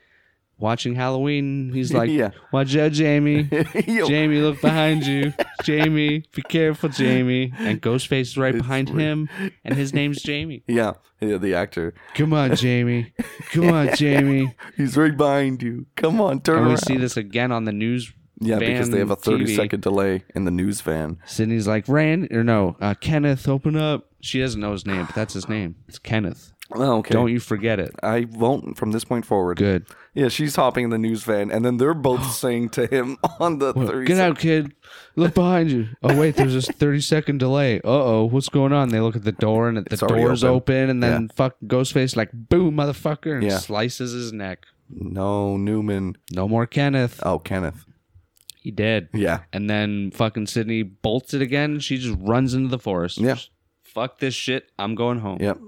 Speaker 3: watching Halloween. He's like,
Speaker 2: Yeah.
Speaker 3: Watch out, Jamie.
Speaker 2: Yo,
Speaker 3: Jamie, look behind you. Jamie, be careful, Jamie. And Ghostface is right behind him, and his name's Jamie.
Speaker 2: yeah. Yeah, the actor.
Speaker 3: Come on, Jamie. Come on, Jamie.
Speaker 2: He's right behind you. Come on, turn
Speaker 3: And we
Speaker 2: around.
Speaker 3: see this again on the news.
Speaker 2: yeah, because they have a
Speaker 3: van
Speaker 2: thirty-second
Speaker 3: TV.
Speaker 2: delay in the news van.
Speaker 3: Sydney's like, Rand, or no, uh, Kenneth, open up. She doesn't know his name, but that's his name. It's Kenneth.
Speaker 2: Oh, okay.
Speaker 3: Don't you forget it.
Speaker 2: I won't from this point forward.
Speaker 3: Good.
Speaker 2: Yeah, she's hopping in the news van, and then they're both saying to him on the thirty.
Speaker 3: Get out, kid. Look behind you. Oh wait, there's this 30 second delay. Uh oh, what's going on? They look at the door and the
Speaker 2: It's already
Speaker 3: door's
Speaker 2: open.
Speaker 3: open, and then fuck Ghostface like boom, motherfucker, and
Speaker 2: Yeah.
Speaker 3: slices his neck.
Speaker 2: No, Newman.
Speaker 3: No more Kenneth.
Speaker 2: Oh, Kenneth.
Speaker 3: He dead.
Speaker 2: Yeah.
Speaker 3: And then fucking Sydney bolts it again. She just runs into the forest.
Speaker 2: Yeah.
Speaker 3: Just, Fuck this shit. I'm going home.
Speaker 2: Yep.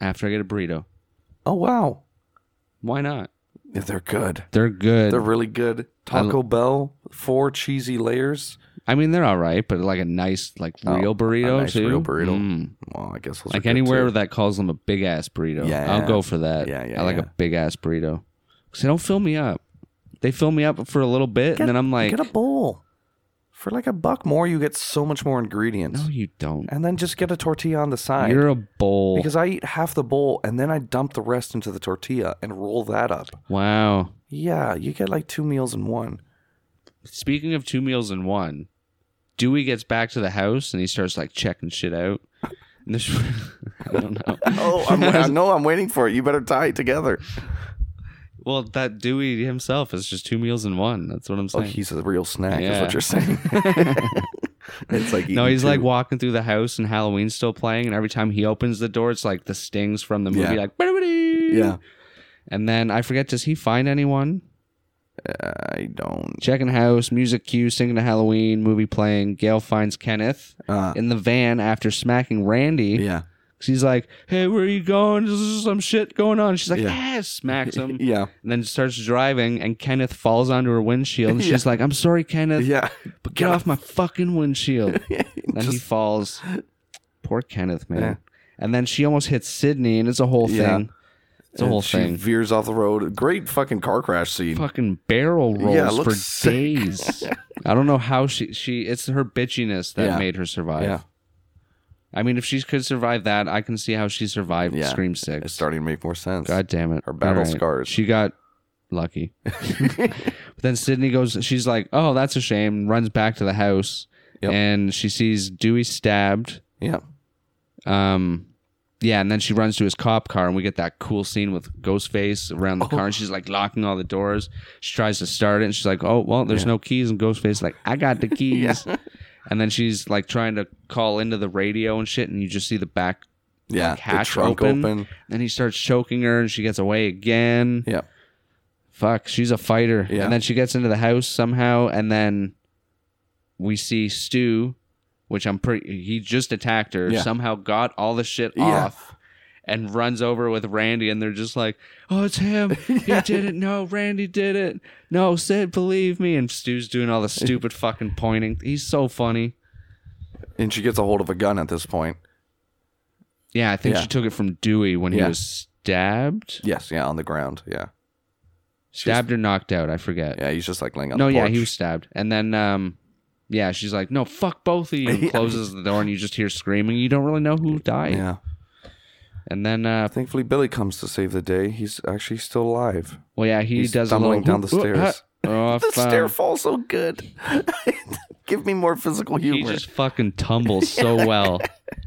Speaker 3: After I get a burrito.
Speaker 2: Oh wow.
Speaker 3: Why not?
Speaker 2: Yeah, they're good.
Speaker 3: They're good.
Speaker 2: They're really good. Taco Bell, four cheesy layers.
Speaker 3: I mean, they're all right, but like a nice, like
Speaker 2: Oh,
Speaker 3: real burrito
Speaker 2: a nice
Speaker 3: too.
Speaker 2: real burrito.
Speaker 3: Mm.
Speaker 2: Well, I guess those are
Speaker 3: Like
Speaker 2: good,
Speaker 3: anywhere
Speaker 2: too.
Speaker 3: that calls them a big ass burrito.
Speaker 2: Yeah.
Speaker 3: I'll go for that.
Speaker 2: Yeah, yeah,
Speaker 3: I like
Speaker 2: yeah.
Speaker 3: a big ass burrito. Cause they don't fill me up. They fill me up for a little bit, and then I'm like,
Speaker 2: get a bowl for like a buck more. You get so much more ingredients,
Speaker 3: no, you don't.
Speaker 2: and then just get a tortilla on the side.
Speaker 3: You're a bowl.
Speaker 2: because I eat half the bowl and then I dump the rest into the tortilla and roll that up.
Speaker 3: wow.
Speaker 2: Yeah, you get like two meals in one.
Speaker 3: Speaking of two meals in one, Dewey gets back to the house and he starts like checking shit out. And this, I don't know.
Speaker 2: Oh, I'm, I know I'm waiting for it. You better tie it together.
Speaker 3: Well, that Dewey himself is just two meals in one. That's what I'm
Speaker 2: Oh,
Speaker 3: saying.
Speaker 2: he's a real snack, is
Speaker 3: Yeah.
Speaker 2: what you're saying. it's like
Speaker 3: no,
Speaker 2: eating
Speaker 3: he's like
Speaker 2: two-
Speaker 3: walking through the house and Halloween's still playing, and every time he opens the door, it's like the stings from the movie,
Speaker 2: Yeah.
Speaker 3: like "Ba-da-ba-dee."
Speaker 2: yeah.
Speaker 3: And then I forget, does he find anyone?
Speaker 2: I don't.
Speaker 3: Checking house, music cue, singing to Halloween, movie playing. Gail finds Kenneth
Speaker 2: Uh,
Speaker 3: in the van after smacking Randy.
Speaker 2: yeah.
Speaker 3: She's like, "Hey, where are you going? There's some shit going on." She's like,
Speaker 2: Yeah.
Speaker 3: "Ah!" Smacks him,
Speaker 2: Yeah.
Speaker 3: and then starts driving. And Kenneth falls onto her windshield, and she's like, "I'm sorry, Kenneth,
Speaker 2: Yeah.
Speaker 3: but get off my fucking windshield." then he
Speaker 2: Just-
Speaker 3: falls. Poor Kenneth, man.
Speaker 2: Yeah.
Speaker 3: And then she almost hits Sydney, and it's a whole
Speaker 2: Yeah.
Speaker 3: thing. It's a whole
Speaker 2: And she
Speaker 3: thing.
Speaker 2: veers off the road. Great fucking car crash scene.
Speaker 3: Fucking barrel rolls
Speaker 2: Yeah, it
Speaker 3: for
Speaker 2: looks sick.
Speaker 3: days. I don't know how she she. It's her bitchiness that
Speaker 2: Yeah.
Speaker 3: made her survive.
Speaker 2: Yeah.
Speaker 3: I mean, if she could survive that, I can see how she survived
Speaker 2: Yeah.
Speaker 3: Scream Six.
Speaker 2: It's starting to make more sense.
Speaker 3: God damn it.
Speaker 2: Her battle
Speaker 3: All
Speaker 2: scars.
Speaker 3: She got lucky. but then Sydney goes, she's like, oh, that's a shame, runs back to the house.
Speaker 2: Yep.
Speaker 3: And she sees Dewey stabbed.
Speaker 2: Yeah.
Speaker 3: Um, yeah, and then she runs to his cop car, and we get that cool scene with Ghostface around the
Speaker 2: Oh.
Speaker 3: car, and she's like locking all the doors. She tries to start it, and she's like, "Oh, well, there's no keys." And Ghostface is like, "I got the keys," and then she's like trying to call into the radio and shit, and you just see the back
Speaker 2: Yeah.
Speaker 3: like,
Speaker 2: the
Speaker 3: hatch
Speaker 2: trunk
Speaker 3: open.
Speaker 2: open.
Speaker 3: Then he starts choking her, and she gets away again.
Speaker 2: Yeah.
Speaker 3: Fuck, she's a fighter.
Speaker 2: Yeah.
Speaker 3: And then she gets into the house somehow, and then we see Stu, which I'm pretty. He just attacked her.
Speaker 2: Yeah.
Speaker 3: Somehow got all the shit
Speaker 2: Yeah.
Speaker 3: off. And runs over with Randy, and they're just like, "Oh, it's him! He did it! No, Randy did it! No, Sid, believe me!" And Stu's doing all the stupid fucking pointing. He's so funny.
Speaker 2: And she gets a hold of a gun at this point.
Speaker 3: Yeah, I think
Speaker 2: Yeah.
Speaker 3: she took it from Dewey when he
Speaker 2: Yeah.
Speaker 3: was stabbed,
Speaker 2: Yes. Yeah. On the ground. Yeah. She was-
Speaker 3: stabbed or knocked out. I forget.
Speaker 2: Yeah. He's just like laying on
Speaker 3: no
Speaker 2: the
Speaker 3: yeah
Speaker 2: porch.
Speaker 3: he was stabbed and then um yeah she's like no fuck both of you and closes the door and you just hear screaming you don't really know who died
Speaker 2: Yeah.
Speaker 3: and then uh
Speaker 2: Thankfully, Billy comes to save the day. He's actually still alive.
Speaker 3: well yeah he
Speaker 2: He's
Speaker 3: does
Speaker 2: stumbling
Speaker 3: a little
Speaker 2: down the stairs.
Speaker 3: off,
Speaker 2: The
Speaker 3: um,
Speaker 2: stair falls so good. Give me more physical
Speaker 3: he
Speaker 2: humor.
Speaker 3: just fucking tumbles so well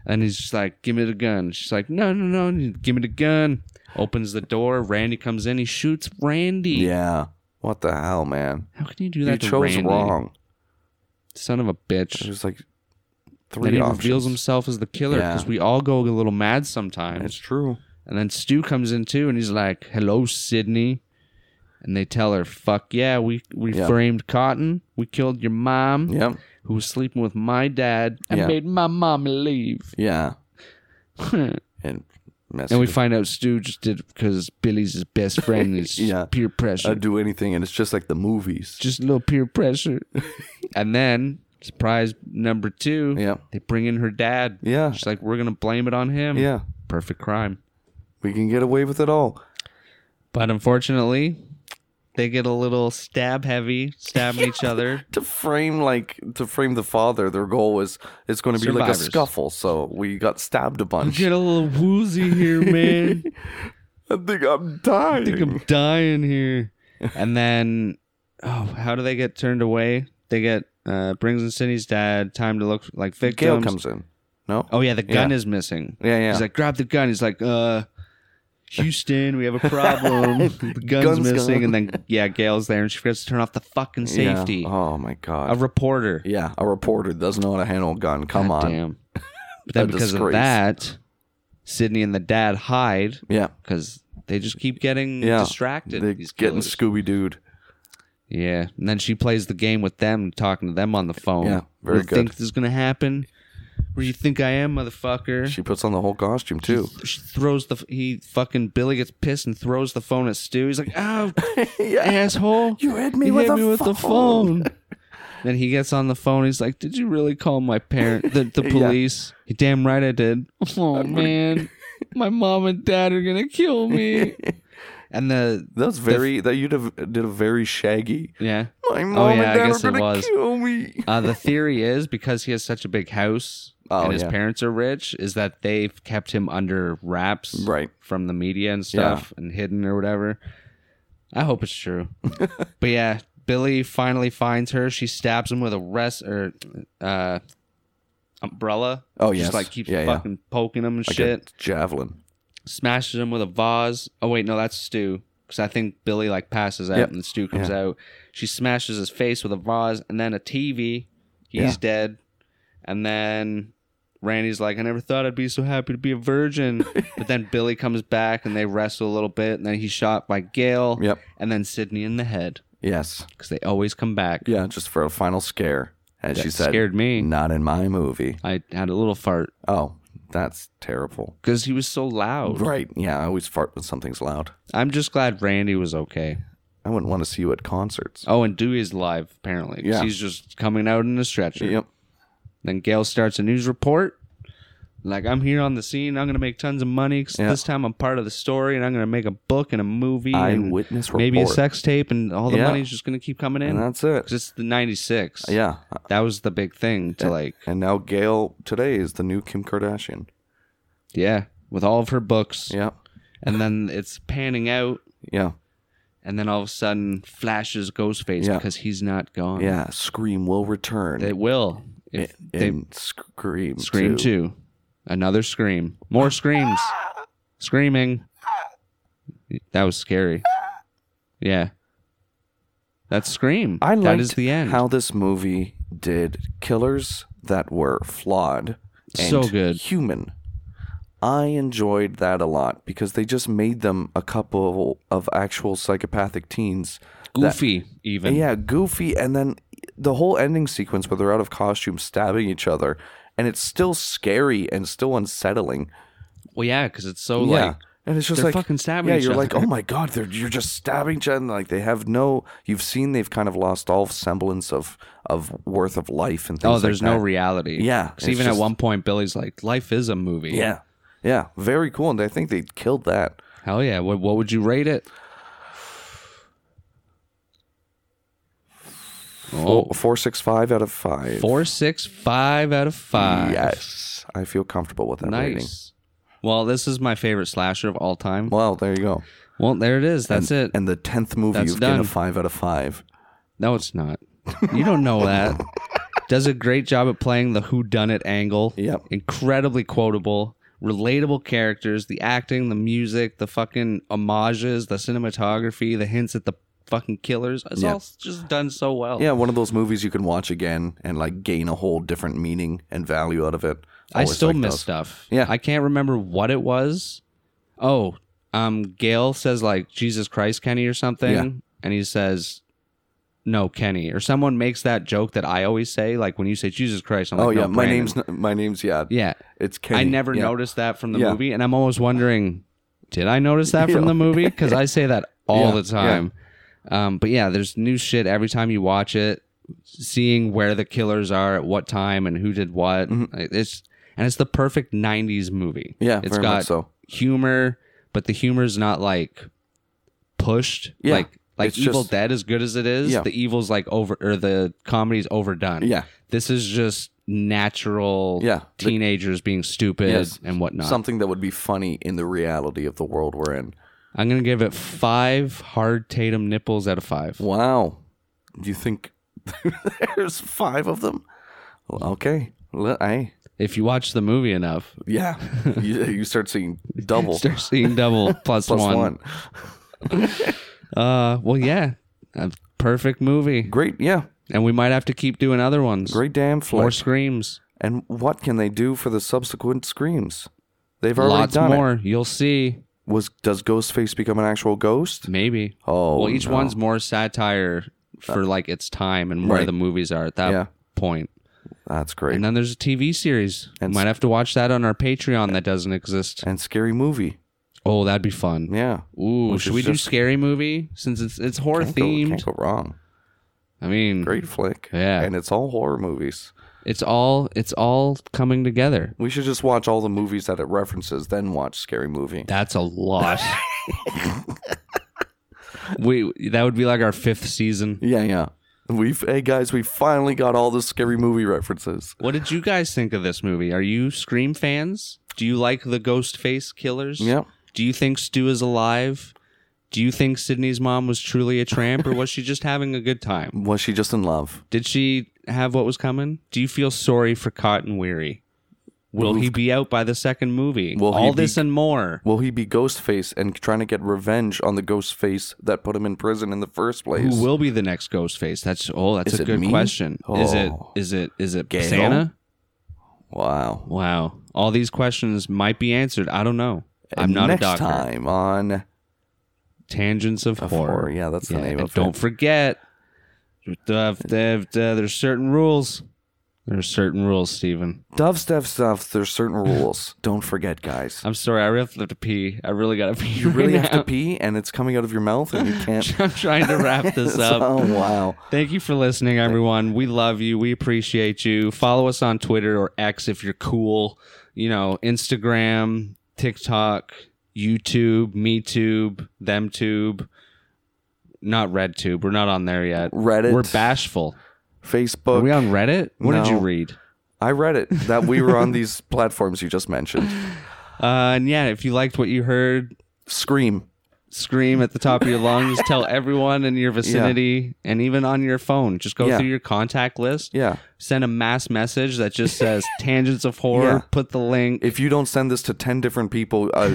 Speaker 3: and he's just like give me the gun she's like no no no and he- give me the gun opens the door randy comes in he shoots randy
Speaker 2: yeah. What the hell, man?
Speaker 3: how can you do
Speaker 2: You
Speaker 3: that to
Speaker 2: chose
Speaker 3: randy
Speaker 2: wrong.
Speaker 3: son of a bitch
Speaker 2: There's like
Speaker 3: then
Speaker 2: three
Speaker 3: he
Speaker 2: options.
Speaker 3: reveals himself as the killer
Speaker 2: Yeah.
Speaker 3: because we all go a little mad sometimes
Speaker 2: It's true.
Speaker 3: And then Stu comes in too, and he's like, "Hello, Sydney," and they tell her, "Fuck yeah, we we
Speaker 2: Yeah.
Speaker 3: framed Cotton. We killed your mom,
Speaker 2: Yep.
Speaker 3: who was sleeping with my dad, and
Speaker 2: Yeah.
Speaker 3: made my mom leave."
Speaker 2: Yeah. and mess.
Speaker 3: And we
Speaker 2: it up.
Speaker 3: find out Stu just did because Billy's his best friend. It's
Speaker 2: Yeah. Uh,
Speaker 3: peer pressure.
Speaker 2: I'd do anything, and it's just like the movies.
Speaker 3: just a little peer pressure. and then surprise number two.
Speaker 2: Yeah.
Speaker 3: They bring in her dad.
Speaker 2: Yeah.
Speaker 3: She's like, we're gonna blame it on him.
Speaker 2: yeah,
Speaker 3: Perfect crime.
Speaker 2: we can get away with it all.
Speaker 3: But unfortunately, they get a little stab heavy, stabbing each other.
Speaker 2: To frame like to frame the father, their goal was it's going to be like a
Speaker 3: Survivors.
Speaker 2: scuffle. So we got stabbed a bunch.
Speaker 3: Get a little woozy here, man.
Speaker 2: I think I'm dying.
Speaker 3: I think I'm dying here. And then, oh, how do they get turned away? They get uh, brings in Cindy's dad. Time to look like
Speaker 2: Gail
Speaker 3: victims.
Speaker 2: comes in. No.
Speaker 3: Oh yeah, the gun
Speaker 2: Yeah.
Speaker 3: is missing.
Speaker 2: Yeah, yeah.
Speaker 3: He's like, grab the gun. He's like, uh, Houston, we have a problem. the gun's,
Speaker 2: Gun's
Speaker 3: missing.
Speaker 2: gone.
Speaker 3: And then yeah, Gail's there, and she forgets to turn off the fucking
Speaker 2: Yeah.
Speaker 3: safety.
Speaker 2: Oh my god.
Speaker 3: A reporter.
Speaker 2: yeah, a reporter doesn't know how to handle a gun. Come
Speaker 3: God
Speaker 2: on.
Speaker 3: Damn. But then
Speaker 2: A
Speaker 3: because of
Speaker 2: disgrace.
Speaker 3: that, Sydney and the dad hide
Speaker 2: Yeah.
Speaker 3: because they just keep getting
Speaker 2: Yeah.
Speaker 3: distracted.
Speaker 2: They're
Speaker 3: these
Speaker 2: getting
Speaker 3: killers.
Speaker 2: Scooby Dooed.
Speaker 3: Yeah, and then she plays the game with them, talking to them on the phone.
Speaker 2: Yeah, very
Speaker 3: What do you
Speaker 2: good.
Speaker 3: Think this is gonna happen? Where you think I am, motherfucker?
Speaker 2: She puts on the whole costume too.
Speaker 3: She throws the he fucking Billy gets pissed and throws the phone at Stu. He's like, "Oh,
Speaker 2: yeah.
Speaker 3: asshole,
Speaker 2: You hit me with a phone."
Speaker 3: then he gets on the phone. He's like, "Did you really call my parent, the, the
Speaker 2: Yeah.
Speaker 3: police? You damn right I did. Oh man, my mom and dad are gonna kill me." and the
Speaker 2: That was very that you did did a very shaggy.
Speaker 3: yeah,
Speaker 2: My mom
Speaker 3: yeah, I
Speaker 2: and dad
Speaker 3: guess it
Speaker 2: are gonna
Speaker 3: was.
Speaker 2: kill me.
Speaker 3: Uh, the theory is because he has such a big house
Speaker 2: Oh,
Speaker 3: and his
Speaker 2: yeah.
Speaker 3: parents are rich, is that they've kept him under wraps
Speaker 2: Right.
Speaker 3: from the media and stuff and hidden or whatever. I hope it's true. but yeah, Billy finally finds her. She stabs him with a rest or uh, umbrella.
Speaker 2: Oh,
Speaker 3: Just
Speaker 2: yes.
Speaker 3: like keeps
Speaker 2: Yeah, yeah.
Speaker 3: fucking poking him and
Speaker 2: Like
Speaker 3: shit.
Speaker 2: a javelin.
Speaker 3: Smashes him with a vase. Oh wait, no, that's Stu. Because I think Billy like passes out
Speaker 2: Yep.
Speaker 3: and Stu comes
Speaker 2: Yeah.
Speaker 3: out. She smashes his face with a vase and then a TV. He's
Speaker 2: Yeah.
Speaker 3: dead. And then Randy's like, I never thought I'd be so happy to be a virgin. but then Billy comes back and they wrestle a little bit. And then he's shot by Gail.
Speaker 2: Yep.
Speaker 3: And then Sydney in the head.
Speaker 2: Yes.
Speaker 3: Because they always come back.
Speaker 2: Yeah, just for a final scare. As
Speaker 3: That
Speaker 2: she said,
Speaker 3: scared me.
Speaker 2: Not in my movie.
Speaker 3: I had a little fart
Speaker 2: Oh, that's terrible.
Speaker 3: because he was so loud.
Speaker 2: Right. Yeah, I always fart when something's loud.
Speaker 3: I'm just glad Randy was okay.
Speaker 2: I wouldn't want to see you at concerts.
Speaker 3: Oh, and Dewey's live apparently. 'cause
Speaker 2: Yeah.
Speaker 3: He's just coming out in a stretcher.
Speaker 2: Yep.
Speaker 3: Then Gail starts a news report. Like, I'm here on the scene. I'm going to make tons of money 'cause
Speaker 2: Yeah.
Speaker 3: this time I'm part of the story and I'm going to make a book and a movie. and
Speaker 2: Eyewitness
Speaker 3: Maybe a
Speaker 2: report.
Speaker 3: sex tape and all the
Speaker 2: Yeah.
Speaker 3: money's just going to keep coming in.
Speaker 2: And that's it.
Speaker 3: 'Cause it's the 96.
Speaker 2: Yeah.
Speaker 3: That was the big thing to like,
Speaker 2: And now Gail today is the new Kim Kardashian.
Speaker 3: yeah, with all of her books.
Speaker 2: Yeah.
Speaker 3: And then it's panning out.
Speaker 2: Yeah.
Speaker 3: And then all of a sudden flashes Ghostface
Speaker 2: Yeah.
Speaker 3: because he's not gone.
Speaker 2: Yeah. Scream will return.
Speaker 3: They will. If they
Speaker 2: and Scream.
Speaker 3: Scream
Speaker 2: too.
Speaker 3: two. Another scream. More screams. Screaming. That was scary. Yeah. That's Scream.
Speaker 2: I liked
Speaker 3: that is the end.
Speaker 2: how this movie did killers that were flawed and
Speaker 3: So good.
Speaker 2: human. I enjoyed that a lot because they just made them a couple of actual psychopathic teens. that-
Speaker 3: Goofy, even.
Speaker 2: yeah, goofy, and then the whole ending sequence where they're out of costume stabbing each other, and it's still scary and still unsettling.
Speaker 3: Well, yeah, because it's so like.
Speaker 2: and it's just
Speaker 3: they're
Speaker 2: like
Speaker 3: fucking stabbing
Speaker 2: Yeah,
Speaker 3: each
Speaker 2: you're
Speaker 3: other.
Speaker 2: like, oh my god, they're you're just stabbing each other. And like they have no. You've seen they've kind of lost all semblance of of worth of life and things.
Speaker 3: Oh, there's
Speaker 2: like
Speaker 3: no
Speaker 2: that.
Speaker 3: reality.
Speaker 2: Yeah,
Speaker 3: 'Cause
Speaker 2: it's
Speaker 3: even at
Speaker 2: just-
Speaker 3: one point, Billy's like, "Life is a movie."
Speaker 2: Yeah, yeah, very cool. And I think they killed that.
Speaker 3: Hell yeah. What, what would you rate it? Oh,
Speaker 2: Four- Four six five out of five.
Speaker 3: four, six, five out of five.
Speaker 2: Yes, I feel comfortable with that rating.
Speaker 3: Nice. Well, this is my favorite slasher of all time. Well,
Speaker 2: Well, there you go.
Speaker 3: there it is. That's it.
Speaker 2: And the tenth movie,
Speaker 3: That's
Speaker 2: you've given a
Speaker 3: done.
Speaker 2: five out of five.
Speaker 3: no, it's not. You don't know that. Does a great job at playing the who done it angle.
Speaker 2: Yep.
Speaker 3: Incredibly quotable, relatable characters, the acting, the music, the fucking homages, the cinematography, the hints at the fucking killers. It's
Speaker 2: Yeah.
Speaker 3: all just done so well.
Speaker 2: Yeah, one of those movies you can watch again and like gain a whole different meaning and value out of it.
Speaker 3: I
Speaker 2: Always
Speaker 3: still
Speaker 2: like
Speaker 3: miss
Speaker 2: those.
Speaker 3: stuff.
Speaker 2: Yeah.
Speaker 3: I can't remember what it was. Oh, um, Gail says like Jesus Christ Kenny or something,
Speaker 2: Yeah.
Speaker 3: and he says no Kenny, or someone makes that joke that I always say, like when you say Jesus Christ, I'm like,
Speaker 2: Oh
Speaker 3: "No,
Speaker 2: yeah, my
Speaker 3: Brandon."
Speaker 2: name's n- my name's yeah.
Speaker 3: yeah.
Speaker 2: It's Kenny.
Speaker 3: I never
Speaker 2: yeah.
Speaker 3: noticed that from the
Speaker 2: Yeah.
Speaker 3: movie, and I'm always wondering, did I notice that from
Speaker 2: Yeah.
Speaker 3: the movie? Because I say that all
Speaker 2: Yeah,
Speaker 3: the time. Um, but yeah, there's new shit every time you watch it. Seeing where the killers are at what time and who did what. Like, It's and it's the perfect '90s movie.
Speaker 2: Mm-hmm. Yeah,
Speaker 3: it's
Speaker 2: very
Speaker 3: got
Speaker 2: much so.
Speaker 3: humor, but the humor's not like pushed.
Speaker 2: Yeah,
Speaker 3: Like like
Speaker 2: it's
Speaker 3: Evil
Speaker 2: just-
Speaker 3: Dead, as good as it is,
Speaker 2: Yeah.
Speaker 3: the evil's like over or the comedy's overdone.
Speaker 2: Yeah.
Speaker 3: this is just natural.
Speaker 2: Yeah, the-
Speaker 3: teenagers being stupid
Speaker 2: Yes.
Speaker 3: and whatnot.
Speaker 2: Something that would be funny in the reality of the world we're in.
Speaker 3: I'm gonna give it five hard Tatum nipples out of five.
Speaker 2: Wow. Do you think there's five of them? Well, okay. Well, I
Speaker 3: If you watch the movie enough,
Speaker 2: yeah. you, you start seeing double
Speaker 3: start seeing double plus
Speaker 2: plus
Speaker 3: one.
Speaker 2: one.
Speaker 3: Uh, well, yeah, a perfect movie,
Speaker 2: Great, yeah.
Speaker 3: and we might have to keep doing other ones.
Speaker 2: Great damn flick.
Speaker 3: more screams,
Speaker 2: And what can they do for the subsequent screams? They've already
Speaker 3: lots
Speaker 2: done it.
Speaker 3: more. You'll see,
Speaker 2: Was does Ghostface become an actual ghost?
Speaker 3: maybe.
Speaker 2: Oh,
Speaker 3: well, each
Speaker 2: no. Uh,
Speaker 3: one's more satire for like its time and where
Speaker 2: Right.
Speaker 3: the movies are at that
Speaker 2: Yeah.
Speaker 3: point.
Speaker 2: That's great.
Speaker 3: And
Speaker 2: And,
Speaker 3: then there's a TV series.
Speaker 2: And
Speaker 3: might
Speaker 2: s-
Speaker 3: have to watch that on our Patreon that doesn't exist.
Speaker 2: scary movie.
Speaker 3: Oh, that'd be fun.
Speaker 2: Yeah.
Speaker 3: Ooh,
Speaker 2: Which
Speaker 3: should
Speaker 2: is
Speaker 3: we do
Speaker 2: just-
Speaker 3: scary movie since it's it's horror
Speaker 2: Can't go,
Speaker 3: themed?
Speaker 2: can't go wrong.
Speaker 3: I mean,
Speaker 2: Great flick.
Speaker 3: Yeah.
Speaker 2: And it's all horror movies.
Speaker 3: it's all it's all coming together.
Speaker 2: We should just watch all the movies that it references, then watch Scary Movie.
Speaker 3: That's a lot. we that would be like our fifth season.
Speaker 2: Yeah, yeah. We've hey guys, we finally got all the scary movie references.
Speaker 3: What did you guys think of this movie? Are you Scream fans? Do you like the ghost face killers?
Speaker 2: Yep.
Speaker 3: Do you think Stu is alive? Do you think Sydney's mom was truly a tramp or was she just having a good time?
Speaker 2: Was she just in love?
Speaker 3: Did she have what was coming? Do you feel sorry for Cotton Weary? Will he be out by the second movie?
Speaker 2: Will he
Speaker 3: All
Speaker 2: be-
Speaker 3: this and more.
Speaker 2: Will he be Ghostface and trying to get revenge on the Ghostface that put him in prison in the first place?
Speaker 3: Who will be the next Ghostface? That's oh, that's
Speaker 2: Is
Speaker 3: a
Speaker 2: it
Speaker 3: good
Speaker 2: me?
Speaker 3: question. Is it
Speaker 2: Oh.
Speaker 3: is it is it
Speaker 2: Gail?
Speaker 3: Santa?
Speaker 2: Wow.
Speaker 3: Wow, all these questions might be answered. I don't know. I'm
Speaker 2: And
Speaker 3: not
Speaker 2: next
Speaker 3: a doctor.
Speaker 2: time on
Speaker 3: Tangents of,
Speaker 2: Of
Speaker 3: horror.
Speaker 2: Horror. Yeah, that's the name
Speaker 3: and
Speaker 2: of
Speaker 3: Don't
Speaker 2: it.
Speaker 3: forget. the- the- the- there's certain rules. There's certain rules, Steven.
Speaker 2: Dove Stuff Stuff, there's certain rules. Don't forget, guys.
Speaker 3: I'm sorry. I really have to pee. I really gotta pee.
Speaker 2: You really
Speaker 3: right
Speaker 2: have
Speaker 3: now.
Speaker 2: to pee and it's coming out of your mouth and you can't
Speaker 3: I'm trying to wrap this up.
Speaker 2: Oh wow.
Speaker 3: Thank you for listening, everyone. We love you. We appreciate you. Follow us on Twitter or X if you're cool. You know, Instagram, TikTok, YouTube, MeTube, ThemTube. Not RedTube. We're not on there yet.
Speaker 2: Reddit.
Speaker 3: We're bashful.
Speaker 2: Facebook.
Speaker 3: Are we on Reddit? What did you
Speaker 2: No.
Speaker 3: read?
Speaker 2: I read it that we were on these platforms you just mentioned.
Speaker 3: Uh, and yeah, if you liked what you heard,
Speaker 2: Scream.
Speaker 3: scream at the top of your lungs. tell everyone in your vicinity and even on your phone. Just go
Speaker 2: Yeah.
Speaker 3: through your contact list.
Speaker 2: Yeah.
Speaker 3: send a mass message that just says tangents of horror
Speaker 2: Yeah.
Speaker 3: put the link
Speaker 2: If you don't send this to 10 different people, uh,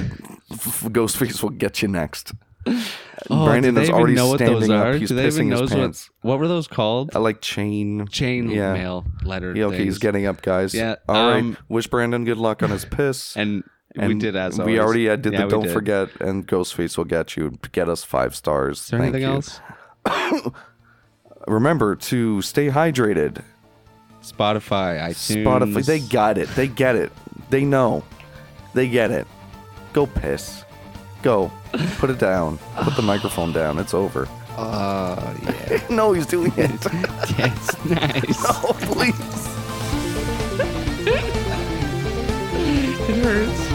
Speaker 2: f- Ghostface will get you next.
Speaker 3: oh,
Speaker 2: Brandon
Speaker 3: do they
Speaker 2: is
Speaker 3: even
Speaker 2: already
Speaker 3: know what those
Speaker 2: standing up.
Speaker 3: are
Speaker 2: He's
Speaker 3: do they even
Speaker 2: pissing his
Speaker 3: knows
Speaker 2: pants.
Speaker 3: what what were those called
Speaker 2: I like chain.
Speaker 3: chain
Speaker 2: yeah.
Speaker 3: mail letter
Speaker 2: Yeah, okay, he's
Speaker 3: things.
Speaker 2: getting up, guys.
Speaker 3: Yeah,
Speaker 2: All right.
Speaker 3: um,
Speaker 2: Wish Brandon good luck on his piss.
Speaker 3: and, we
Speaker 2: And
Speaker 3: did as
Speaker 2: we
Speaker 3: always.
Speaker 2: already uh, did
Speaker 3: Yeah,
Speaker 2: the
Speaker 3: we
Speaker 2: don't
Speaker 3: did.
Speaker 2: forget and Ghostface will get you get us five stars.
Speaker 3: is there
Speaker 2: Thank
Speaker 3: anything
Speaker 2: you.
Speaker 3: else
Speaker 2: Remember to stay hydrated.
Speaker 3: spotify itunes
Speaker 2: Spotify, they got it. They get it. They know. They get it. Go piss. Go. Put it down. Put the microphone down. It's over.
Speaker 3: oh yeah
Speaker 2: No, he's doing it.
Speaker 3: that's nice
Speaker 2: oh, please.
Speaker 3: it hurts